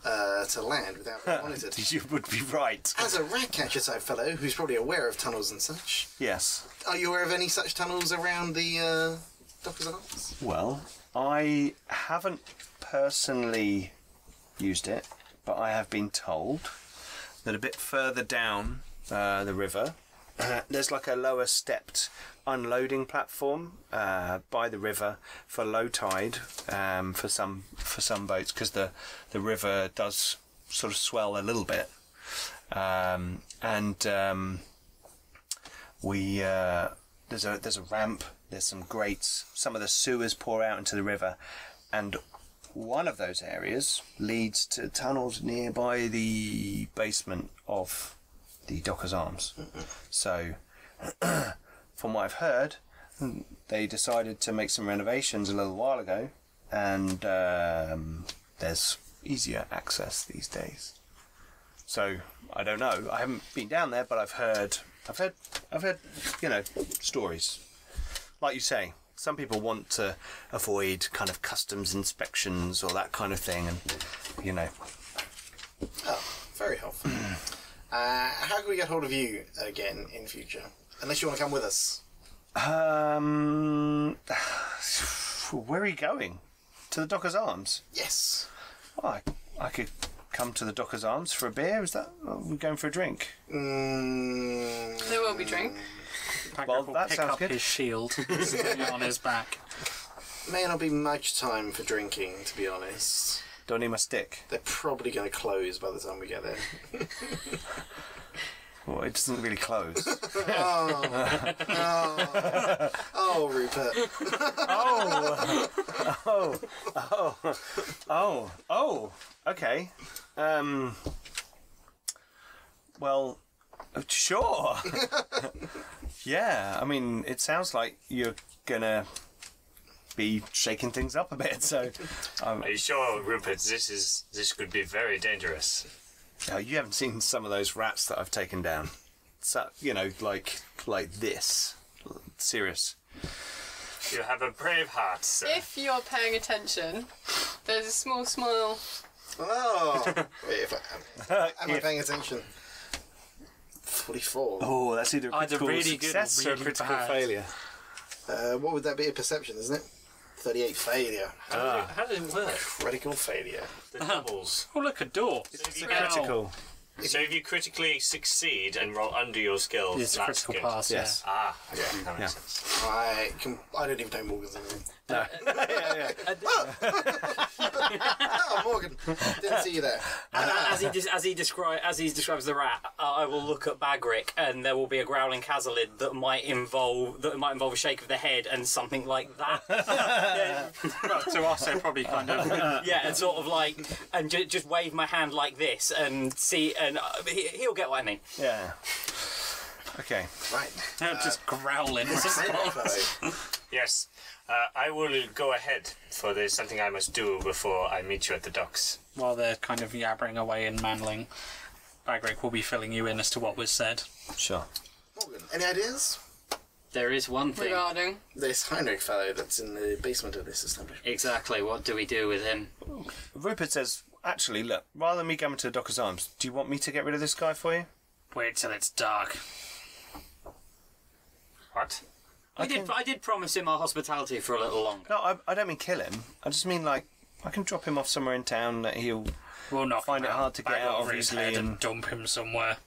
E: uh, to land without being monitored.
A: You would be right.
E: As a rat catcher type fellow who's probably aware of tunnels and such,
A: Yes.
E: are you aware of any such tunnels around the uh, Dockers Arms?
A: Well, I haven't personally used it, but I have been told that a bit further down uh, the river, uh, there's like a lower stepped unloading platform uh, by the river for low tide um, for some for some boats because the the river does sort of swell a little bit, um, and um, we uh, there's a there's a ramp there's some grates some of the sewers pour out into the river and one of those areas leads to tunnels nearby the basement of the Dockers Arms so from what I've heard they decided to make some renovations a little while ago and um, there's easier access these days so I don't know. I haven't been down there, but I've heard, I've heard, I've heard, you know, stories. Like you say, some people want to avoid kind of customs inspections or that kind of thing, and you know,
E: Oh, very helpful. uh, how can we get hold of you again in future? Unless you want to come with us.
A: um, where are you going? To the Dockers Arms?
E: Yes.
A: Oh, I, I could come to the Dockers Arms for a beer. Is that? Are we going for a drink?
E: Mm,
C: There will be drink.
D: Patrick
A: Well,
D: will
A: that
D: pick
A: sounds
D: up
A: good.
D: his shield and put it on his back.
E: may not be much time for drinking, to be honest.
A: Don't need my stick.
E: They're probably going to close by the time we get there.
A: Well, it doesn't really close.
E: Oh, Rupert.
A: oh, oh, oh, oh, oh. Okay. Um. Well, uh, sure. yeah. I mean, it sounds like you're gonna be shaking things up a bit. So, um,
F: Are you sure, Rupert? This is this could be very dangerous.
A: uh, you haven't seen some of those rats that I've taken down. So you know, like like this. Serious.
F: You have a brave heart, sir.
C: If you're paying attention, there's a small smile.
E: Oh, wait, if I, am, am I paying attention? 44.
A: Oh, that's either a
D: Either
A: critical
D: really good or
A: success or,
D: really
A: a critical
D: bad.
A: failure.
E: Uh, what would that be? A perception, isn't it? 38 failure.
F: How did it work?
E: Critical failure.
F: The doubles.
D: Oh, look, a door.
F: It's a
A: Critical.
D: Oh,
F: So if you critically succeed and roll under your skills,
D: It's a
F: that's
D: critical
F: good.
D: pass, yeah.
A: Yes.
F: Ah, okay, that makes sense.
E: I can, I don't even know Morgan's name. Oh, Morgan. Didn't see you there.
G: as he des- as he describe as he describes the rat, uh, I will look at Bagric, and there will be a growling Kazalid that might involve that might involve a shake of the head and something like that.
D: Well, to us, they're probably kind of.
G: yeah, and sort of like and ju- just wave my hand like this and see, and uh, he- he'll get what I mean.
A: Yeah. Okay.
E: Right.
D: they're just growling.
E: Critical failure.
F: Yes, uh, I will go ahead for there's something I must do before I meet you at the docks.
D: While they're kind of yabbering away and manling, Bagric will be filling you in as to what was said.
A: Sure.
E: Morgan, any ideas?
G: There is one thing.
C: Regarding.
E: This Heinrich fellow that's in the basement of this establishment.
G: Exactly. What do we do with him?
A: Rupert says, actually, look, rather than me going to the Docker's Arms, do you want me to get rid of this guy for you?
D: Wait till it's dark.
F: What?
G: I did. I did promise him our hospitality for a little longer.
A: No, I, I don't mean kill him. I just mean, like, I can drop him off somewhere in town that he'll.
D: We'll knock
A: Find
D: him
A: it
D: out,
A: hard to get
D: bag
A: out
D: over
A: of
D: his
A: easily
D: head
A: and-
D: and dump him somewhere.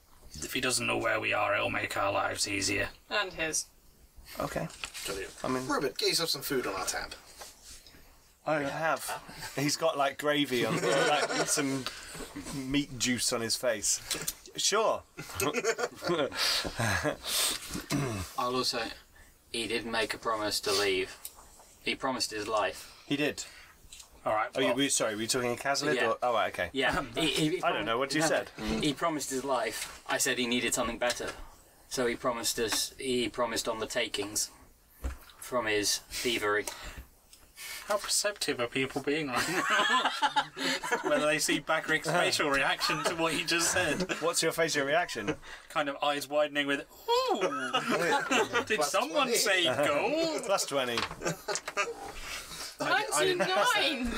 D: If he doesn't know where we are, it'll make our lives easier.
C: And his.
A: Okay. I mean,
E: Robert, get yourself some food on our tab.
A: I have. He's got, like, gravy on, like, some meat juice on his face. Sure.
G: I'll also. He did make a promise to leave. He promised his life.
A: He did.
D: All right.
A: Oh,
D: well,
A: you, were you- sorry, were you talking in Caslid?
G: Yeah.
A: Or, oh, right, okay.
G: Yeah, he, he, he
A: I don't know, what you
G: no,
A: said?
G: He promised his life. I said he needed something better, so he promised us. He promised on the takings from his thievery.
D: How perceptive are people being right now? Whether they see Bagrick's facial reaction to what he just said,
A: What's your facial reaction?
D: kind of eyes widening with "Ooh, did someone
E: 20.
D: say go?"
A: Plus 20.
C: Ninety-nine.
E: No,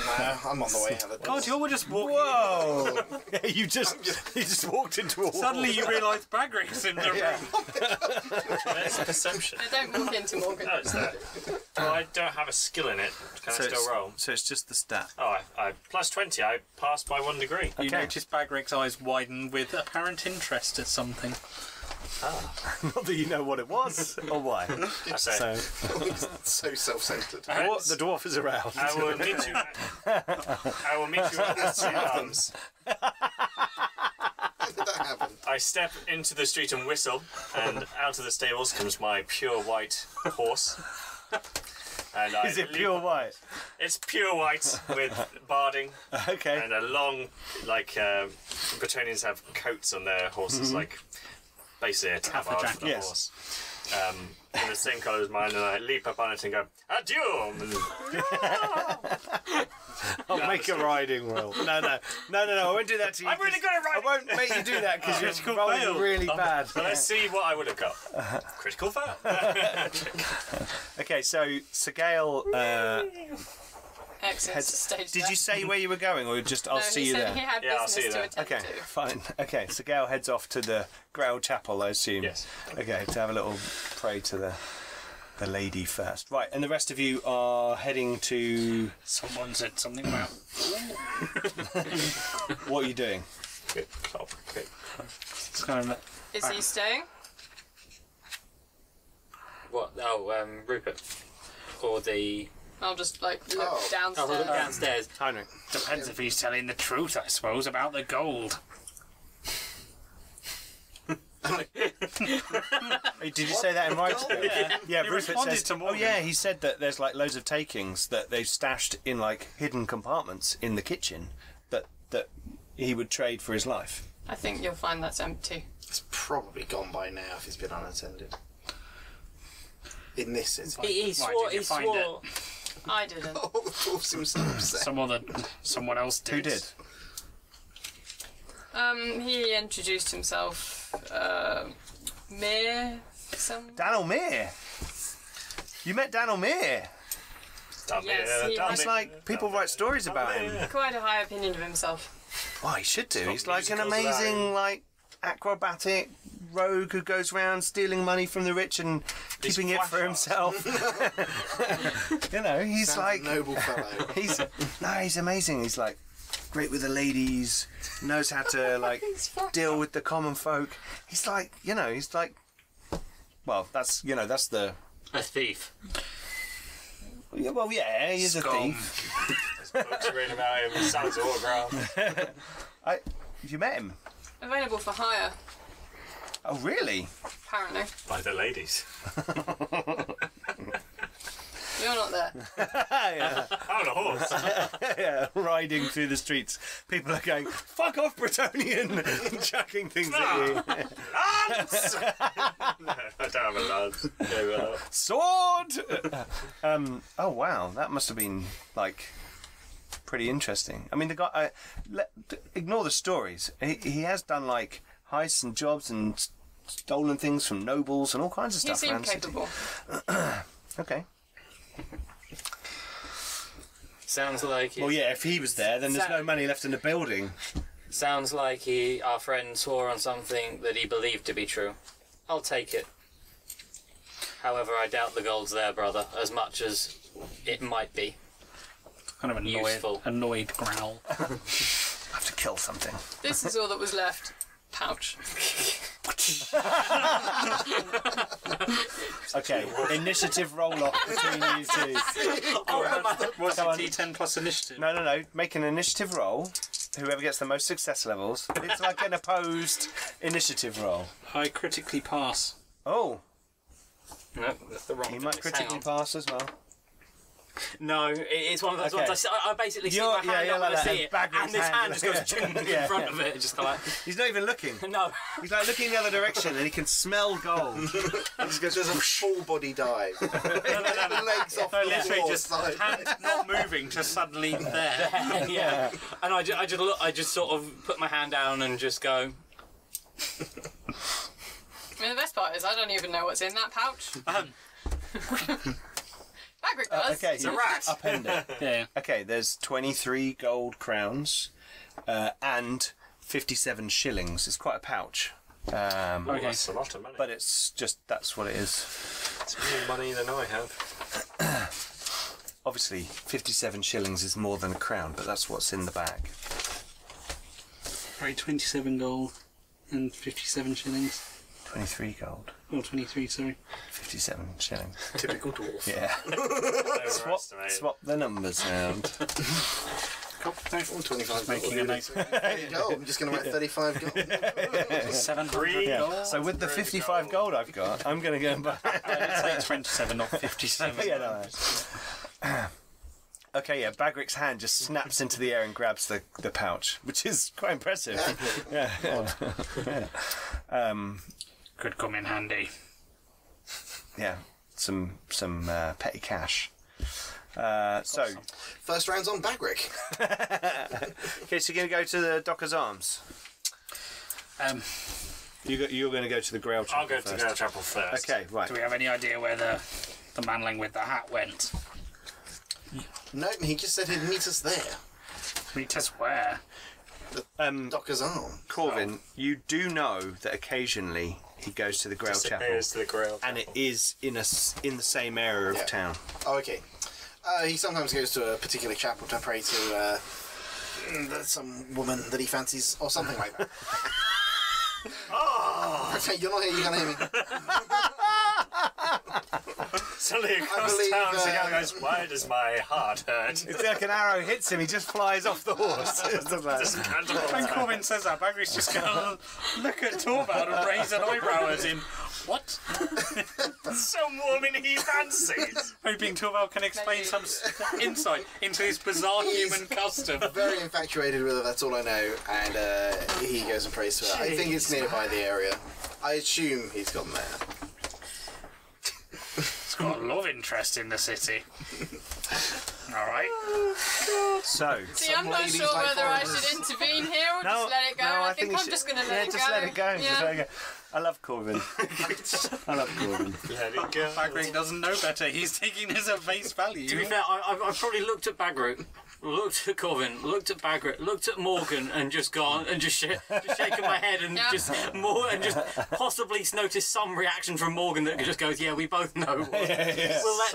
E: uh, I'm on the way out of the
D: God, you were just walking.
A: Whoa! you just you just walked into a wall.
D: Suddenly you realise Bagrick's in the room.
F: That's perception.
C: I don't walk into Morgan.
F: Oh, it's that. Well, I don't have a skill in it. Can I still roll?
A: so it's just the stat.
F: Oh, I, I plus twenty. I passed by one degree.
D: You
A: Okay.
D: notice Bagrick's eyes widen with apparent interest at something.
A: Not that you know what it was or why.
F: I
A: So
F: say.
E: so self-centered.
A: dwar- the dwarf is around.
F: I will meet you. At, I will meet you at the street arms.
E: Did that happen?
F: I step into the street and whistle, and out of the stables comes my pure white horse. And I
A: Is it
F: leap-
A: pure white?
F: It's pure white with barding
A: Okay.
F: and a long, like um Bretonians have coats on their horses,
A: Mm-hmm.
F: like basically a tabard for the
A: yes.
F: horse. Um, in the same colour as mine, and I leap up on it and go adieu. And
A: I'll make a riding roll. No, no, no, no, no. I won't do that to you.
F: I'm really
A: 'cause
F: good at riding.
A: I won't make you do that because you're rolling
D: fail.
A: really bad.
F: But let's see what I would have got. Critical fail.
A: Okay, so Segale, uh,
C: Exit stage.
A: did you say where you were going, or just I'll
C: No,
A: see
C: he
A: you
C: said
A: there?
C: He had
F: Yeah, I'll
C: business
F: see you
C: to
F: there.
C: attend
A: Okay,
C: to.
A: fine. Okay, so Gail heads off to the Grail Chapel, I assume.
F: Yes.
A: Okay, to have a little pray to the the lady first. Right, and the rest of you are heading to
D: Someone said something about
A: what are you doing?
F: Good clop. Good.
D: it's kind of
C: Is he staying?
G: What? Oh, um, Rupert. Or the.
C: I'll just like look
E: Oh.
G: Oh,
C: downstairs.
G: look downstairs.
A: Heinrich.
D: depends if he's telling the truth, I suppose, about the gold.
A: Did you say that in writing? yeah, yeah Rupert
D: responded
A: says,
D: to
A: Oh
D: Morgan.
A: yeah, he said that there's like loads of takings that they've stashed in like hidden compartments in the kitchen that that he would trade for his life.
C: I think you'll find that's empty.
E: It's probably gone by now if it's been unattended. In this city.
G: He, he
D: Why,
G: swore.
D: did you
G: He
D: find
G: swore.
C: I didn't.
E: Oh, the horse himself said.
D: Some other, someone else did.
A: Who did?
C: Um, he introduced himself. Uh, Mir. Some.
A: Dan O'Meara. You met Dan O'Meara.
F: Damn
C: Yes, he
F: damn
C: has-
A: It's like people write stories about him.
C: Quite a high opinion of himself.
A: Why he should do. He's like an
F: musicals about
A: amazing, like acrobatic rogue who goes around stealing money from the rich and keeping it for
F: flash
A: himself. you know, he's
E: Sounds
A: like
E: a noble fellow.
A: he's no, he's amazing. He's like great with the ladies, knows how to like deal with the common folk. He's like, you know, he's like, well, that's you know, that's the.
G: A thief.
A: yeah, Well, yeah, he's a
D: Scum.
A: thief.
F: Books written about him. Sounds autograph.
A: I, you met him?
C: Available for hire,
A: Oh, really?
C: apparently.
F: By the ladies.
C: You're not there.
A: yeah.
F: On Oh, a horse.
A: yeah, riding through the streets. People are going, fuck off, Bretonian! and chucking things
G: Ah.
A: at you.
F: Lance! no, I don't have a lance. Yeah, well,
A: Sword! um, oh, wow, that must have been, like, pretty interesting. I mean, the guy, uh, let, d- ignore the stories. He, he has done, like, heists and jobs and s- stolen things from nobles and all kinds of
C: He
A: stuff. around
C: seemed
A: the city.
C: capable.
A: Okay.
G: Sounds like. He,
A: Well, Oh, yeah, if he was there, then there's no money left in the building.
G: Sounds like he. Our friend swore on something that he believed to be true. I'll take it. However, I doubt the gold's there, brother. As much as it might be.
D: Kind of annoyed,
G: Useful.
D: annoyed growl.
A: I have to kill something.
C: This is all that was left. Pouch.
A: Okay, initiative roll off between you two.
D: What's
A: Come
D: a
A: on.
D: D10 plus initiative?
A: No, no, no. Make an initiative roll. Whoever gets the most success levels. It's like an opposed initiative roll.
D: I critically pass.
A: Oh,
G: No, that's the wrong.
A: he might
G: dice. Hang
A: critically
G: on.
A: pass as well.
G: No, it- it's one of those
A: Okay.
G: ones I, see- I- I basically see
A: You're-
G: my
A: yeah,
G: hand
A: you're
G: up when
A: like that,
G: I see
A: and
G: it,
A: back
G: and
A: his
G: this hand
A: hand
G: just
A: like-
G: goes chung
A: Yeah.
G: in front of it, just kind of
A: He's not even looking.
G: like, no.
A: He's like looking the other direction, and he can smell gold.
E: There's a full body dive. legs off
D: No,
E: the
D: literally
E: floor,
D: just
E: side.
D: hand not moving, just suddenly there.
G: yeah. And I just, I just, look, I just sort of put my hand down and just go.
C: I mean, the best part is I don't even know what's in that pouch. Bagrick does.
A: Um, Uh, okay, it's
D: a rat.
A: Append it.
D: Yeah.
A: Okay, there's 23 gold crowns uh, and 57 shillings. It's quite a pouch. Um,
G: Okay.
F: That's a lot of money.
A: but it's just, that's what it is.
F: it's more money than I have.
A: Obviously, 57 shillings is more than a crown, but that's what's in the bag.
D: Right, 27 gold and 57 shillings.
A: 23 gold,
D: Or 23, sorry.
A: 57 shillings.
E: Typical dwarf.
A: Yeah. swap,
F: Overestimated.
A: swap the numbers around.
E: Or 25
D: Making a nice
E: There you go. I'm just going to write 35 gold.
D: 700
F: Three
D: gold.
A: Yeah. So with the 55 gold I've got, I'm going to go and buy.
D: It's like 27, not 57.
A: yeah, no. Okay, yeah, Bagrick's hand just snaps into the air and grabs the, the pouch, which is quite impressive. yeah. um,
D: Could come in handy.
A: yeah, some some uh, petty cash. Uh, so,
E: First round's on Bagrick.
A: okay, so you're going to go to the Docker's Arms.
D: Um,
A: You go, you're going to go to the Grail Chapel
F: I'll go to
A: first.
F: Grail Chapel first.
A: Okay, right.
D: do we have any idea where the, the manling with the hat went?
E: Nope, he just said he'd meet us there.
D: Meet us where? Hmm.
A: Um,
E: Docker's arm.
A: Corvin, you do know that occasionally he goes to the Grail Chapel,
F: Disappears to the Grail.
A: and it is in a s in the same area of
E: Yeah.
A: town.
E: Oh, okay. Uh, he sometimes goes to a particular chapel to pray to uh, mm, some woman that he fancies, or something like that. Okay, You're not here, you can't hear me.
F: Suddenly across
E: believe,
F: town, so the
E: uh,
F: guy goes, Why does my heart hurt?
A: It's like an arrow hits him, he just flies off the horse. It's just like-
D: When
F: Candle.
D: Corbin says that, Bagrick's just going to look at Torvald and raise an eyebrow at him. What?
F: Some woman he fancies.
D: Hoping Torvald can explain some s- insight into this bizarre human custom.
E: Very infatuated with her, that's all I know, and uh, he goes and prays to her. I think it's nearby the area. I assume he's gone there.
D: It's got a love interest in the city. All right.
A: so.
C: See, I'm not
E: ladies
C: sure
E: like
C: whether I
E: foreigners.
C: should intervene here or just
A: Oh,
C: let it go. I, think,
A: you
C: I'm
A: should-
C: just going to let
A: yeah,
C: it
A: just
C: go.
A: let it go.
C: Yeah.
A: Just let it go. I love Corbin. I love Corbin.
F: Let it go.
D: Bagrick doesn't know better. He's taking this at face
G: To be
D: value.
G: fair, I, I've, I've probably looked at Bagrick, looked at Corvin, looked at Bagrick, looked at Morgan, and just gone and just, sh- just shaken my head and
C: Yeah.
G: just more and just possibly noticed some reaction from Morgan that just goes, "Yeah, we both know. We'll let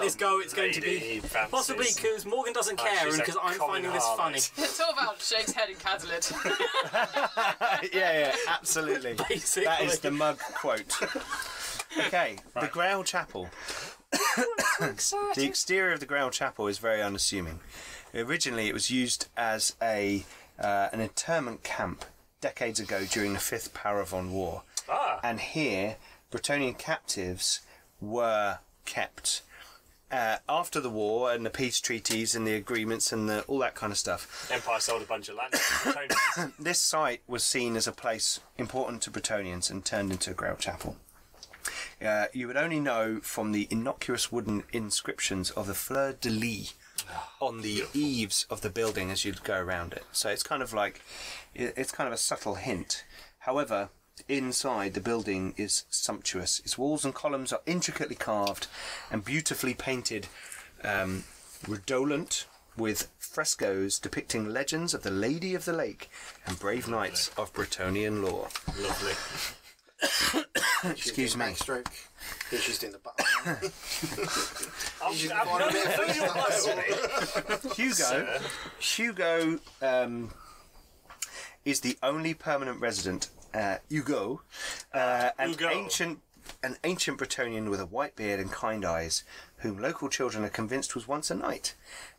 G: this go. It's going to be." Possibly because Morgan doesn't care
F: Oh, she's
G: and
F: a
G: because I'm
F: common
G: finding this
F: harlot.
G: funny.
C: Torvald shakes head and Catalid.
A: yeah, yeah, absolutely.
G: Basically.
A: That is the mug quote. Okay, the Grail Chapel.
C: Oh,
A: the exterior of the Grail Chapel is very unassuming. Originally, it was used as a uh, an internment camp decades ago during the Fifth Paravon War,
F: Ah.
A: and here Bretonian captives were kept. Uh, after the war and the peace treaties and the agreements and the, all that kind of stuff,
F: Empire sold a bunch of land. Tony's.
A: this site was seen as a place important to Bretonians and turned into a Grail Chapel. Uh, you would only know from the innocuous wooden inscriptions of the fleur de lis on the eaves of the building as you'd go around it. So it's kind of like, it- it's kind of a subtle hint. However, inside the building is sumptuous. Its walls and columns are intricately carved and beautifully painted um, redolent with frescoes depicting legends of the Lady of the Lake and brave knights of Bretonian lore.
F: Lovely.
E: Excuse
A: me.
E: Backstroke. He's just in the um, back.
F: I'm,
E: He's just
F: I'm
E: got a
F: not
E: bit of
F: familiar
E: freestyle.
F: with it.
A: Hugo, Hugo um, is the only permanent resident. Uh, Hugo, uh, an
F: Hugo.
A: ancient, an ancient Bretonian with a white beard and kind eyes, whom local children are convinced was once a knight.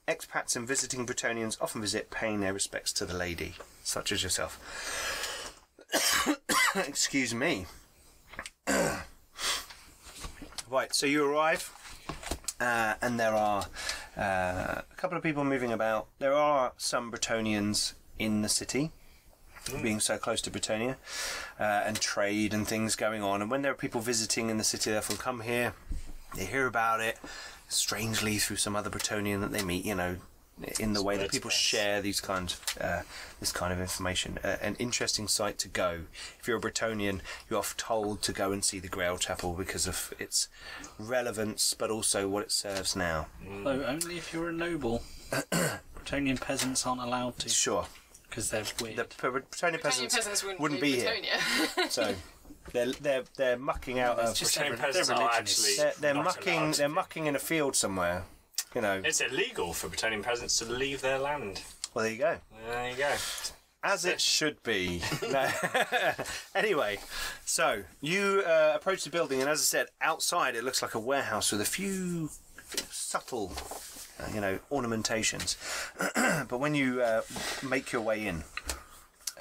A: Expats and visiting Bretonians often visit, paying their respects to the lady, such as yourself. Excuse me. right, so you arrive, uh, and there are Uh, a couple of people moving about. There are some Bretonians in the city, being so close to Britannia, uh, and trade and things going on. And when there are people visiting in the city, they often come here. They hear about it, strangely through some other Bretonian that they meet. You know, in the way that
F: Spreads
A: people
F: press.
A: share these kind of, uh, this kind of information. Uh, an interesting site to go. If you're a Bretonian, you're oft told to go and see the Grail Chapel because of its relevance, but also what it serves now.
D: Though only if you're a noble. Bretonian peasants aren't allowed to
A: Sure.
D: because they're weird.
A: The P- Bretonian
C: Bretonian
A: peasants,
C: peasants wouldn't,
A: be,
C: leave
A: here,
C: Britannia.
A: so they're they're they're mucking out of.
D: just
F: Pretend
D: every-
F: peasants
D: their
F: are
D: religion
F: actually-
D: is-
A: They're, they're
F: not allowed
A: mucking.
F: to
A: They're
F: do.
A: mucking in a field somewhere. You know.
F: It's illegal for Bretonian peasants to leave their land.
A: Well, there you go.
F: There you go.
A: As it should be. No. anyway, so you uh, approach the building, and as I said, outside it looks like a warehouse with a few subtle, uh, you know, ornamentations. but when you uh, make your way in,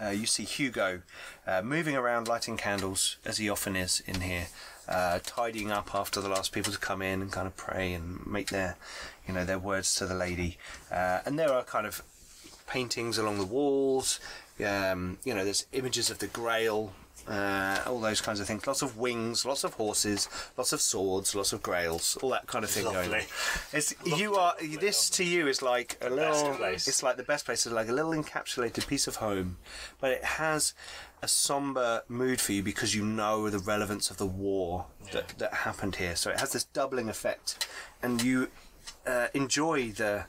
A: uh, you see Hugo uh, moving around, lighting candles, as he often is in here, uh, tidying up after the last people to come in and kind of pray and make their, you know, their words to the lady. Uh, and there are kind of paintings along the walls. Um, you know, there's images of the Grail, uh, all those kinds of things. Lots of wings, lots of horses, lots of swords, lots of Grails, all that kind of thing going. On.
F: Lovely.
A: It's you are this to you is like a
F: best
A: little.
F: place.
A: Oh. It's like the best place. It's like a little encapsulated piece of home, but it has a somber mood for you because you know the relevance of the war that, that happened here. So it has this doubling effect, and you uh, enjoy the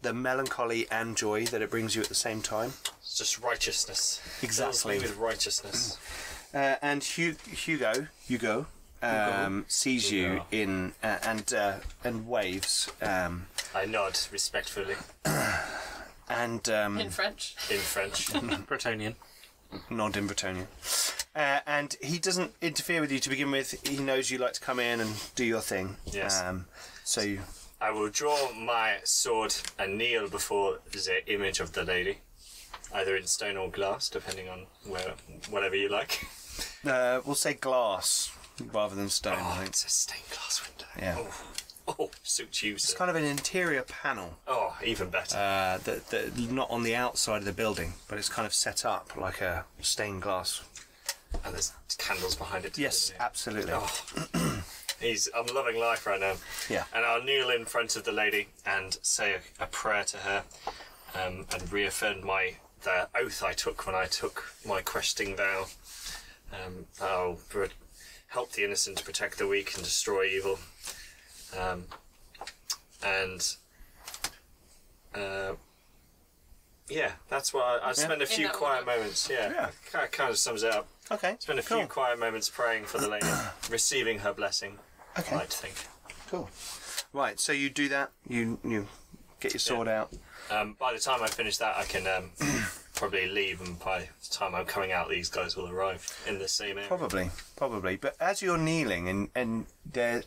A: the melancholy and joy that it brings you at the same time.
F: It's just righteousness.
A: Exactly.
F: Fills me with righteousness.
A: Uh, and Hu- Hugo, Hugo, um, sees
F: Hugo.
A: you in uh, and uh, and waves um,
F: I nod respectfully
A: and. Um,
C: In French.
F: in French.
D: Bretonian.
A: nod in Britannia. Uh, and he doesn't interfere with you to begin with. He knows you like to come in and do your thing.
F: Yes.
A: Um, so you,
F: I will draw my sword and kneel before the image of the lady, either in stone or glass, depending on where, whatever you like.
A: uh, we'll say glass rather than stone. I think.
F: It's a stained glass window.
A: Yeah.
F: Oh, oh suits you,
A: It's
F: sir.
A: kind of an interior panel
F: Oh, even better.
A: uh, that, that not on the outside of the building, but it's kind of set up like a stained glass.
F: and there's candles behind it.
A: Yes, absolutely.
F: Oh. He's, I'm loving life right now.
A: Yeah.
F: And I'll kneel in front of the lady and say a, a prayer to her, um, and reaffirm my the oath I took when I took my questing vow. Um, I'll pro- help the innocent, protect the weak, and destroy evil. Um, and uh, yeah, that's why I, I spend a few
C: that
F: quiet moments. Yeah,
A: Yeah.
F: Kind, kind of sums it up.
A: Okay.
F: Spend a few
A: cool.
F: quiet moments praying for the lady, receiving her blessing.
A: Okay.
F: I'd think.
A: Cool. Right. So you do that. You you get your sword out.
F: Um, by the time I finish that, I can um, probably leave, and by the time I'm coming out, these guys will arrive in the same area.
A: Probably, probably. But as you're kneeling and and there,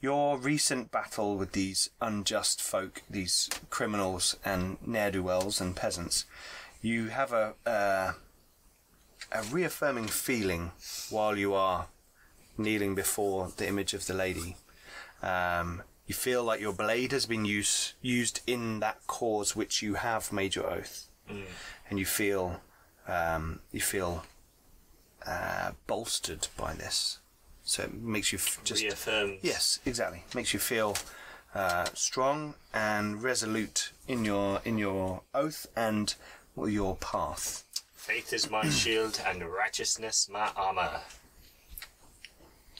A: your recent battle with these unjust folk, these criminals and ne'er do wells and peasants, you have a uh, a reaffirming feeling while you are kneeling before the image of the lady. Um, you feel like your blade has been use, used in that cause which you have made your oath, and you feel um, you feel uh, bolstered by this. So it makes you f- just
F: Reaffirm.
A: yes, exactly. Makes you feel uh, strong and resolute in your in your oath and well, your path.
F: Faith is my shield, and righteousness my armor.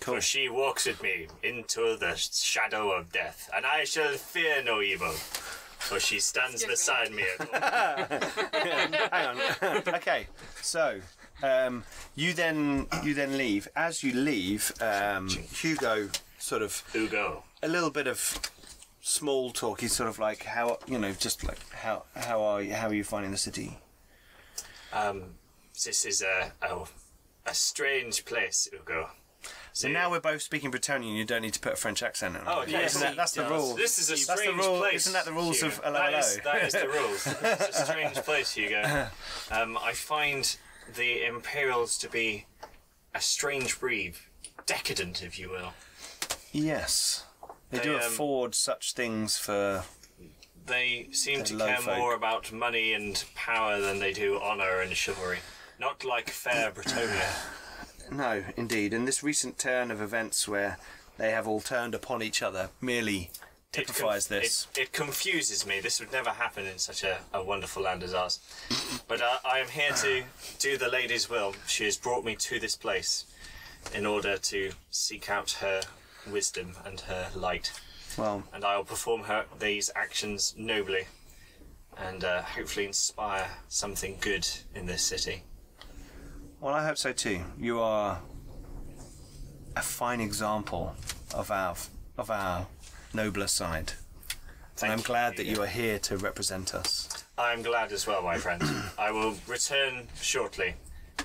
A: Cool.
F: For she walks with me into the shadow of death, and I shall fear no evil. For she stands beside me. at all.
A: Hang on. okay, so um, you then you then leave. As you leave, um, Hugo sort of
F: Ugo.
A: a little bit of small talk. He's sort of like how you know, just like how how are you, how are you finding the city?
F: Um, this is a, a a strange place, Ugo.
A: So now we're both speaking Bretonian. You don't need to put a French accent on.
F: Oh, okay.
A: Isn't that, that's the
G: does.
A: rule.
F: This is a
A: that's the
F: strange
A: rule-
F: place.
A: Isn't that the rules
F: Hugo.
A: of
F: That is,
A: LLO?
F: that is the rules. it's a strange place, Hugo. Um, I find the Imperials to be a strange breed, decadent, if you will.
A: Yes. They, do
F: um,
A: afford such things for.
F: They seem
A: They're
F: to
A: low
F: care
A: folk.
F: more about money and power than they do honor and chivalry. Not like fair Bretonia.
A: No, indeed. And this recent turn of events where they have all turned upon each other merely
F: It conf-
A: typifies this.
F: It, it confuses me. This would never happen in such a, a wonderful land as ours. But uh, I am here to do the lady's will. She has brought me to this place in order to seek out her wisdom and her light.
A: Well,
F: And I will perform her these actions nobly and uh, hopefully inspire something good in this city.
A: well, I hope so too. You are a fine example of our of our nobler side.
F: Thank
A: I'm glad that you are here to represent us.
F: I'm glad as well, my friend. I will return shortly.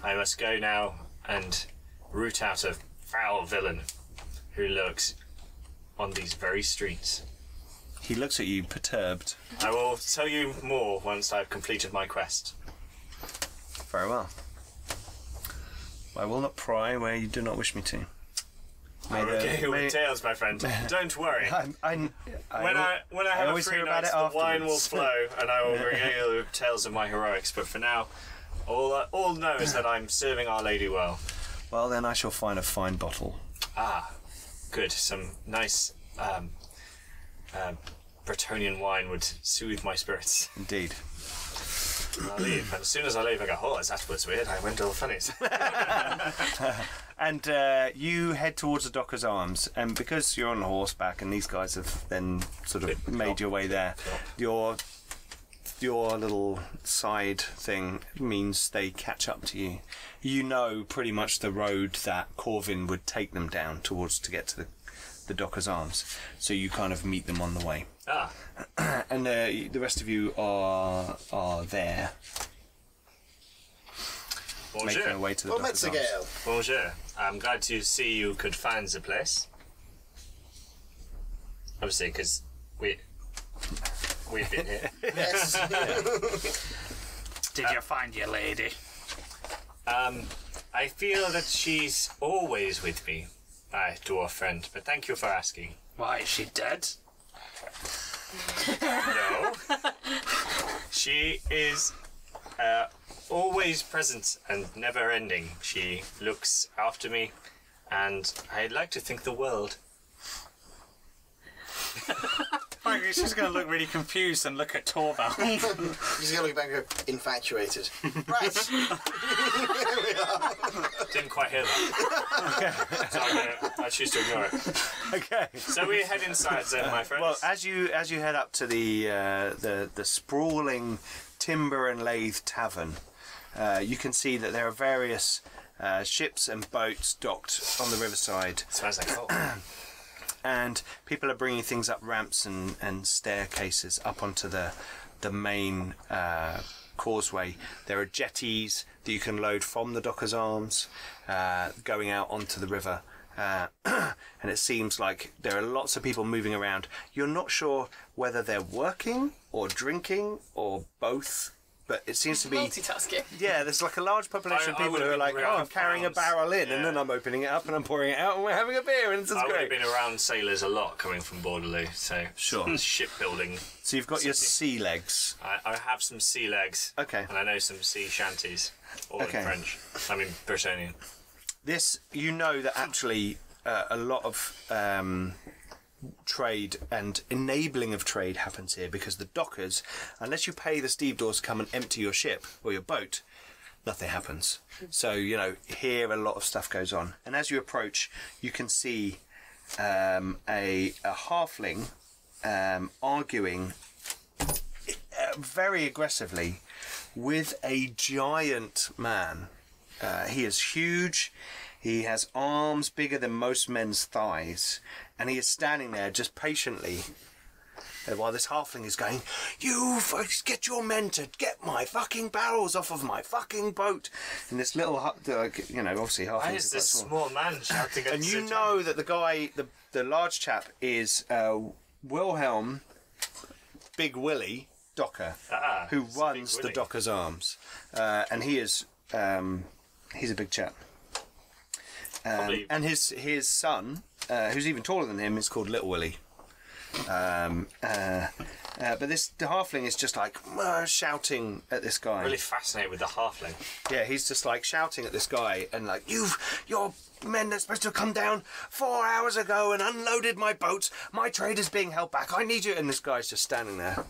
F: I must go now and root out a foul villain who lurks on these very streets.
A: He looks at you perturbed.
F: I will tell you more once I've completed my quest.
A: Very well. I will not pry where you do not wish me to. May
F: I will
A: the-
F: get you
A: may-
F: with tales, my friend. Don't worry.
A: I'm- I'm- I
F: When
A: al-
F: I when I have a
A: always
F: free
A: hear about
F: night, the
A: it
F: wine will
A: afterwards.
F: flow, and I will regale you with tales of my heroics. But for now, all I, all know is that I'm serving Our Lady well.
A: Well, then I shall find a fine bottle.
F: Ah, good. Some nice um, uh, Bretonian wine would soothe my spirits.
A: Indeed.
F: And I leave. And as soon as I leave, I go, oh, that was weird. I went all funnies.
A: And uh, you head towards the Docker's Arms, and because you're on horseback, and these guys have then sort of made your way there, your your little side thing means they catch up to you. You know pretty much the road that Corvin would take them down towards to get to the the Docker's Arms, so you kind of meet them on the way,
F: ah,
A: and uh, y- the rest of you are are there making their
F: bonjour.
A: way to the
E: Well,
A: Docker's
E: Metzer
A: Arms.
E: Gale.
F: Bonjour. I'm glad to see you could find the place. Obviously, because we, we've been here.
E: Yes.
D: Did you find your lady?
F: Um, I feel that she's always with me, my dwarf friend, but thank you for asking.
D: Why is she dead?
F: No. she is uh, always present and never ending. She looks after me, and I'd like to think the world.
D: Frankly, she's going to look really confused and look at Torval.
E: He's gonna look back and go, infatuated. Right.
F: Didn't quite hear that. so I'm gonna, I choose to ignore it.
A: Okay.
F: So we head inside then, my friends.
A: Well, as you as you head up to the uh, the the sprawling timber and lathe tavern, uh, you can see that there are various uh, ships and boats docked on the riverside,
F: Smells like oh,
A: and people are bringing things up ramps and, and staircases up onto the the main uh, causeway. There are jetties that you can load from the Docker's Arms, uh, going out onto the river. Uh, and it seems like there are lots of people moving around. You're not sure whether they're working or drinking or both, but it seems to be
C: Multitasking.
A: yeah, there's like a large population
F: I-
A: of
F: I
A: people
F: would've
A: who are like,
F: been
A: oh,
F: around
A: I'm carrying a
F: pounds."
A: barrel in, and
F: Yeah.
A: then I'm opening it up and I'm pouring it out, and we're having a beer, and this is
F: I would
A: great.
F: have been around sailors a lot coming from Bordeloo, so
A: Sure.
F: shipbuilding.
A: So you've got your sea legs.
F: I, I have some sea legs.
A: Okay.
F: And I know some sea shanties, all
A: Okay.
F: in French. I mean Bretonian.
A: This, you know, that actually uh, a lot of um, trade and enabling of trade happens here because the dockers, unless you pay the stevedores to come and empty your ship or your boat, nothing happens. So you know, here a lot of stuff goes on. And as you approach, you can see um, a a halfling um, arguing uh, very aggressively with a giant man. Uh, he is huge. He has arms bigger than most men's thighs, and he is standing there just patiently. uh, While this halfling is going, you folks get your men to get my fucking barrels off of my fucking boat. And this little, hu- like, you know, obviously halflings
F: Why
A: are
F: is
A: quite
F: this
A: small
F: small man shouting at
A: and
F: the
A: you
F: Sultan?
A: know that the guy, the the large chap, is uh, Wilhelm Big Willie Docker,
F: Ah,
A: who
F: it's Big
A: runs the
F: Willie.
A: Docker's Arms, uh, and he is um, he's a big chap. Um,
F: Probably-
A: and his his son, uh, who's even taller than him, is called Little Willie. Um, uh, uh, but this the halfling is just like "Wah," shouting at this guy.
F: Really fascinated with the halfling.
A: Yeah, he's just like shouting at this guy and like, "You've your men that's supposed to have come down four hours ago and unloaded my boats. My trade is being held back. I need you." And this guy's just standing there,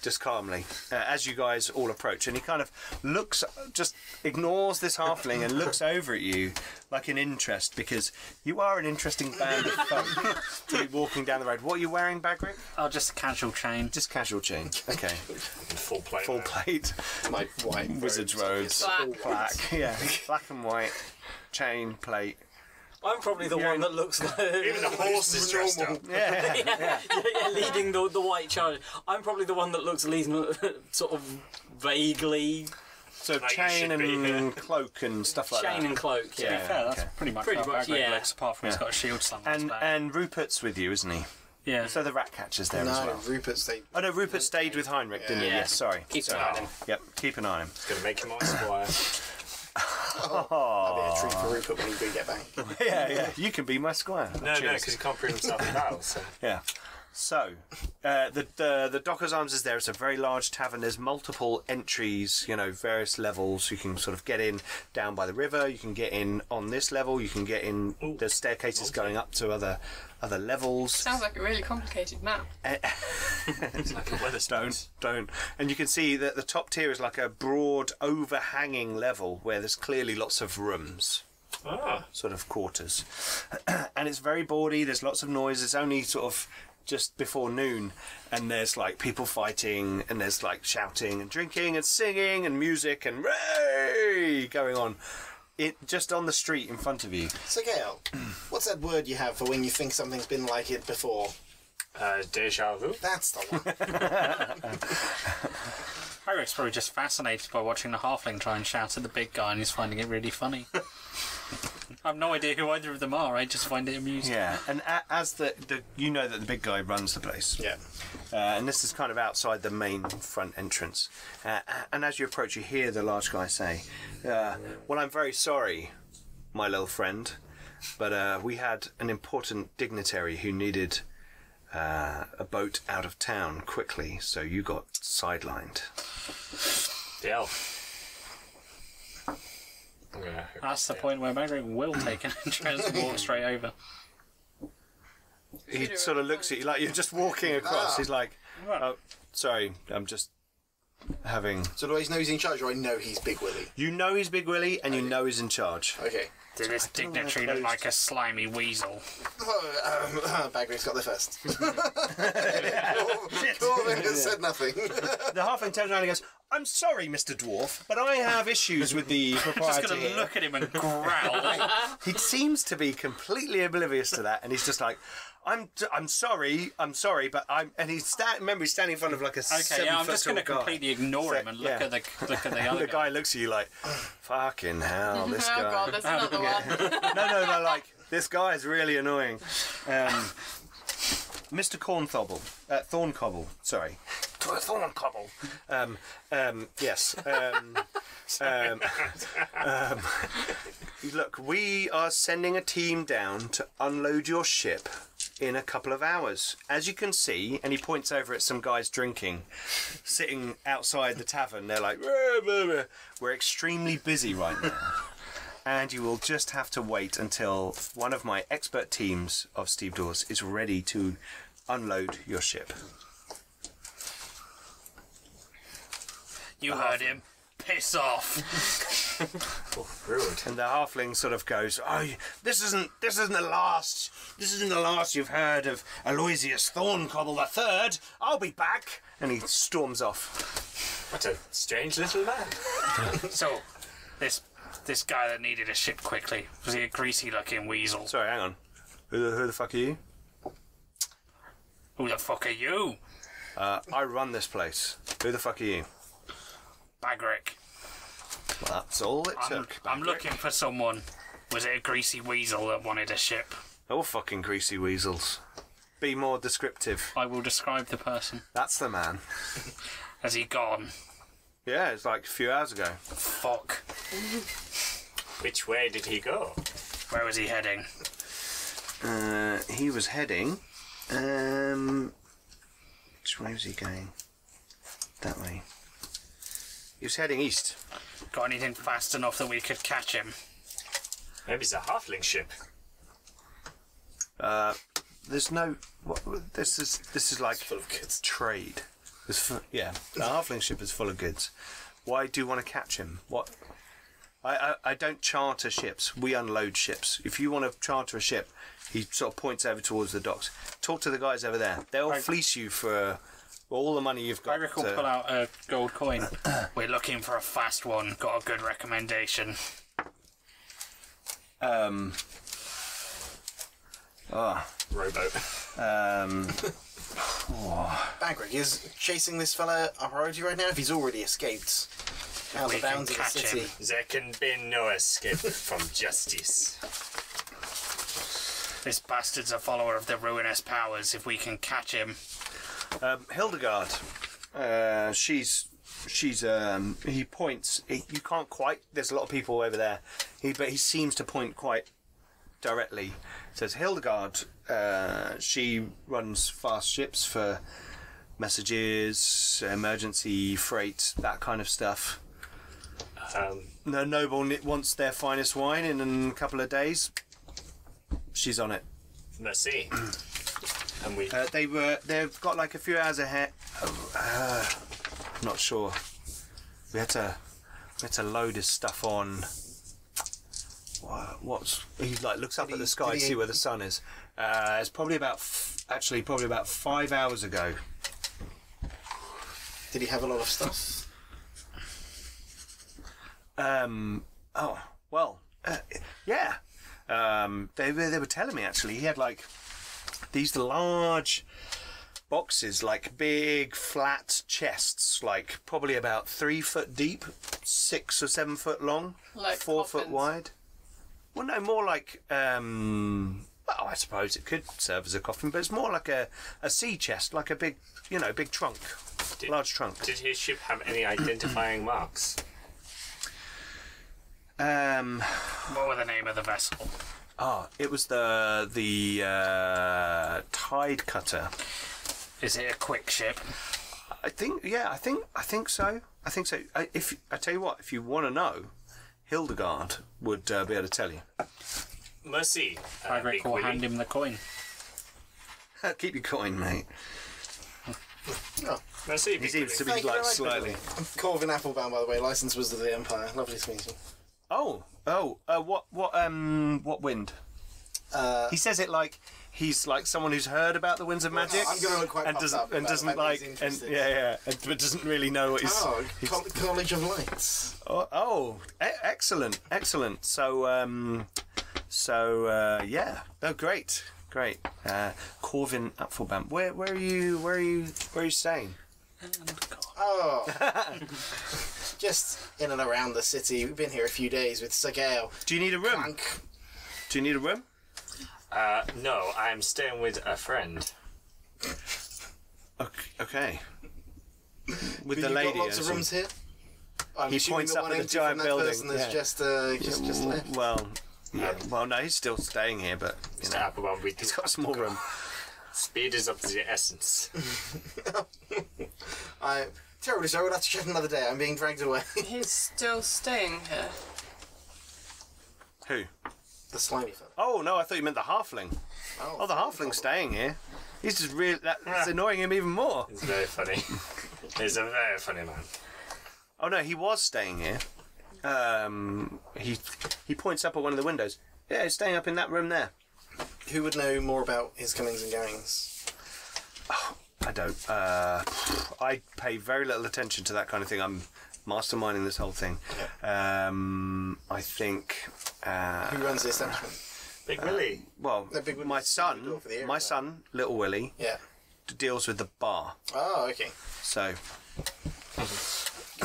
A: just calmly, uh, as you guys all approach, and he kind of looks, just ignores this halfling and looks over at you like an interest because you are an interesting band of folk to be walking down the road. What are you wearing, Bagrick?
D: Oh, just a casual chain.
A: Just casual chain. Okay,
F: Full plate.
A: full
F: now.
A: plate.
E: My white
A: Wizard's robes.
C: Black.
A: black. Yeah, black and white, chain plate.
G: I'm probably the one that looks like
F: Even the horse is dressed up.
A: Yeah,
G: yeah, leading the, the white charge. I'm probably the one that looks leading sort of vaguely
A: so
F: Like it
A: chain
F: should be,
A: and cloak and stuff like
G: chain
A: that.
G: and cloak. Yeah.
A: yeah,
D: Yeah, that's
A: okay.
D: pretty much
G: Pretty
D: how
G: much,
D: Bagric
G: yeah.
D: looks, apart from he's got a shield somewhere.
A: And and Rupert's with you, isn't he?
D: yeah.
A: So the rat catcher's there
E: No,
A: as well.
E: Rupert's they.
A: Oh no, Rupert stayed with Heinrich, didn't he?
G: Yeah.
A: Yes, sorry.
G: Keep an
A: sorry.
G: eye on him.
A: Yep, keep an eye on him.
F: Gonna make him my squire.
E: That'll be a treat for Rupert when we get back.
A: yeah, yeah. You can be my squire.
F: No, no,
A: Cheers.
F: because he can't prove himself in battle. So.
A: Yeah. So, uh, the, the the Dockers Arms is there. It's a very large tavern. There's multiple entries, you know, various levels. You can sort of get in down by the river. You can get in on this level. You can get in. There's staircases going up to other other levels. Eh,
C: Sounds like a really complicated map.
A: Don't, don't. And you can see that the top tier is like a broad, overhanging level where there's clearly lots of rooms.
F: Ah.
A: Sort of quarters. and it's very bawdy, there's lots of noise, it's only sort of just before noon, and there's like people fighting, and there's like shouting and drinking and singing and music and ray going on. It just on the street in front of you.
E: So Gail, what's that word you have for when you think something's been like it before?
F: Uh, deja vu.
E: That's the one.
D: Hyrix's probably just fascinated by watching the halfling try and shout at the big guy, and he's finding it really funny. I've no idea who either of them are. I just find it amusing.
A: Yeah, and a- as the, the you know that the big guy runs the place.
E: yeah.
A: Uh, and this is kind of outside the main front entrance. Uh, and as you approach, you hear the large guy say, uh, Well, I'm very sorry, my little friend, but uh, we had an important dignitary who needed uh, a boat out of town quickly, so you got sidelined.
F: The elf. I'm gonna.
A: Ah.
D: That's the point where Magritte will take an interest and walk straight over.
A: He sort of looks at you like you're just walking across. He's like, Oh, sorry, I'm just having.
E: So do I know he's in charge, or I know he's Big Willie?
A: You know he's Big Willie, and you know he's in charge.
E: Okay.
D: This dignitary looked like a slimy weasel.
E: Oh, um, Bagrick's got there first. Corvin has said nothing.
A: The halfling turns around and goes, I'm sorry, Mr. Dwarf, but I have issues with the
D: Just
A: proprietor.
D: gonna
A: here."
D: look at him and growl.
A: He seems to be completely oblivious to that, and he's just like, I'm, I'm sorry, I'm sorry, but I'm. And he's stand, remember he's standing in front of like a
D: okay,
A: seven
D: yeah, I'm
A: foot
D: just gonna
A: tall guy.
D: completely ignore
A: So,
D: him and look
A: yeah.
D: at the look at the
A: And
D: other
A: the guy looks at you like, fucking hell,
C: Oh
A: this guy.
C: god, there's another one.
A: no, no, no, like, this guy is really annoying. Um, Mr. Cornthobble, uh, Thorncobble, sorry. Thorncobble. Um, um, yes. Um, um, um, look, we are sending a team down to unload your ship in a couple of hours. As you can see, and he points over at some guys drinking, sitting outside the tavern. They're like, "Rah, rah, rah." we're extremely busy right now and you will just have to wait until one of my expert teams of stevedores is ready to unload your ship.
D: You heard him. Piss off.
F: Rude.
A: And the halfling sort of goes, "Oh, you- this isn't this isn't the last. This isn't the last you've heard of Aloysius Thorncobble the Third. I'll be back." And he storms off.
F: What a strange little man.
D: So, this this guy that needed a ship quickly was he a greasy looking weasel?
A: Sorry, hang on. Who the, who the fuck are you?
D: Who the fuck are you,
A: Uh, I run this place. Who the fuck are you?
D: Bagrick?
A: Well, that's all it
D: I'm,
A: took.
D: I'm looking for someone. Was it a greasy weasel that wanted a ship?
A: All fucking greasy weasels. Be more descriptive.
D: I will describe the person.
A: That's the man.
D: Has he gone?
A: Yeah, it's like a few hours ago.
D: Fuck.
F: Which way did he go?
D: Where was he heading?
A: Uh, he was heading Um, which way was he going? That way. He was heading east.
D: Got anything fast enough that we could catch him?
F: Maybe it's a halfling ship.
A: Uh, there's no. What, this is this is like
E: full of kids.
A: trade. It's fu- yeah, the halfling ship is full of goods. Why do you want to catch him? What? I, I, I don't charter ships. We unload ships. If you want to charter a ship, he sort of points over towards the docks. Talk to the guys over there. They'll fleece you for all the money you've got.
D: Eric will
A: to-
D: pull out a gold coin. We're looking for a fast one. Got a good recommendation.
A: um,
F: Rowboat.
A: um,
E: Bagrig is chasing this fella up our road right now. If he's already escaped out
D: We
E: the
D: can
E: bounds of the
D: catch
E: city,
D: him.
F: There can be no escape from justice.
D: This bastard's a follower of the ruinous powers. If we can catch him,
A: Um, Hildegard, uh, she's she's um, he points. He, you can't quite. There's a lot of people over there. He but he seems to point quite directly. Says Hildegard. Uh, she runs fast ships for messages, emergency freight, that kind of stuff.
F: Um,
A: No noble ni- wants their finest wine in a couple of days. She's on it.
F: merci. and we
A: Uh, they were. They've got like a few hours ahead. Uh, I'm not sure. We had to. We had to load his stuff on. Wha- What's he like? Looks up at the sky to
E: did he-
A: see where the sun is. Uh, it's probably about. F- actually, probably about five hours ago.
E: did he have a lot of stuff?
A: Um. Oh well. Uh, yeah. Um. They were. They were telling me actually. He had like these large boxes, like big flat chests, like probably about three foot deep, six or seven foot long,
C: Like
A: four foot
C: coffins.
A: wide. Well, no, more like. Um, well, I suppose it could serve as a coffin, but it's more like a, a sea chest, like a big, you know, big trunk,
F: Did-
A: large trunk.
F: did his ship have any identifying marks?
A: Um,
D: what were the name of the vessel?
A: Ah, it was the the uh, tide cutter.
D: Is it a quick ship?
A: I think, yeah, I think, I think so. I think so. I, if I tell you what, if you want to know, Hildegard would uh, be able to tell you.
F: Mercy. Uh,
D: Hagrid
F: Big
D: will
F: Willy.
D: hand him the coin.
A: Keep your coin, mate.
F: Mercy.
A: He
F: Big
A: seems to be
E: Thank
F: Willy.
E: you
A: like
E: very much,
A: slightly.
E: I'm Corvin Applebaum, by the way, licensed Wizard of the Empire. Lovely to meet you.
A: Oh, oh, uh, what, what, um, what wind?
E: Uh,
A: He says it like he's like someone who's heard about the winds of magic
E: I'm gonna look quite
A: and
E: puffed
A: doesn't
E: up
A: and
E: about
A: doesn't
E: that, but he's
A: like and
E: interested.
A: yeah, yeah, and, but doesn't really know what he's.
E: oh, Col- College of Lights.
A: Oh, oh e- excellent, excellent. So, um, so uh, yeah, oh, great, great. Uh, Corvin Applebaum, where, where are you? Where are you? Where are you staying?
E: Oh. Just in and around the city. We've been here a few days with Sir Gael.
A: Do you need a room?
E: Clank.
A: Do you need a room?
F: Uh, no, I'm staying with a friend.
A: Okay. okay. With
E: But
A: the
E: you've
A: lady.
E: got lots
A: I
E: of
A: assume.
E: rooms here. I'm
A: He
E: assuming
A: points
E: that
A: up
E: one
A: at the
E: empty from
A: giant
E: that
A: building,
E: person that's
A: yeah.
E: just, uh, just, just
A: W-
E: left.
A: Well, yeah. Well, no, he's still staying here, but you
F: Mr.
A: know,
F: Applebaum, we do.
A: he's got a small room.
F: Speed is up to the essence.
E: I terribly sorry. We'll have to chat another day. I'm being dragged away.
C: He's still staying here.
A: Who?
E: the slimy fella.
A: Oh no, I thought you meant the halfling.
E: Oh,
A: Oh, the halfling's staying here. He's just really that's
E: Ah.
A: annoying him even more.
F: It's very funny. He's a very funny man.
A: Oh no, he was staying here. Um, he he points up at one of the windows. Yeah, he's staying up in that room there.
E: Who would know more about his comings and goings?
A: I don't. Uh, I pay very little attention to that kind of thing. I'm masterminding this whole thing. Um, I think. Uh,
E: Who runs this empire?
F: Big Willy.
A: well,
E: That big one
A: my
E: that's standing
A: son,
E: door for the
A: my
E: airplane.
A: son, little Willie,
E: Yeah.
A: d- deals with the bar.
E: Oh, okay.
A: So
E: A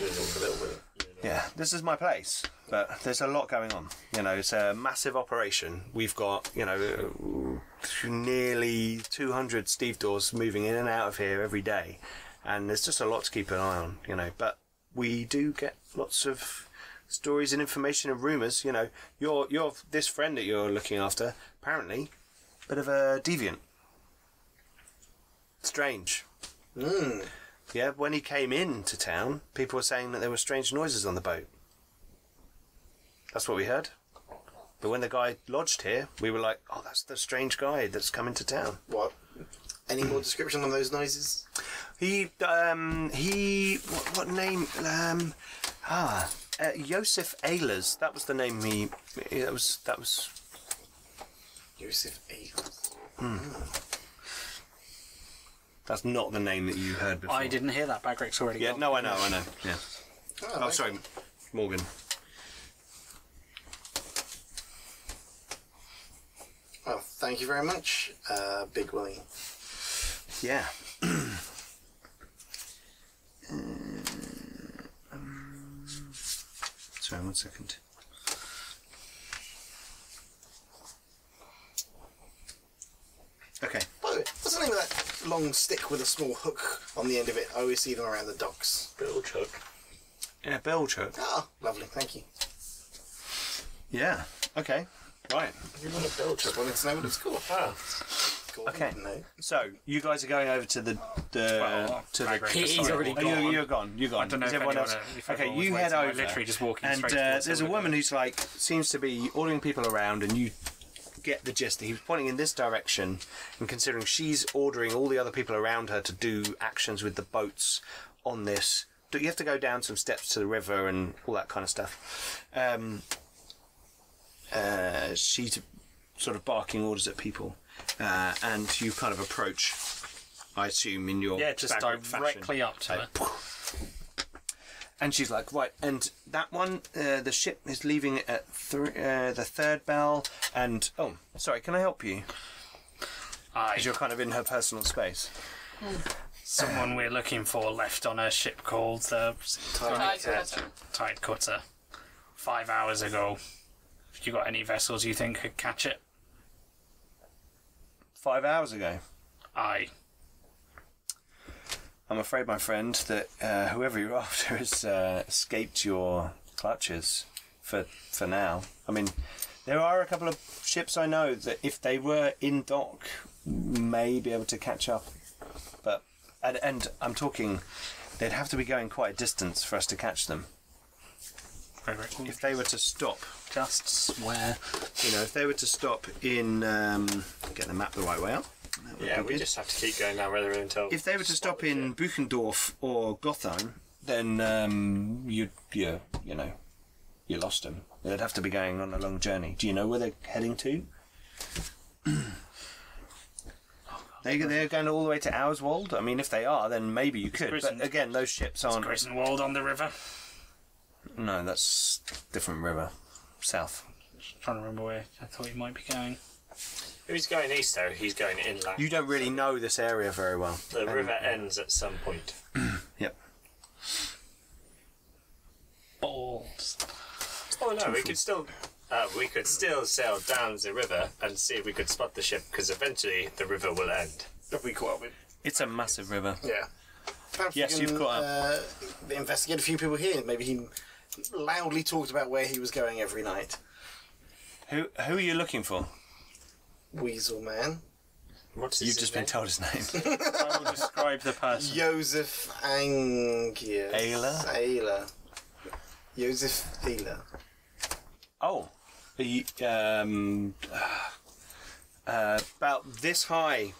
E: little bit.
A: Yeah, this is my place, but there's a lot going on. You know, it's a massive operation. We've got, you know, uh, nearly 200 Steve doors moving in and out of here every day, and there's just a lot to keep an eye on, you know. But we do get lots of stories and information and rumours. You know, your your this friend that you're looking after apparently, bit of a deviant. strange.
E: Mm.
A: Yeah, when he came into town, people were saying that there were strange noises on the boat. That's what we heard. But when the guy lodged here, we were like, "Oh, that's the strange guy that's come into town."
E: What? Any more description on those noises?
A: He, um, he, what, what name? Um, ah, uh, Josef Ehlers. That was the name he. That was that was.
E: Joseph Eagles.
A: That's not the name that you heard before.
D: I didn't hear that. Bagrick's already
A: Yeah,
D: gone.
A: no, I know, I know. Yeah. Oh,
E: okay.
A: sorry, Morgan.
E: Well, thank you very much, uh, Big Willie.
A: Yeah. Mm. Sorry, one second. Okay.
E: By the way, what's the name of that long stick with a small hook on the end of it? I always see them around the docks.
F: Bill Chuck.
A: Yeah, bell choke.
E: Ah, lovely, thank you.
A: Yeah. Okay. Right.
F: You want a Bill
E: Just wanted to know what it's called.
F: Ah.
E: Gordon
A: Okay.
E: didn't know.
A: So you guys are going over to the the
D: Well,
A: to
D: I agree.
A: the.
D: He-
G: he's
D: Sorry.
G: already
A: Oh,
G: gone.
A: you, you're gone. You're gone.
D: I don't know
A: Is
D: if
A: everyone
D: anyone-
A: else.
D: if
A: okay,
D: everyone was
A: you head
D: waiting. I'm
A: over.
D: literally just walking
A: and
D: straight
A: uh,
D: towards
A: there's a
D: Silver
A: woman
D: Door.
A: who's like seems to be ordering people around, and you get the gist. He was pointing in this direction, and considering she's ordering all the other people around her to do actions with the boats on this, do- you have to go down some steps to the river and all that kind of stuff. Um, uh, she's sort of barking orders at people, uh, and you kind of approach. I assume in your
D: Yeah, just
A: staggered fashion.
D: directly up to
A: Like,
D: her.
A: and she's like, right, and that one, uh, the ship is leaving at thr uh, the third bell. And oh, sorry, can I help you?
D: Aye.
A: Because you're kind of in her personal space.
D: Someone we're looking for left on a ship called
A: Oh,
D: the
C: Tide Cutter.
D: Tide Cutter five hours ago. Have you got any vessels you think could catch it?
A: Five hours ago.
D: Aye.
A: I'm afraid, my friend, that uh, whoever you're after has uh, escaped your clutches for for now. I mean, there are a couple of ships I know that if they were in dock, may be able to catch up. But and, and I'm talking, they'd have to be going quite a distance for us to catch them.
D: Bagrick will
A: If they were to stop,
D: just swear.
A: you know, if they were to stop in, um, get the map the right way up. That would
F: Yeah,
A: be
F: we
A: good.
F: just have to keep going down rather until.
A: If they were to stop in Buchendorf or Gotham, then um, you'd, you, you know, you lost them. They'd have to be going on a long journey. Do you know where they're heading to? They, they're going all the way to Auerswald. I mean, if they are, then maybe you could.
D: Griswold.
A: But again, those ships aren't.
D: Grisenwald on the river.
A: No, that's different river, south.
D: trying to remember where I thought you might be going.
F: Who's going east though? He's going inland.
A: You don't really know this area very well.
F: the river ends at some point.
A: Yep.
D: Balls.
F: Oh no, we could still. Uh, we could still sail down the river and see if we could spot the ship because eventually the river will end.
E: Have we caught up with?
A: It's a massive river.
E: Yeah. Perhaps we
A: Yes,
E: can,
A: you've caught up.
E: Uh, investigate a few people here. Maybe he loudly talked about where he was going every night.
A: Who who are you looking for?
E: Weasel Man,
F: What's his
A: You've just
F: name?
A: been told his name.
D: I will describe the person.
E: Joseph Angius.
A: Ayla?
E: Ayla. Joseph Ayla.
A: oh, are you, um, uh, about this high.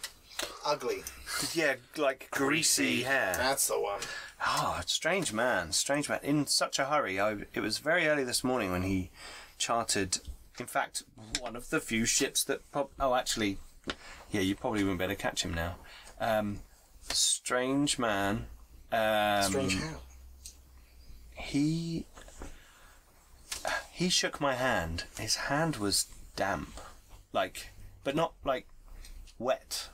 E: Ugly.
A: Yeah, like greasy hair.
E: That's the one.
A: Oh, strange man, strange man. In such a hurry. I, it was very early this morning when he chartered. In fact, one of the few ships that. Prob- oh, actually, yeah, you probably wouldn't better catch him now. Um, strange man. Um,
E: Strange how.
A: he he shook my hand his hand was damp like but not like wet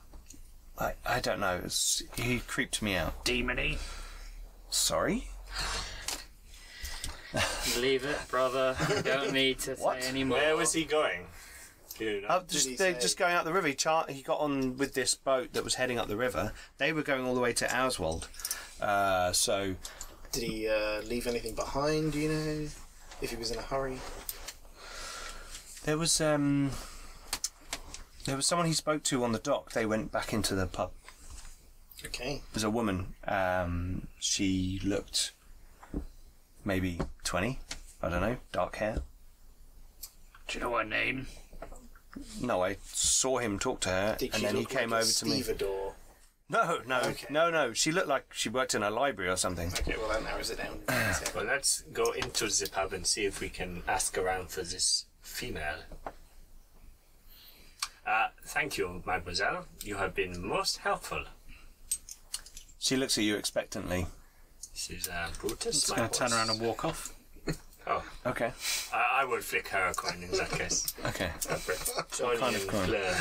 A: like i don't know it's, he creeped me out
D: Demony.
A: sorry
G: Leave it, brother. You don't need to say
A: What?
G: anymore.
F: Where was he going? Do you know?
A: up Oh, just,
E: he
A: they're
E: say-
A: just going up the river he, char- he got on with this boat that was heading up the river they were going all the way to Auerswald. uh, so
E: Did he uh, leave anything behind, do you know? If he was in a hurry?
A: there was um there was someone he spoke to on the dock they went back into the pub
E: Okay.
A: was a woman. Um, she looked maybe 20. I don't know. Dark hair.
D: Do you know her name?
A: No, I saw him talk to her,
E: Did
A: and
E: she
A: then he
E: look
A: came
E: like a
A: over to me.
E: Stevedore?
A: No, no,
E: Okay.
A: no, no. She looked like she worked in a library or something.
E: Okay, well that narrows it down.
F: Well, let's go into the pub and see if we can ask around for this female. Uh, thank you, mademoiselle. You have been most helpful.
A: She looks at you expectantly.
F: This is uh, Brutus.
D: Just gonna turn around and walk off.
F: Oh,
A: Okay,
F: I, I will flick her a coin in that case.
A: okay.
F: It's only
A: kind of
F: in
A: coin?
F: blur.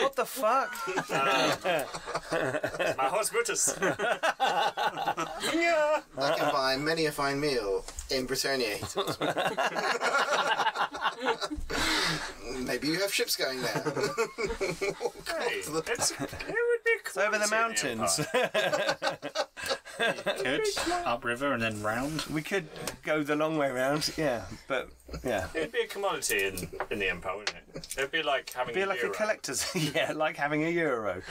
A: what the fuck?
F: My horse Brutus.
E: I can buy many a fine meal in Britannia. Maybe you have ships going there.
F: Hey, it's, it would be cool
A: Over the
F: to see an
A: mountains.
F: empire.
D: Good. Upriver and then round.
A: we could go the long way round. Yeah, but yeah.
F: It'd be a commodity in, in the empire, wouldn't it? It'd be like having
A: Be
F: a
A: like a
F: euro.
A: collector's, yeah, like having a euro.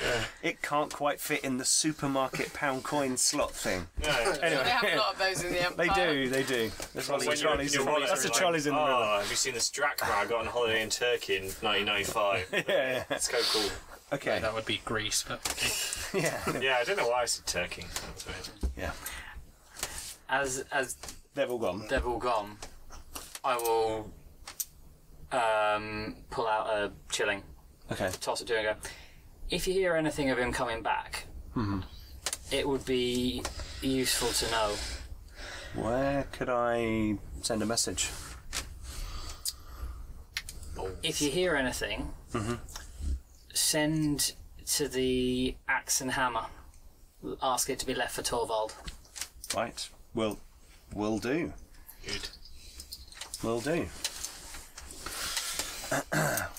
A: It can't quite fit in the supermarket pound coin slot thing.
F: Yeah.
C: They
A: Anyway,
C: have a lot of those in the
A: they
C: Empire.
A: do, they do. There's lots of
F: When you're in
A: trolleys.
F: your
A: in-
F: wallet,
A: Lots of
F: you're
A: trolleys
F: like,
A: in the river.
F: Oh, have you seen this drachma I got on holiday in Turkey in 1995?
A: Yeah, yeah.
F: It's so cool.
A: Okay.
D: That would be Greece, but
A: Yeah.
F: Yeah, I don't know why I said Turkey. That's weird.
A: Yeah.
G: As as
A: They've all gone.
G: they've all gone, I will um, pull out a chilling,
A: Okay.
G: toss it to him, and go. If you hear anything of him coming back,
A: Mm-hmm.
G: it would be useful to know.
A: Where could I send a message?
G: If you hear anything,
A: Mm-hmm.
G: send to the axe and hammer. Ask it to be left for Torvald.
A: Right. Will will do.
F: Good.
A: Will do.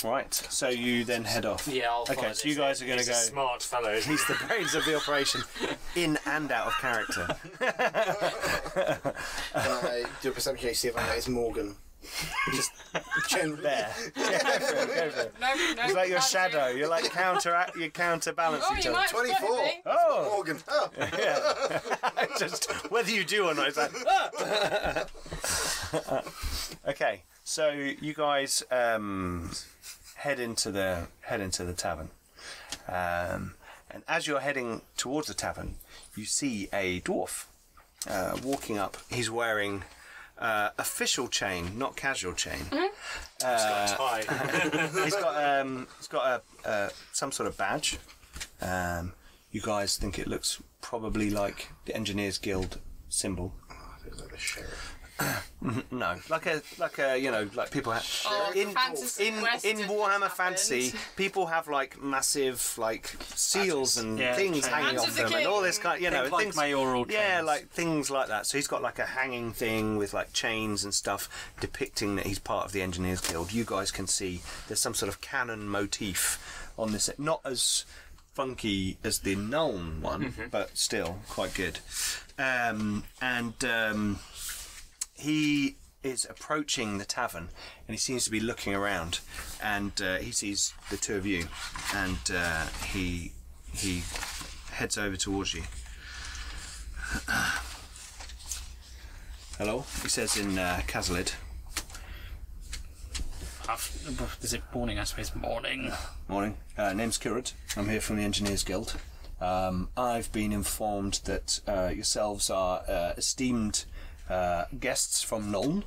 A: right. So you then head off.
G: Yeah, I'll follow
A: Okay,
G: this.
A: so you guys are going to
F: He's a
A: go.
F: smart fellow. isn't he?
A: He's the brains of the operation, in and out of character.
E: Can I do a perception check to see if I notice Morgan? Just generally.
A: There.
C: No, no.
A: It's like your shadow. You're like counteract. You counterbalance
C: Oh,
A: each
C: you
A: other.
C: might
E: 24.
C: be.
A: Oh,
E: Morgan. Oh,
A: just whether you do or not. It's like, "Ah!" okay, so you guys um, head into the head into the tavern, um, and as you're heading towards the tavern, you see a dwarf uh, walking up. He's wearing uh, official chain, not casual chain.
F: He's got a tie.
A: he's got um, he's got a uh, some sort of badge. Um, you guys think it looks probably like the Engineers Guild symbol. No, like a like a you know like people have
C: Oh,
A: in
C: fantasy,
A: in
C: Western
A: in Warhammer
C: happened.
A: Fantasy, people have like massive like seals and
D: Yeah,
A: things
D: chains.
A: hanging
C: Hands
A: off
C: of the
A: them and all this
C: king.
A: kind. You know,
D: Think like
A: things
D: mayoral
A: Yeah,
D: chains.
A: like things like that. So he's got like a hanging thing with like chains and stuff depicting that he's part of the Engineers Guild. You guys can see there's some sort of canon motif on this, not as funky as the Nuln one,
D: Mm-hmm.
A: but still quite good. Um, and um, he is approaching the tavern and he seems to be looking around and uh, he sees the two of you and uh, he he heads over towards you hello he says in uh, Casalid
D: I've- is it morning? I suppose morning.
A: Morning. Uh, name's Curate. I'm here from the Engineers Guild. Um, I've been informed that uh, yourselves are uh, esteemed uh, guests from Nuln,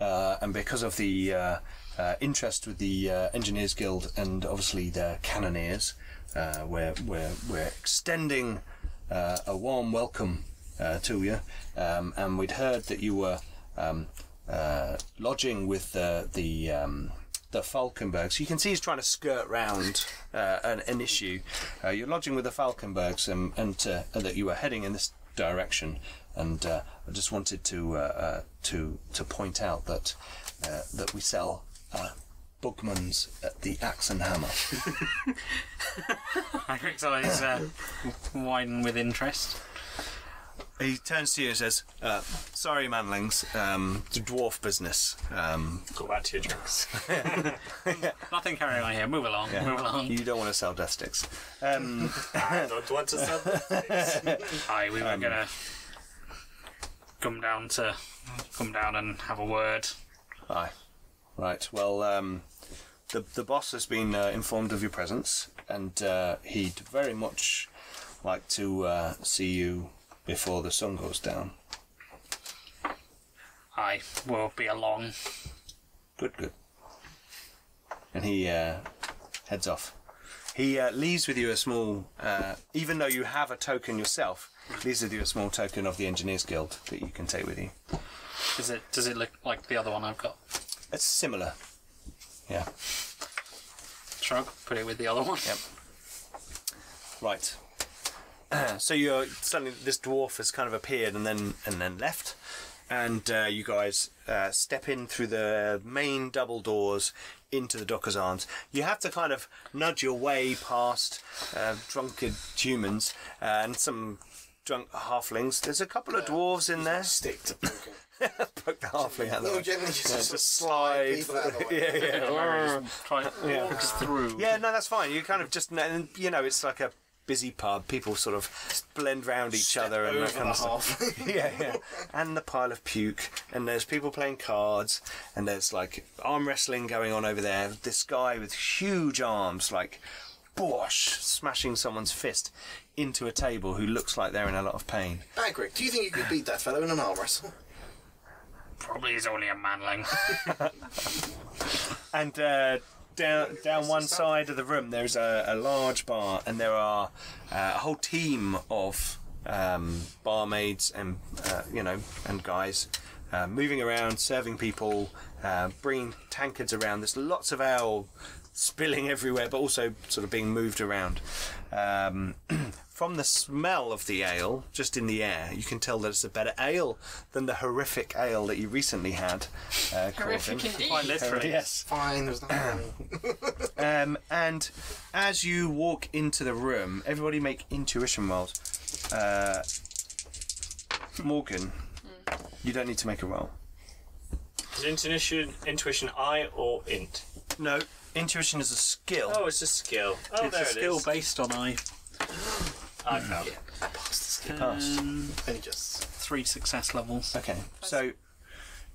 A: uh, and because of the uh, uh, interest with the uh, Engineers Guild and obviously the Cannoneers, uh, we're, we're, we're extending uh, a warm welcome uh, to you. Um, and we'd heard that you were um, uh, lodging with the, the um, the Falkenbergs. You can see he's trying to skirt round uh, an, an issue. Uh, you're lodging with the Falkenbergs, and, and uh, that you were heading in this direction. And uh, I just wanted to uh, uh, to to point out that uh, that we sell uh, Bookmans at the Axe and Hammer.
D: Eric's eyes uh, widen with interest.
A: He turns to you and says, uh, "Sorry, manlings, um, it's dwarf business. Um,
F: Go back to your drinks.
D: Nothing carrying on here. Move along. Move along.
A: you don't want to sell death sticks."
F: I don't want to sell this.
D: Aye, we were gonna come down to come down and have a word.
A: Aye. Right. Well, um, the the boss has been uh, informed of your presence, and uh, he'd very much like to uh, see you before the sun goes down.
D: Aye, we'll be along.
A: Good, good. And he uh, heads off. He uh, leaves with you a small, uh, even though you have a token yourself, leaves with you a small token of the Engineers Guild that you can take with you.
D: Does it does it look like the other one I've got?
A: It's similar. Yeah.
D: Shrug. Put it with the other one.
A: Yep. Right. so you're suddenly this dwarf has kind of appeared and then and then left, and uh, you guys uh, step in through the main double doors into the Docker's Arms. You have to kind of nudge your way past uh, drunken humans uh, and some drunk halflings. There's a couple of dwarves in there.
E: Stick to poker.
A: Poke the halfling out of the
E: No,
A: way.
E: generally just,
A: Yeah,
E: just
A: just slide.
E: slide people out of the way.
A: Yeah, yeah.
D: Try yeah. walks through.
A: Yeah, no, that's fine. You kind of just, and, you know, it's like a busy pub. People sort of blend round each other and
E: Over
A: that kind
E: the
A: of stuff.
E: half.
A: yeah, yeah. And the pile of puke, and there's people playing cards, and there's like arm wrestling going on over there. This guy with huge arms, like, bosh, smashing someone's fist into a table who looks like they're in a lot of pain.
E: Bagrick, do you think you could beat that fellow in an arm wrestle?
D: Probably is only a manling.
A: And uh, down down one side of the room, there's a, a large bar, and there are uh, a whole team of um, barmaids and uh, you know and guys uh, moving around, serving people, uh, bringing tankards around. There's lots of ale spilling everywhere, but also sort of being moved around. Um, from the smell of the ale, just in the air, you can tell that it's a better ale than the horrific ale that you recently had. Uh, Corvin.
C: Horrific indeed.
D: Quite literally.
A: Yes.
E: Fine, there's nothing.
A: Um, and as you walk into the room, everybody make intuition rolls. Uh, Morgan, you don't need to make a roll.
F: Is intuition, intuition I or int?
A: No, intuition is a skill.
F: Oh, it's a skill. Oh,
D: it's
F: there
D: a
F: it is.
D: skill based on I.
F: I found it.
A: Passed.
E: Only just.
D: Um, Three success levels.
A: Okay, so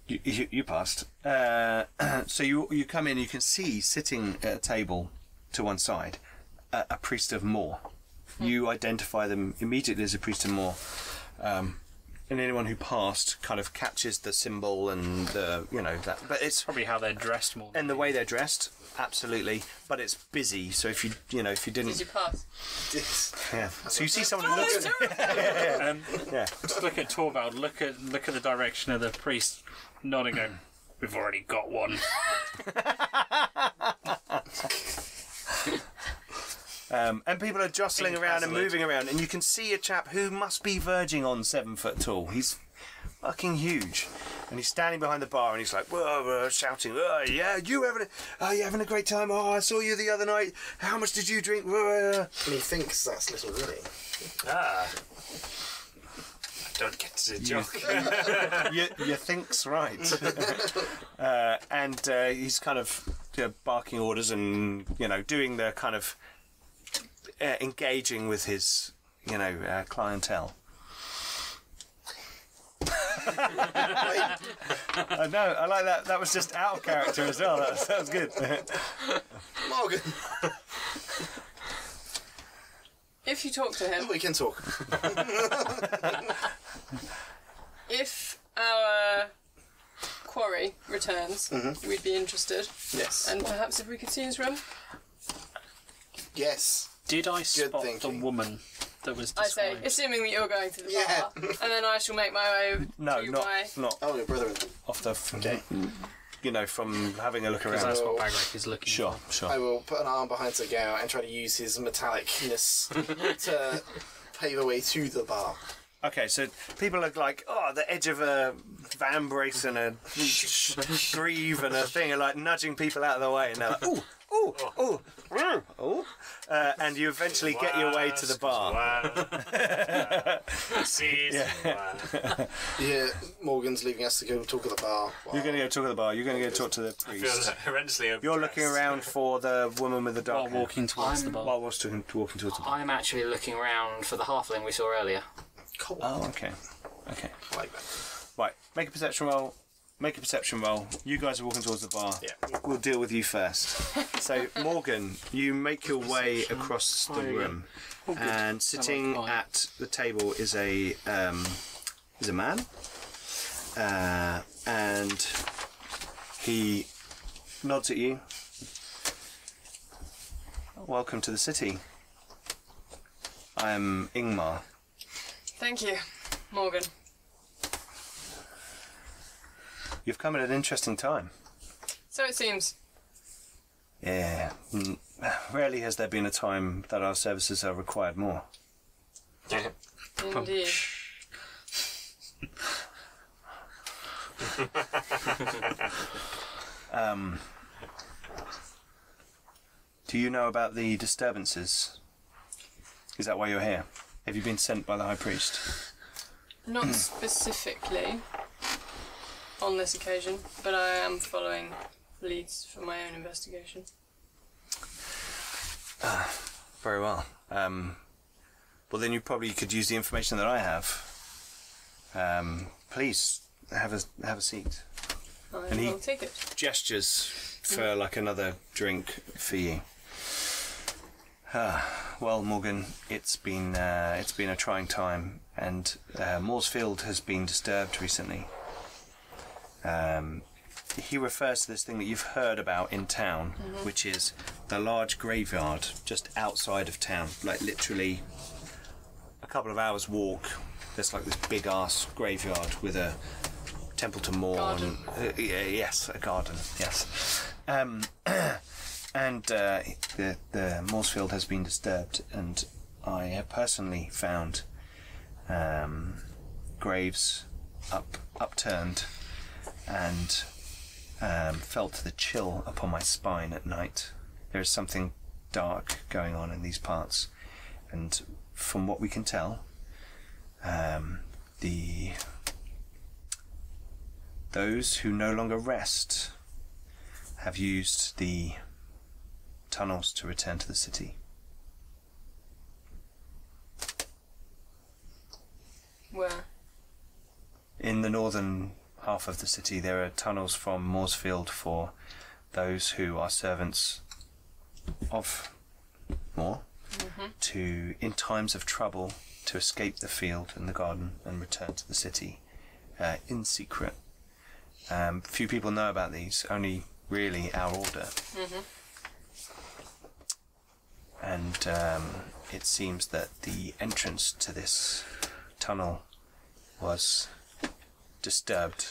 A: you, you, you passed. Uh, so you you come in, you can see sitting at a table to one side a, a priest of Moor. You identify them immediately as a priest of Moor. Um, and anyone who passed kind of catches the symbol and the you know that, but it's
D: Probably how they're dressed more.
A: and the way they're dressed, absolutely. But it's busy, so if you you know if you
C: Did
A: didn't,
C: you pass?
A: yeah. So you see someone who looks.
D: Um,
A: Yeah.
D: Just look at Torvald. Look at look at the direction of the priest nodding. Go. We've already got one.
A: Um, and people are jostling
D: Being
A: around and
D: puzzled.
A: moving around, and you can see a chap who must be verging on seven foot tall. He's fucking huge, and he's standing behind the bar, and he's like, whoa, whoa, shouting, oh, "Yeah, you having? A, are you having a great time? Oh, I saw you the other night. How much did you drink?" Whoa."
E: And he thinks that's little Willie.
F: Ah. I don't get to the joke.
A: you, you think's right. uh, and uh, he's kind of you know, barking orders and you know doing the kind of uh, engaging with his you know uh, clientele. I know. I like that. That was just out of character as well. That sounds good.
E: Morgan!
C: If you talk to him,
E: we can talk.
C: if our quarry returns,
A: Mm-hmm.
C: we'd be interested.
E: Yes.
C: And perhaps if we could see his room,
E: Yes.
D: Did I spot
E: thinking.
D: the woman that was
C: I say,
D: described?
C: assuming that you're going to the
E: Yeah.
C: bar, and then I shall make my way over
A: No,
C: to
A: not
C: my.
A: not
E: Oh, your brother.
A: off the. F- You know, from having a look around.
D: That's what Bagrick is looking
A: Sure,
D: for.
A: sure.
E: I will put an arm behind Sagao and try to use his metallicness to pave a way to the bar.
A: Okay, so people are like, oh, the edge of a van brace and a greave and a thing are like nudging people out of the way, and they're like, ooh, ooh, ooh, ooh, ooh. Uh, and you eventually get your way to the bar.
F: Season one.
E: Yeah, Morgan's leaving us to go talk at the bar. Wow.
A: You're going to go talk to the bar. You're going to go talk to the
F: I feel
A: priest.
F: horrendously
A: You're looking
F: oppressed.
A: around for the woman with the dark
D: While
A: hair.
D: walking towards the bar.
A: While was talking, walking towards the bar.
G: I'm actually looking around for the halfling we saw earlier.
E: cold.
A: Oh, okay. Okay.
E: like that.
A: Right. Make a perception roll. Make a perception roll. You guys are walking towards the bar.
E: Yeah.
A: We'll deal with you first. so, Morgan, you make your way across the room, and sitting at the table is a um, is a man, uh, and he nods at you. Welcome to the city. I'm Ingmar.
C: Thank you, Morgan.
A: You've come at an interesting time.
C: So it seems.
A: Yeah. mm, Rarely has there been a time that our services are required more.
C: Indeed.
A: Do you know about the disturbances? Is that why you're here? Have you been sent by the High Priest?
C: Not specifically on this occasion, but I am following leads for my own investigation.
A: Very well. Um, well, then you probably could use the information that I have. Um, please have a have a seat.
C: I
A: And he-
C: will take it.
A: Gestures for like another drink for you. Ah, well, Morgan, it's been uh, it's been a trying time, and uh, Mooresfield has been disturbed recently. Um, he refers to this thing that you've heard about in town, which is the large graveyard just outside of town, like literally a couple of hours walk. There's like this big ass graveyard with a temple to Moor.
C: Garden.
A: and- uh, yeah, yes, a garden. Yes. Um, and uh, the the Mooresfield has been disturbed, and I have personally found um, graves up upturned and um, felt the chill upon my spine at night. There is something dark going on in these parts, and from what we can tell, um, the those who no longer rest have used the tunnels to return to the city.
C: Where?
A: In the northern half of the city, there are tunnels from Moorsfield for those who are servants of Moor to, in times of trouble, to escape the field and the garden and return to the city uh, in secret. Um, few people know about these, only really our order. And um, it seems that the entrance to this tunnel was disturbed.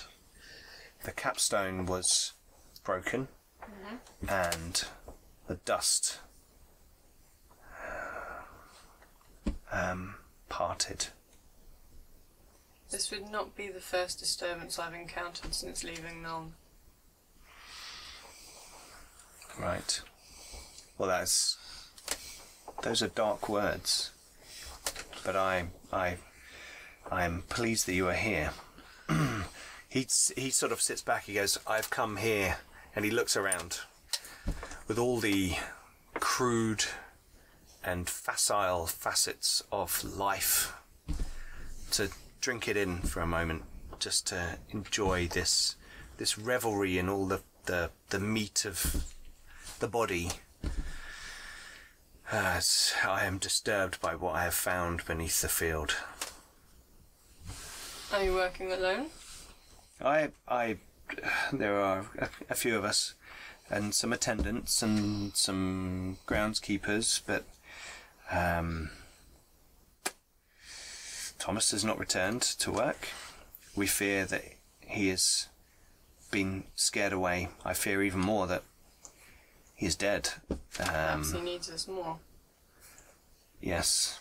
A: The capstone was broken, and the dust um, parted.
C: This would not be the first disturbance I've encountered since leaving Nong.
A: Right. Well, that's those are dark words, but I I I am pleased that you are here. he s- he sort of sits back. He goes, "I've come here," and he looks around with all the crude and facile facets of life to drink it in for a moment, just to enjoy this this revelry in all the the, the meat of the body. As I am disturbed by what I have found beneath the field.
C: Are you working alone?
A: I, I, there are a, a few of us, and some attendants and some groundskeepers, but um, Thomas has not returned to work. We fear that he has been scared away. I fear even more that he is dead. Um,
C: Perhaps he needs us more.
A: Yes.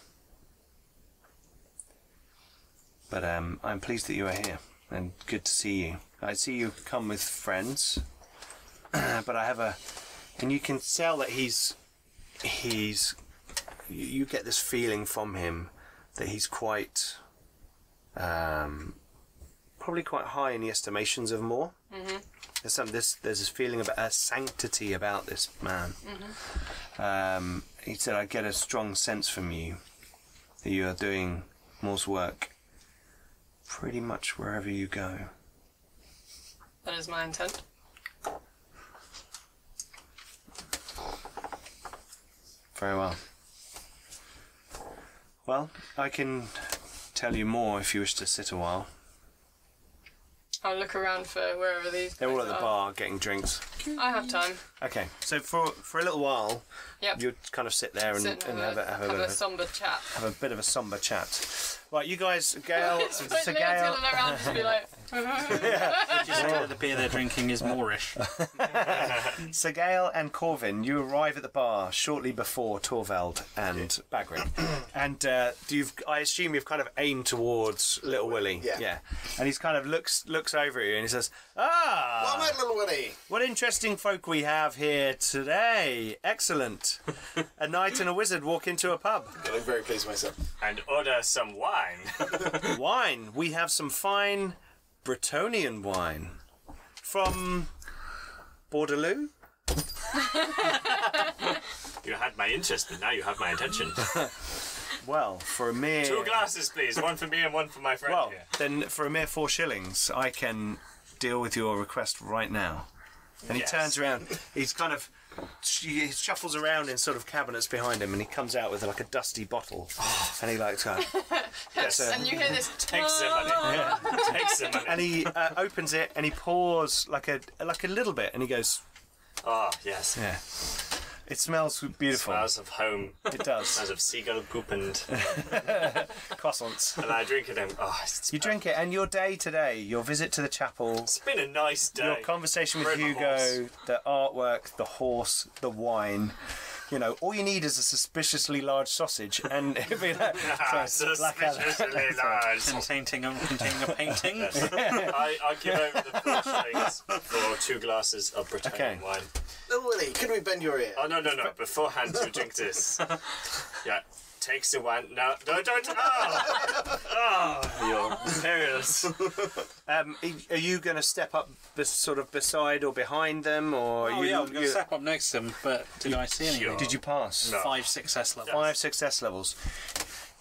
A: But um, I'm pleased that you are here, and good to see you. I see you have come with friends, but I have a and you can tell that he's he's you, you get this feeling from him that he's quite um, probably quite high in the estimations of Moore. Mm-hmm. There's some this there's this feeling about a sanctity about this man. Um, he said, "I get a strong sense from you that you are doing Moore's work pretty much wherever you go."
C: That is my intent.
A: Very well. Well, I can tell you more if you wish to sit a while.
C: I'll look around for wherever these.
A: They're all at the
C: guys
A: bar getting drinks.
C: are. I have time.
A: Okay, so for for a little while,
C: Yep.
A: you kind of sit there and,
C: Sit
A: and have,
C: and
A: a, have, a,
C: have
A: bit
C: a
A: of
C: somber chat.
A: a, have a bit of a somber chat. Right, you guys, Gail,
C: It's like
A: to
C: Leo's
A: Gail,
C: gonna look around and be like,
D: Just uh, the beer they're drinking is Moorish.
A: Sir Gael and Corvin, you arrive at the bar shortly before Torvald and Bagrin. and uh, do you I assume you've kind of aimed towards Little Willie.
E: Yeah.
A: And he's kind of looks looks over at you and he says, Ah!
E: Well, Oh, mate, little Willie.
A: What interesting folk we have here today. Excellent. a knight and a wizard walk into a pub.
E: I'm very pleased with myself.
F: and order some wine.
A: Wine. We have some fine Bretonian wine from Bordeloo.
F: you had my interest, but now you have my attention.
A: Well, for a mere
F: Two glasses, please. One for me and one for my friend.
A: Well,
F: here.
A: then for a mere four shillings, I can deal with your request right now. And he
F: Yes.
A: turns around. He's kind of he shuffles around in sort of cabinets behind him, and he comes out with like a dusty bottle, and he like uh, gets a-
C: and you hear this.
F: Take some money. Take some money.
A: and he uh, opens it and he pours like a like a little bit, and he goes,
F: Oh, yes.
A: yeah. It smells beautiful.
F: Smells of home.
A: It does.
F: Smells of seagull poop and,
A: Croissants.
F: and I drink it and oh, it's,
A: You drink it, and your day today, your visit to the chapel,
F: it's been a nice day.
A: your conversation with
F: Rib
A: Hugo,
F: horse.
A: the artwork, the horse, the wine. You know, all you need is a suspiciously large sausage, and it'd be like,
F: Ah,
A: so- like a-
F: suspiciously large.
D: Containing a, containing a painting.
F: I, I give over the four shillings for two glasses of Britannia
A: Okay.
F: wine.
E: Little Willie, could we bend your ear?
F: Oh no no no! Beforehand, you drink this. Yeah, takes the wine. No, no, don't. Oh, oh you're perilous.
A: um, are you going to step up, bes- sort of beside or behind them, or
D: Oh,
A: you?
D: yeah, I'm going
A: you-
D: to step up next to him, but did I see anything?
A: did you pass?
D: Five success levels.
A: Five success levels.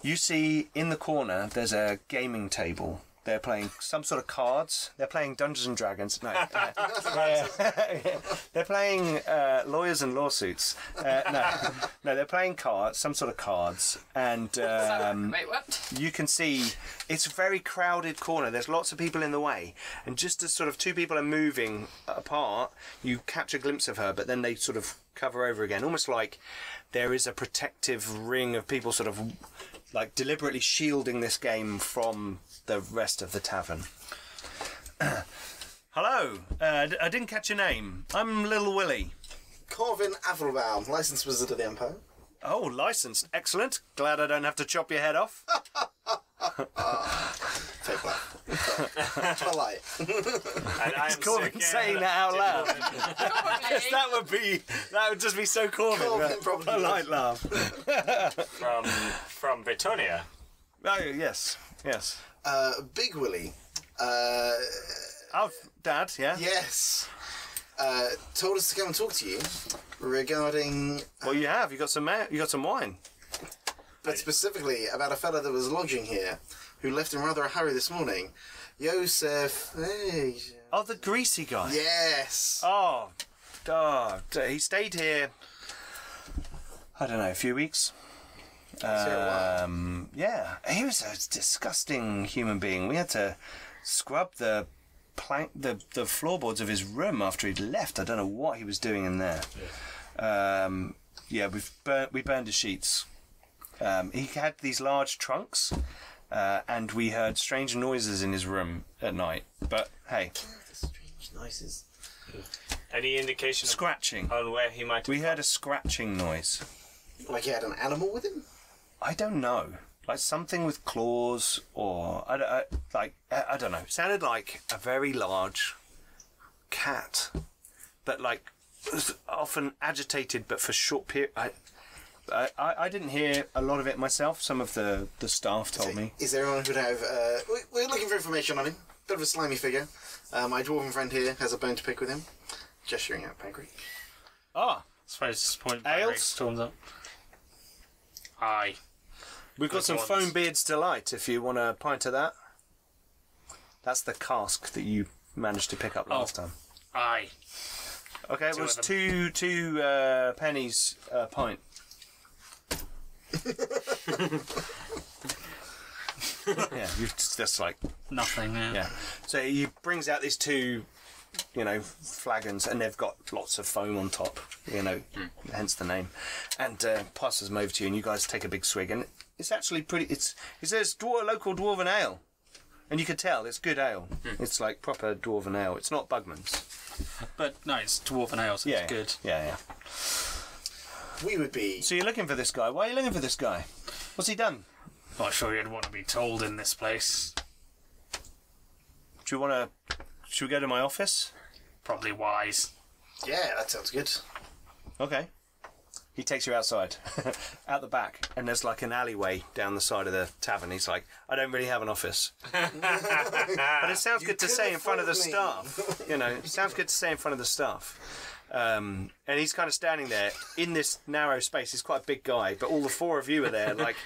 A: You see in the corner there's a gaming table. They're playing some sort of cards. They're playing Dungeons and Dragons. No, uh, they're- they're playing uh, lawyers and lawsuits. Uh, no, no, they're playing cards, some sort of cards, and um,
C: Wait, what?
A: you can see it's a very crowded corner. There's lots of people in the way, and just as sort of two people are moving apart, you catch a glimpse of her, but then they sort of cover over again, almost like there is a protective ring of people sort of like deliberately shielding this game from the rest of the tavern. Hello, uh, d- I didn't catch your name. I'm Little Willie.
E: Corvin Averbaum, licensed wizard of the Empire.
A: Oh, licensed. Excellent. Glad I don't have to chop your head off.
E: Take that. Polite.
F: And I am
A: Corbin
F: Sir
A: saying
F: Gael.
A: that out loud.
C: Probably.
A: that would be that would just be so Corbin.
E: Corbin
A: right?
E: probably
A: a
E: would.
A: light laugh.
F: from from Britonia.
A: Oh yes, yes.
E: Uh, Big Willie. Uh,
A: Oh, Dad, yeah.
E: yes. Uh, told us to come and talk to you regarding,
A: Well, you have. You got some. ma- You got some wine.
E: but specifically about a fella that was lodging here who left in rather a hurry this morning. Joseph. Hey.
A: Oh, the greasy guy.
E: Yes.
A: Oh, oh, d- he stayed here. I don't know, a few weeks.
E: here a while.
A: Um, yeah, he was a disgusting human being. We had to scrub the plank, the the floorboards of his room after he'd left. I don't know what he was doing in there. Yeah, um, yeah we've burnt, we burned his sheets. Um, he had these large trunks, uh, and we heard strange noises in his room at night. But hey,
E: Strange noises.
F: Any indication of-
A: scratching.
F: on where he might?
A: We heard a scratching noise.
E: Like he had an animal with him?
A: I don't know. Like something with claws, or I, don't- I like I, I don't know. Sounded like a very large cat, but like often agitated, but for short period. I, I, I I didn't hear a lot of it myself. Some of the, the staff told me.
E: Is there anyone who would have? Uh, we- we're looking for information on him. Bit of a slimy figure. Uh, my dwarven friend here has a bone to pick with him. Gesturing at Pangri.
A: Ah,
D: suppose it's the point
A: Ales?
D: Ales? storms up. Aye.
A: we've got some
D: ones.
A: foam beards delight. If you want a pint of that, that's the cask that you managed to pick up last time.
D: Oh, Aye.
A: Okay, it
D: of
A: was
D: them.
A: two two uh, pennies a pint. yeah, you that's like
D: Nothing, yeah.
A: yeah. So he brings out these two, you know, flagons, and they've got lots of foam on top. You know,
D: Hmm.
A: hence the name. And uh, passes them over to you, and you guys take a big swig, and it's actually pretty. It's it says dwar- local dwarven ale, and you could tell it's good ale.
D: Hmm.
A: It's like proper dwarven ale. It's not Bugman's.
D: But no, it's Dwarven Ale, so it's good.
A: Yeah, yeah.
E: We would be.
A: So you're looking for this guy. Why are you looking for this guy? What's he done?
D: Not sure you'd want to be told in this place.
A: Do you want to? Should we go to my office?
D: Probably wise.
E: Yeah, that sounds good.
A: Okay. He takes you outside, out the back, and there's like an alleyway down the side of the tavern. He's like, I don't really have an office, but it sounds good to
E: could
A: say in front of the
E: afford me.
A: staff. You know, it sounds good to say in front of the staff. Um, and he's kind of standing there in this narrow space. He's quite a big guy, but all the four of you are there, like,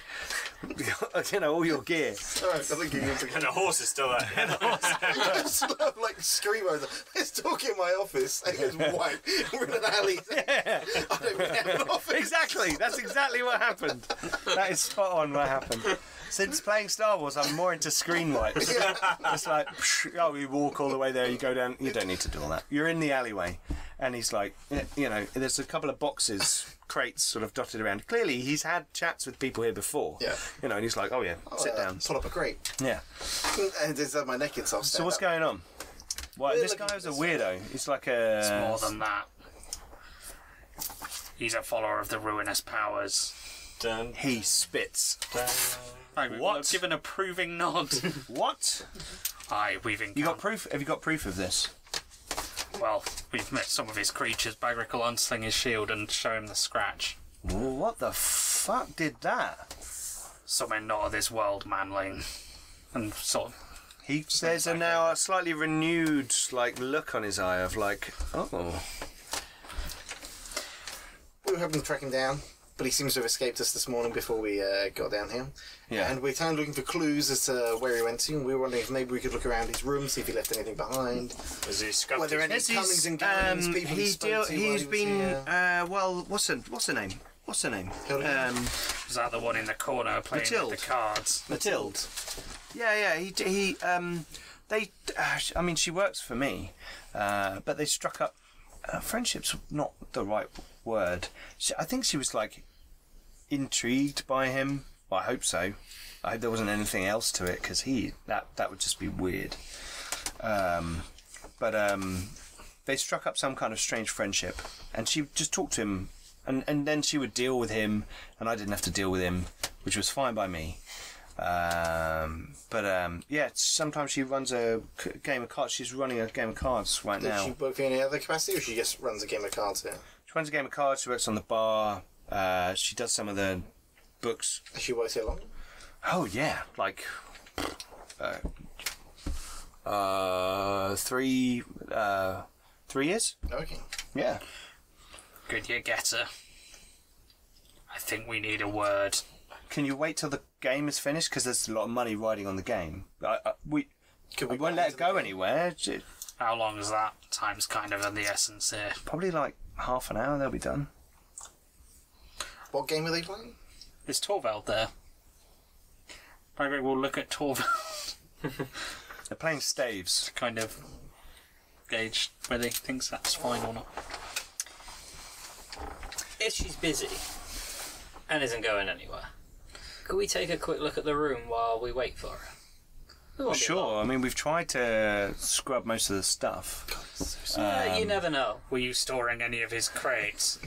A: you know, all your gear.
E: Alright, I think you can forget.
F: And the horse is still there.
E: uh, like scream over. There's talk in my office. And he goes, "Why? We're in an alley. I don't really have an office."
A: Exactly. That's exactly what happened. That is spot on what happened. Since playing Star Wars, I'm more into screen wipes. It's like, psh, oh, you walk all the way there, you go down. You don't need to do all that. You're in the alleyway, and he's like, eh, you know, there's a couple of boxes, crates, sort of dotted around. Clearly, he's had chats with people here before.
E: Yeah.
A: You know, and he's like, oh yeah, sit
E: Uh,
A: down.
E: Pull up a crate.
A: Yeah.
E: And there's uh, my neck in so
A: So what's going on? Why
E: We're
A: this
E: looking
A: guy is a
E: for
A: weirdo. He's like a.
D: It's more than that. He's a follower of the ruinous powers.
F: Dun,
A: he spits.
F: dun.
D: Right,
A: What?
D: I've given approving nod.
A: What?
D: Aye, we've
A: You got
D: encountered.
A: proof? Have you got proof of this?
D: well, we've met some of his creatures. Bagrick will unsling his shield and show him the scratch.
A: What the fuck did that?
D: Something not of this world, manling. And sort of
A: He there's a now a slightly renewed like look on his eye of like oh
E: We were hoping to track him down, but he seems to have escaped us this morning before we uh, got down here.
A: Yeah.
E: And we're kind of looking for clues as to where he went to. And we were wondering if maybe we could look around his room, see if he left anything behind.
F: Is he scuffed
E: Were there
F: his-
E: any comings and goings?
A: um,
E: people he
A: he
E: spoke
A: deal,
E: to while
A: he's
E: he was
A: been
E: here?
A: uh, well what's her, what's her name what's her name
E: Hilda?
A: um,
D: Is that the one in the corner playing
A: Matilde.
D: with the cards?
A: Matilde yeah yeah he d- he um they uh, I mean she works for me uh, but they struck up uh, friendship's not the right word she, I think she was like intrigued by him well, I hope so I hope there wasn't anything else to it because he that that would just be weird. Um, but um, they struck up some kind of strange friendship, and she just talked to him, and, and then she would deal with him, and I didn't have to deal with him, which was fine by me. Um, but um, yeah, sometimes she runs a c- game of cards. She's running a game of cards right
E: Does
A: now.
E: she work in any other capacity, or she just runs a game of cards here?
A: She runs a game of cards. She works on the bar. Uh, she does some of the books
E: Has She works here long.
A: Oh yeah, like uh, uh three uh three years.
E: Okay.
A: Yeah.
D: Good you getter. I think we need a word.
A: Can you wait till the game is finished? Because there's a lot of money riding on the game. I, I, we
E: Could
A: we
E: we
A: won't
E: buy
A: let it
E: into the
A: go
E: game?
A: anywhere. J-
D: How long is that? Time's kind of in the essence here.
A: Probably like half an hour. They'll be done.
E: What game are they playing?
D: Is Torvald there? Bagrick will look at Torvald
A: They're playing staves.
D: to kind of gauge whether he thinks that's fine or not.
G: If she's busy and isn't going anywhere, could we take a quick look at the room while we wait for her? We won't be long.
A: Sure. I mean, we've tried to scrub most of the stuff.
G: Uh, you never know.
D: Were you storing any of his crates?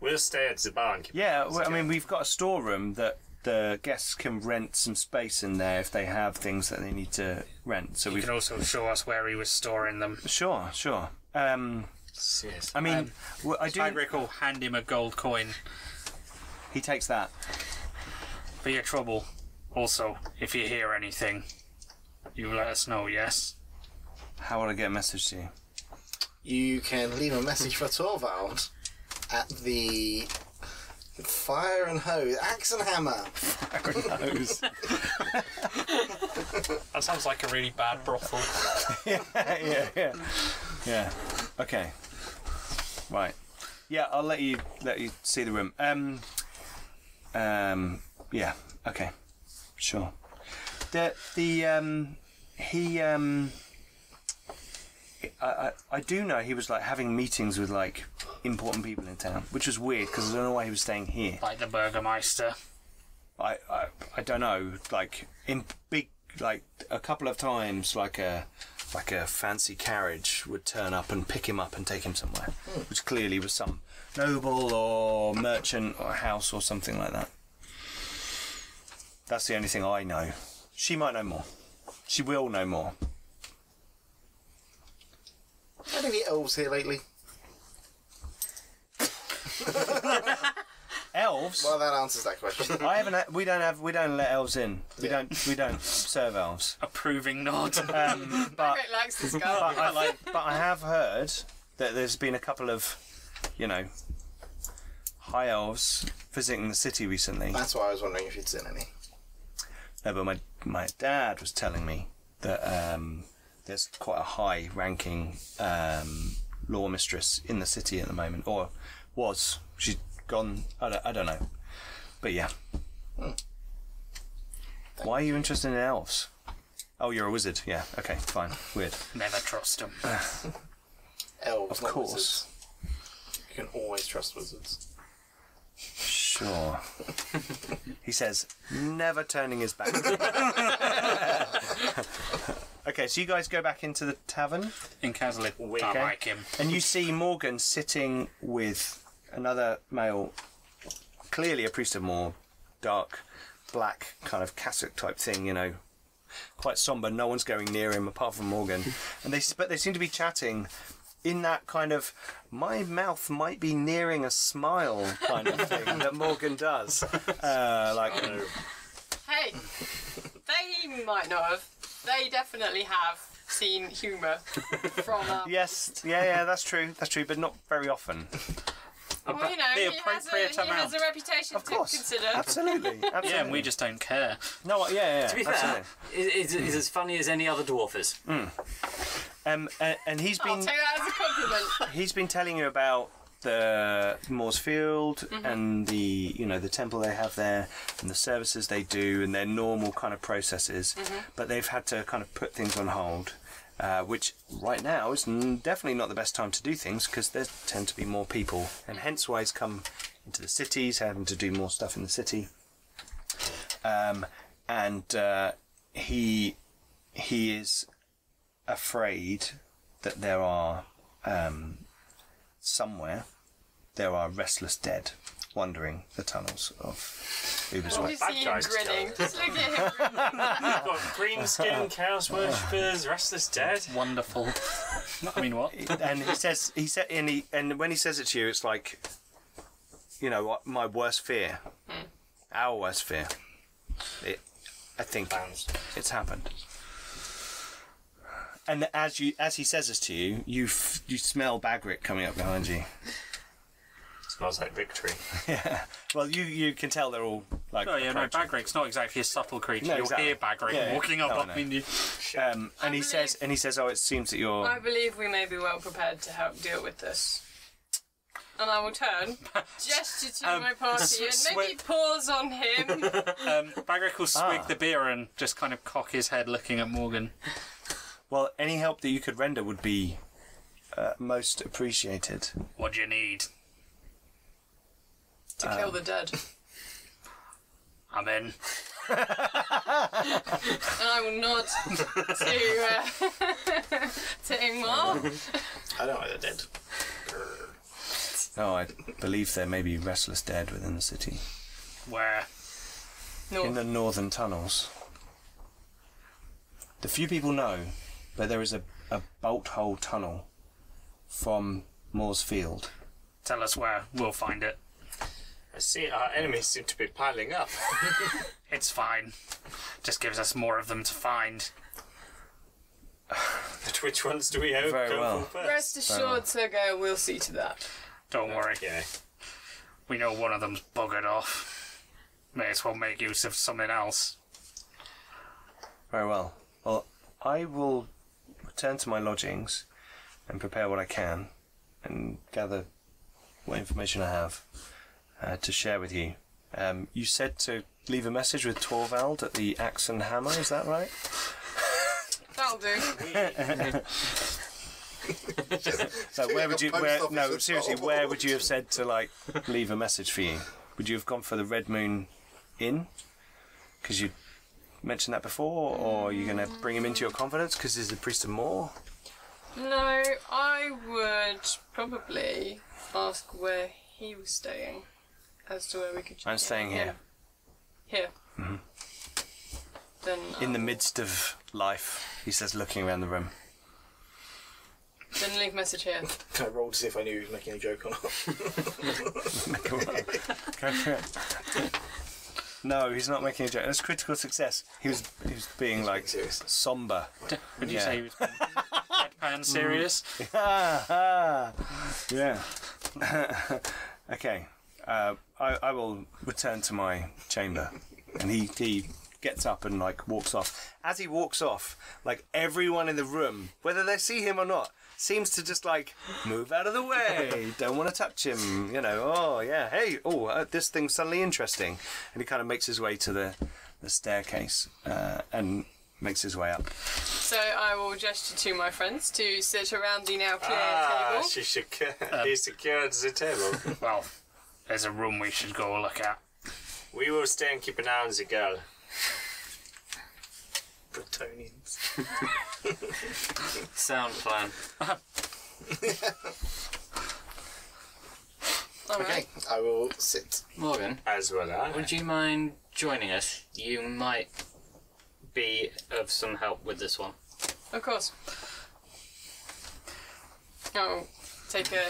F: We'll stay at the bar and keep
A: Yeah, well, I mean, we've got a storeroom that the guests can rent some space in there if they have things that they need to rent. So
D: You
A: we've
D: can also show us where he was storing them.
A: Sure, sure. Um,
F: Yes.
A: I mean,
D: Um,
A: w- I do.
D: Bagrick will hand him a gold coin
A: He takes that.
D: for your trouble. Also, if you hear anything, you let us know, yes?
A: How would I get a message to you?
E: You can leave a message for Torvald at the Fire and Hose Axe and Hammer.
D: That sounds like a really bad brothel.
A: yeah, yeah, yeah. Okay. Right. Yeah, I'll let you let you see the room. Um. Um. Yeah. Okay. Sure. The the um he um. I, I, I do know he was like having meetings with like important people in town, which was weird because I don't know why he was staying here.
D: like the Burgermeister.
A: I, I I don't know, like in big, like a couple of times, like a like a fancy carriage would turn up and pick him up and take him somewhere,
E: Hmm.
A: which clearly was some noble or merchant or house or something like that. That's the only thing I know. She might know more. She will know more.
E: Had any elves here lately?
A: Elves.
E: Well, that answers that question.
A: I haven't. ha- We don't have. We don't let elves in. We
E: Yeah.
A: don't. We don't serve elves.
D: Approving nod.
A: Um, but
C: Barrett likes this guy.
A: But I, like, but I have heard that there's been a couple of, you know, high elves visiting the city recently.
E: That's why I was wondering if you'd seen any.
A: No, but my my dad was telling me that um, there's quite a high-ranking um, law mistress in the city at the moment, or was she's gone? I don't, I don't know, but yeah. Why are you interested in elves? Oh, you're a wizard. Yeah. Okay. Fine. Weird.
D: Never trust him.
E: Elves,
A: Of
E: not
A: course.
E: wizards. You can always trust wizards.
A: Sure. he says, never turning his back. okay, so you guys go back into the tavern
D: In Caslip, we
F: Okay.
D: like him.
A: and you see Morgan sitting with another male, clearly a priest of more dark black kind of cassock type thing, you know. Quite somber, no one's going near him apart from Morgan. And they s- but they seem to be chatting in that kind of my mouth might be nearing a smile kind of thing that Morgan does. Uh, like
D: Oh.
C: hey, they might not have. They definitely have seen humour from our
A: Yes, yeah, yeah, that's true, that's true, but not very often.
C: Well, you know,
D: the
C: he, has a,
D: appropriate
C: he has
D: amount.
C: a reputation
A: Of
C: to
A: course,
C: consider.
A: absolutely, absolutely.
D: Yeah, and we just don't care.
A: no, yeah, yeah, yeah.
G: To be fair, is, is, is as funny as any other dwarf is.
A: um, and, and he's
C: I'll
A: been
C: take that as a compliment.
A: he's been telling you about the Moore's Field and the you know the temple they have there and the services they do and their normal kind of processes, but they've had to kind of put things on hold. Uh, which right now is n- definitely not the best time to do things because there tend to be more people, and hence why he's come into the cities, having to do more stuff in the city. Um, and uh, he he is afraid that there are um, somewhere there are restless dead wandering the tunnels of Uber's
C: Well,
A: Way.
C: you see him
F: guy's
C: grinning. Just look at him. grinning.
F: We've got green skin cows worshippers, restless dead.
D: Wonderful. I mean, what?
A: and he says he said and he and when he says it to you, it's like, you know, what my worst fear, our worst fear. It, I think
F: Fans.
A: it's happened. And as you as he says this to you, you f- you smell Bagric coming up behind you.
F: Smells like victory.
A: Well, you you can tell they're all like.
D: Oh, yeah, no,
A: approaching.
D: Bagrick's not exactly a subtle creature.
A: No,
D: You'll
A: exactly.
D: hear Bagrick
A: Yeah, yeah.
D: walking up
A: No, I know.
D: behind you.
A: Um, and he
C: believe-
A: says, and he says, oh, it seems that you're.
C: I believe we may be well prepared to help deal with this. And I will turn, gesture
A: Um,
C: to my party, and
D: sw-
C: maybe pause on him.
D: Um, Bagrick will swig
A: Ah.
D: the beer and just kind of cock his head looking at Morgan.
A: Well, any help that you could render would be uh, most appreciated.
D: What do you need?
C: to kill the dead.
D: I'm in.
C: And I will nod to, uh, to Ingmar.
E: I don't know they're dead.
A: Oh, I believe there may be restless dead within the city.
D: Where?
A: In
C: No,
A: the northern tunnels. The few people know, but there is a, a bolt hole tunnel from Moore's Field.
D: Tell us where. We'll find it.
F: I see our enemies seem to be piling up.
D: It's fine. Just gives us more of them to find.
F: but which ones do we hope
A: Very
F: come
A: well.
F: first?
C: Rest assured, Sir Gail will see to that.
D: Don't worry.
F: Okay.
D: We know one of them's buggered off. May as well make use of something else.
A: Very well. Well, I will return to my lodgings and prepare what I can and gather what information I have uh, to share with you. Um, you said to leave a message with Torvald at the Axe and Hammer, is that right?
C: That'll do.
A: So where would
E: a
A: you?
E: post
A: Where,
E: office
A: no,
E: at
A: seriously,
E: all.
A: where would you have said to like leave a message for you? Would you have gone for the Red Moon Inn? Because you mentioned that before, or are you going to bring him into your confidence? Because he's the priest of Moor.
C: No, I would probably ask where he was staying as to where we could.
A: I'm
C: check in
A: staying
C: on him.
A: here
C: Here. Then uh,
A: in the
C: I'll-
A: midst of life. He says, looking around the room.
C: Then leave message here.
E: Can I roll to see if I knew he was making a joke or not?
A: Come on, go for it. No, he's not making a joke. That's critical success. He was, he was being like
E: serious.
A: somber.
D: Would you
A: Yeah.
D: say he was
A: Mm-hmm.
D: deadpan serious?
A: Ah, yeah. okay. Uh, I, I will return to my chamber. And he, he gets up and like walks off. As he walks off, like everyone in the room, whether they see him or not, seems to just like move out of the way. Don't want to touch him. You know, oh yeah, hey, oh, uh, this thing's suddenly interesting. And he kind of makes his way to the, the staircase uh, and makes his way up.
C: So I will gesture to my friends to sit around the now clear
F: Ah,
C: table.
F: she secured, he secured the table.
D: Well, there's a room we should go look at.
F: we will stay and keep an eye on the girl.
E: Bretonians.
G: Sound plan.
C: All right.
E: Okay, I will sit.
G: Morgan,
F: As well, I.
G: would you mind joining us? You might be of some help with this one.
C: Of course. I'll take a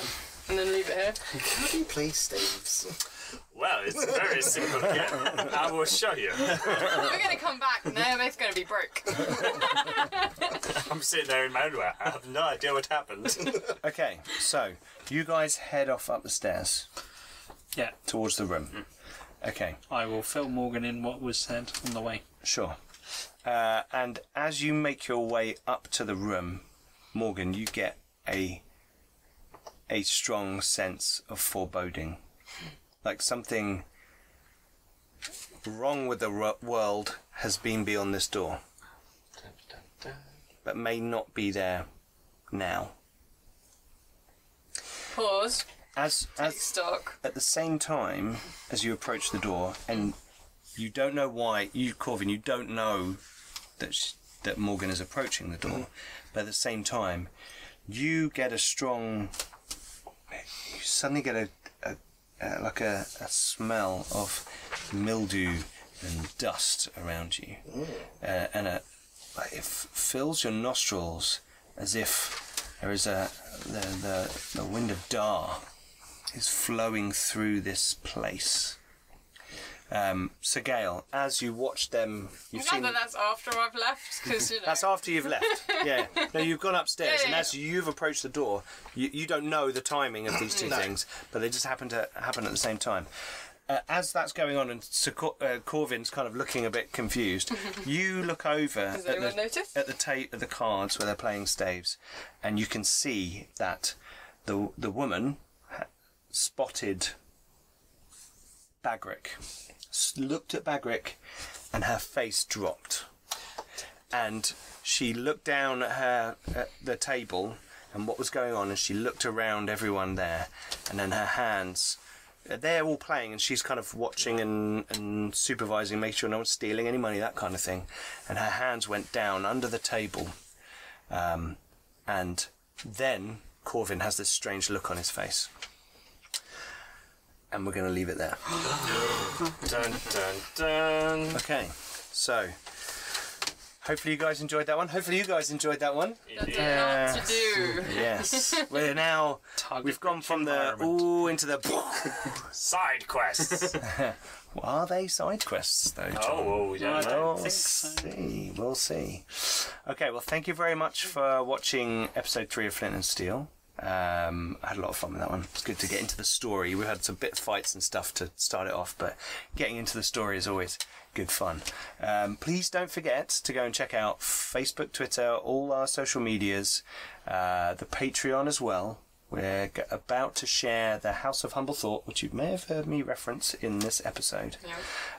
C: and then leave it here.
E: How do you play staves?
F: Well, it's very simple game. I will show you.
C: We're gonna come back and they're both gonna be broke.
F: I'm sitting there in my own way. I have no idea what happened.
A: Okay, so you guys head off up the stairs.
D: Yeah.
A: Towards the room. Okay,
D: I will fill Morgan in what was said on the way.
A: sure. Uh, and as you make your way up to the room, Morgan, you get a a strong sense of foreboding, like something wrong with the ro- world has been beyond this door, but may not be there now.
C: Pause.
A: As as
C: Stock.
A: at the same time as you approach the door, and you don't know why you, Corvin, you don't know that sh- that Morgan is approaching the door, but at the same time, you get a strong. You suddenly get a, a, a like a, a smell of mildew and dust around you, uh, and a, like it f- fills your nostrils as if there is a the, the, the wind of dar is flowing through this place. Um, so, Gail, as you watch them, you've
C: I'm glad
A: seen.
C: that that's after I've left, because you know.
A: That's after you've left. Yeah. No, you've gone upstairs,
C: Yeah,
A: and
C: yeah,
A: as you've approached the door, you, you don't know the timing of these two things, but they just happen to happen at the same time. Uh, as that's going on, and Sir Cor- uh, Corvin's kind of looking a bit confused, you look over at
C: anyone
A: the,
C: noticed?
A: at the ta- at the cards where they're playing staves, and you can see that the the woman ha- spotted Bagric, s- looked at Bagric, and her face dropped and she looked down at her at the table and what was going on and she looked around everyone there and then her hands they're all playing and she's kind of watching and, and supervising make sure no one's stealing any money that kind of thing and her hands went down under the table um, and then corvin has this strange look on his face and we're going to leave it there
F: dun dun dun.
A: okay so Hopefully, you guys enjoyed that one. Hopefully, you guys enjoyed that one.
C: Don't
F: Yeah.
C: know what to do.
A: Yes. We're now.
D: Tug
A: We've gone from the
D: environment.
A: ooh into the.
F: Side quests.
A: Are they side quests though? John?
F: oh, oh, yeah.
D: I
A: We'll
D: don't think so.
A: see. We'll see. Okay. Well, thank you very much for watching episode three of Flint and Steel. Um, I had a lot of fun with that one. It's good to get into the story. We had some bit fights and stuff to start it off, but getting into the story is always good fun. Um, please don't forget to go and check out Facebook, Twitter, all our social medias, uh, the Patreon as well. We're g- about to share the House of Humble Thought, which you may have heard me reference in this episode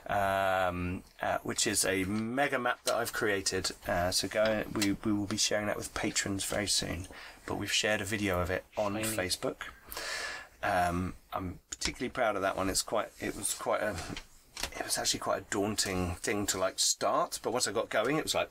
A: um, uh, which is a mega map that I've created. Uh, so go, we, we will be sharing that with patrons very soon. But we've shared a video of it on Facebook. Um, I'm particularly proud of that one. It's quite, it was quite a, it was actually quite a daunting thing to like start. But once I got going, it was like.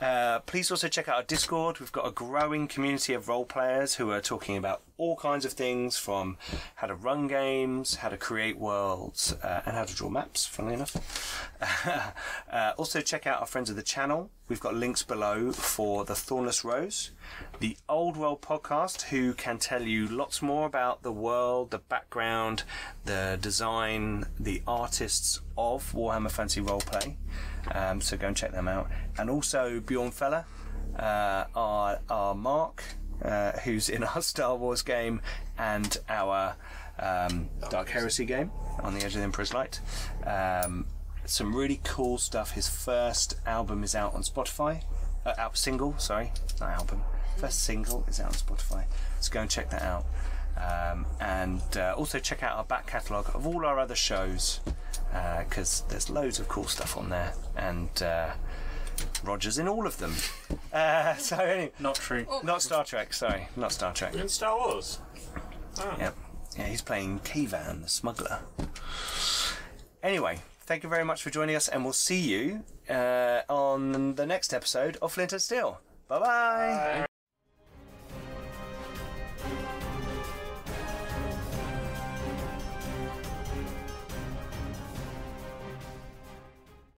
A: Uh, please also check out our Discord. We've got a growing community of role players who are talking about all kinds of things from how to run games, how to create worlds, uh, and how to draw maps, funnily enough. uh, also, check out our friends of the channel. We've got links below for the Thornless Rose, the Old World podcast, who can tell you lots more about the world, the background, the design, the artists of Warhammer Fantasy Roleplay. Um, so go and check them out. And also Bjorn Feller, uh, our, our Mark, uh, who's in our Star Wars game and our um, Dark Heresy game on the Edge of the Emperor's Light. Um, some really cool stuff. His first album is out on Spotify. Uh, out single, sorry, not album. First single is out on Spotify. So go and check that out. Um, and uh, also check out our back catalogue of all our other shows because there's loads of cool stuff on there. And uh, Roger's in all of them. Uh, so, anyway,
D: Not true.
A: not Star Trek, sorry, not Star Trek.
F: In Star Wars.
A: Yep. Yeah, he's playing Kivan, the smuggler. Anyway, thank you very much for joining us, and we'll see you uh, on the next episode of Flint and Steel. Bye-bye. bye bye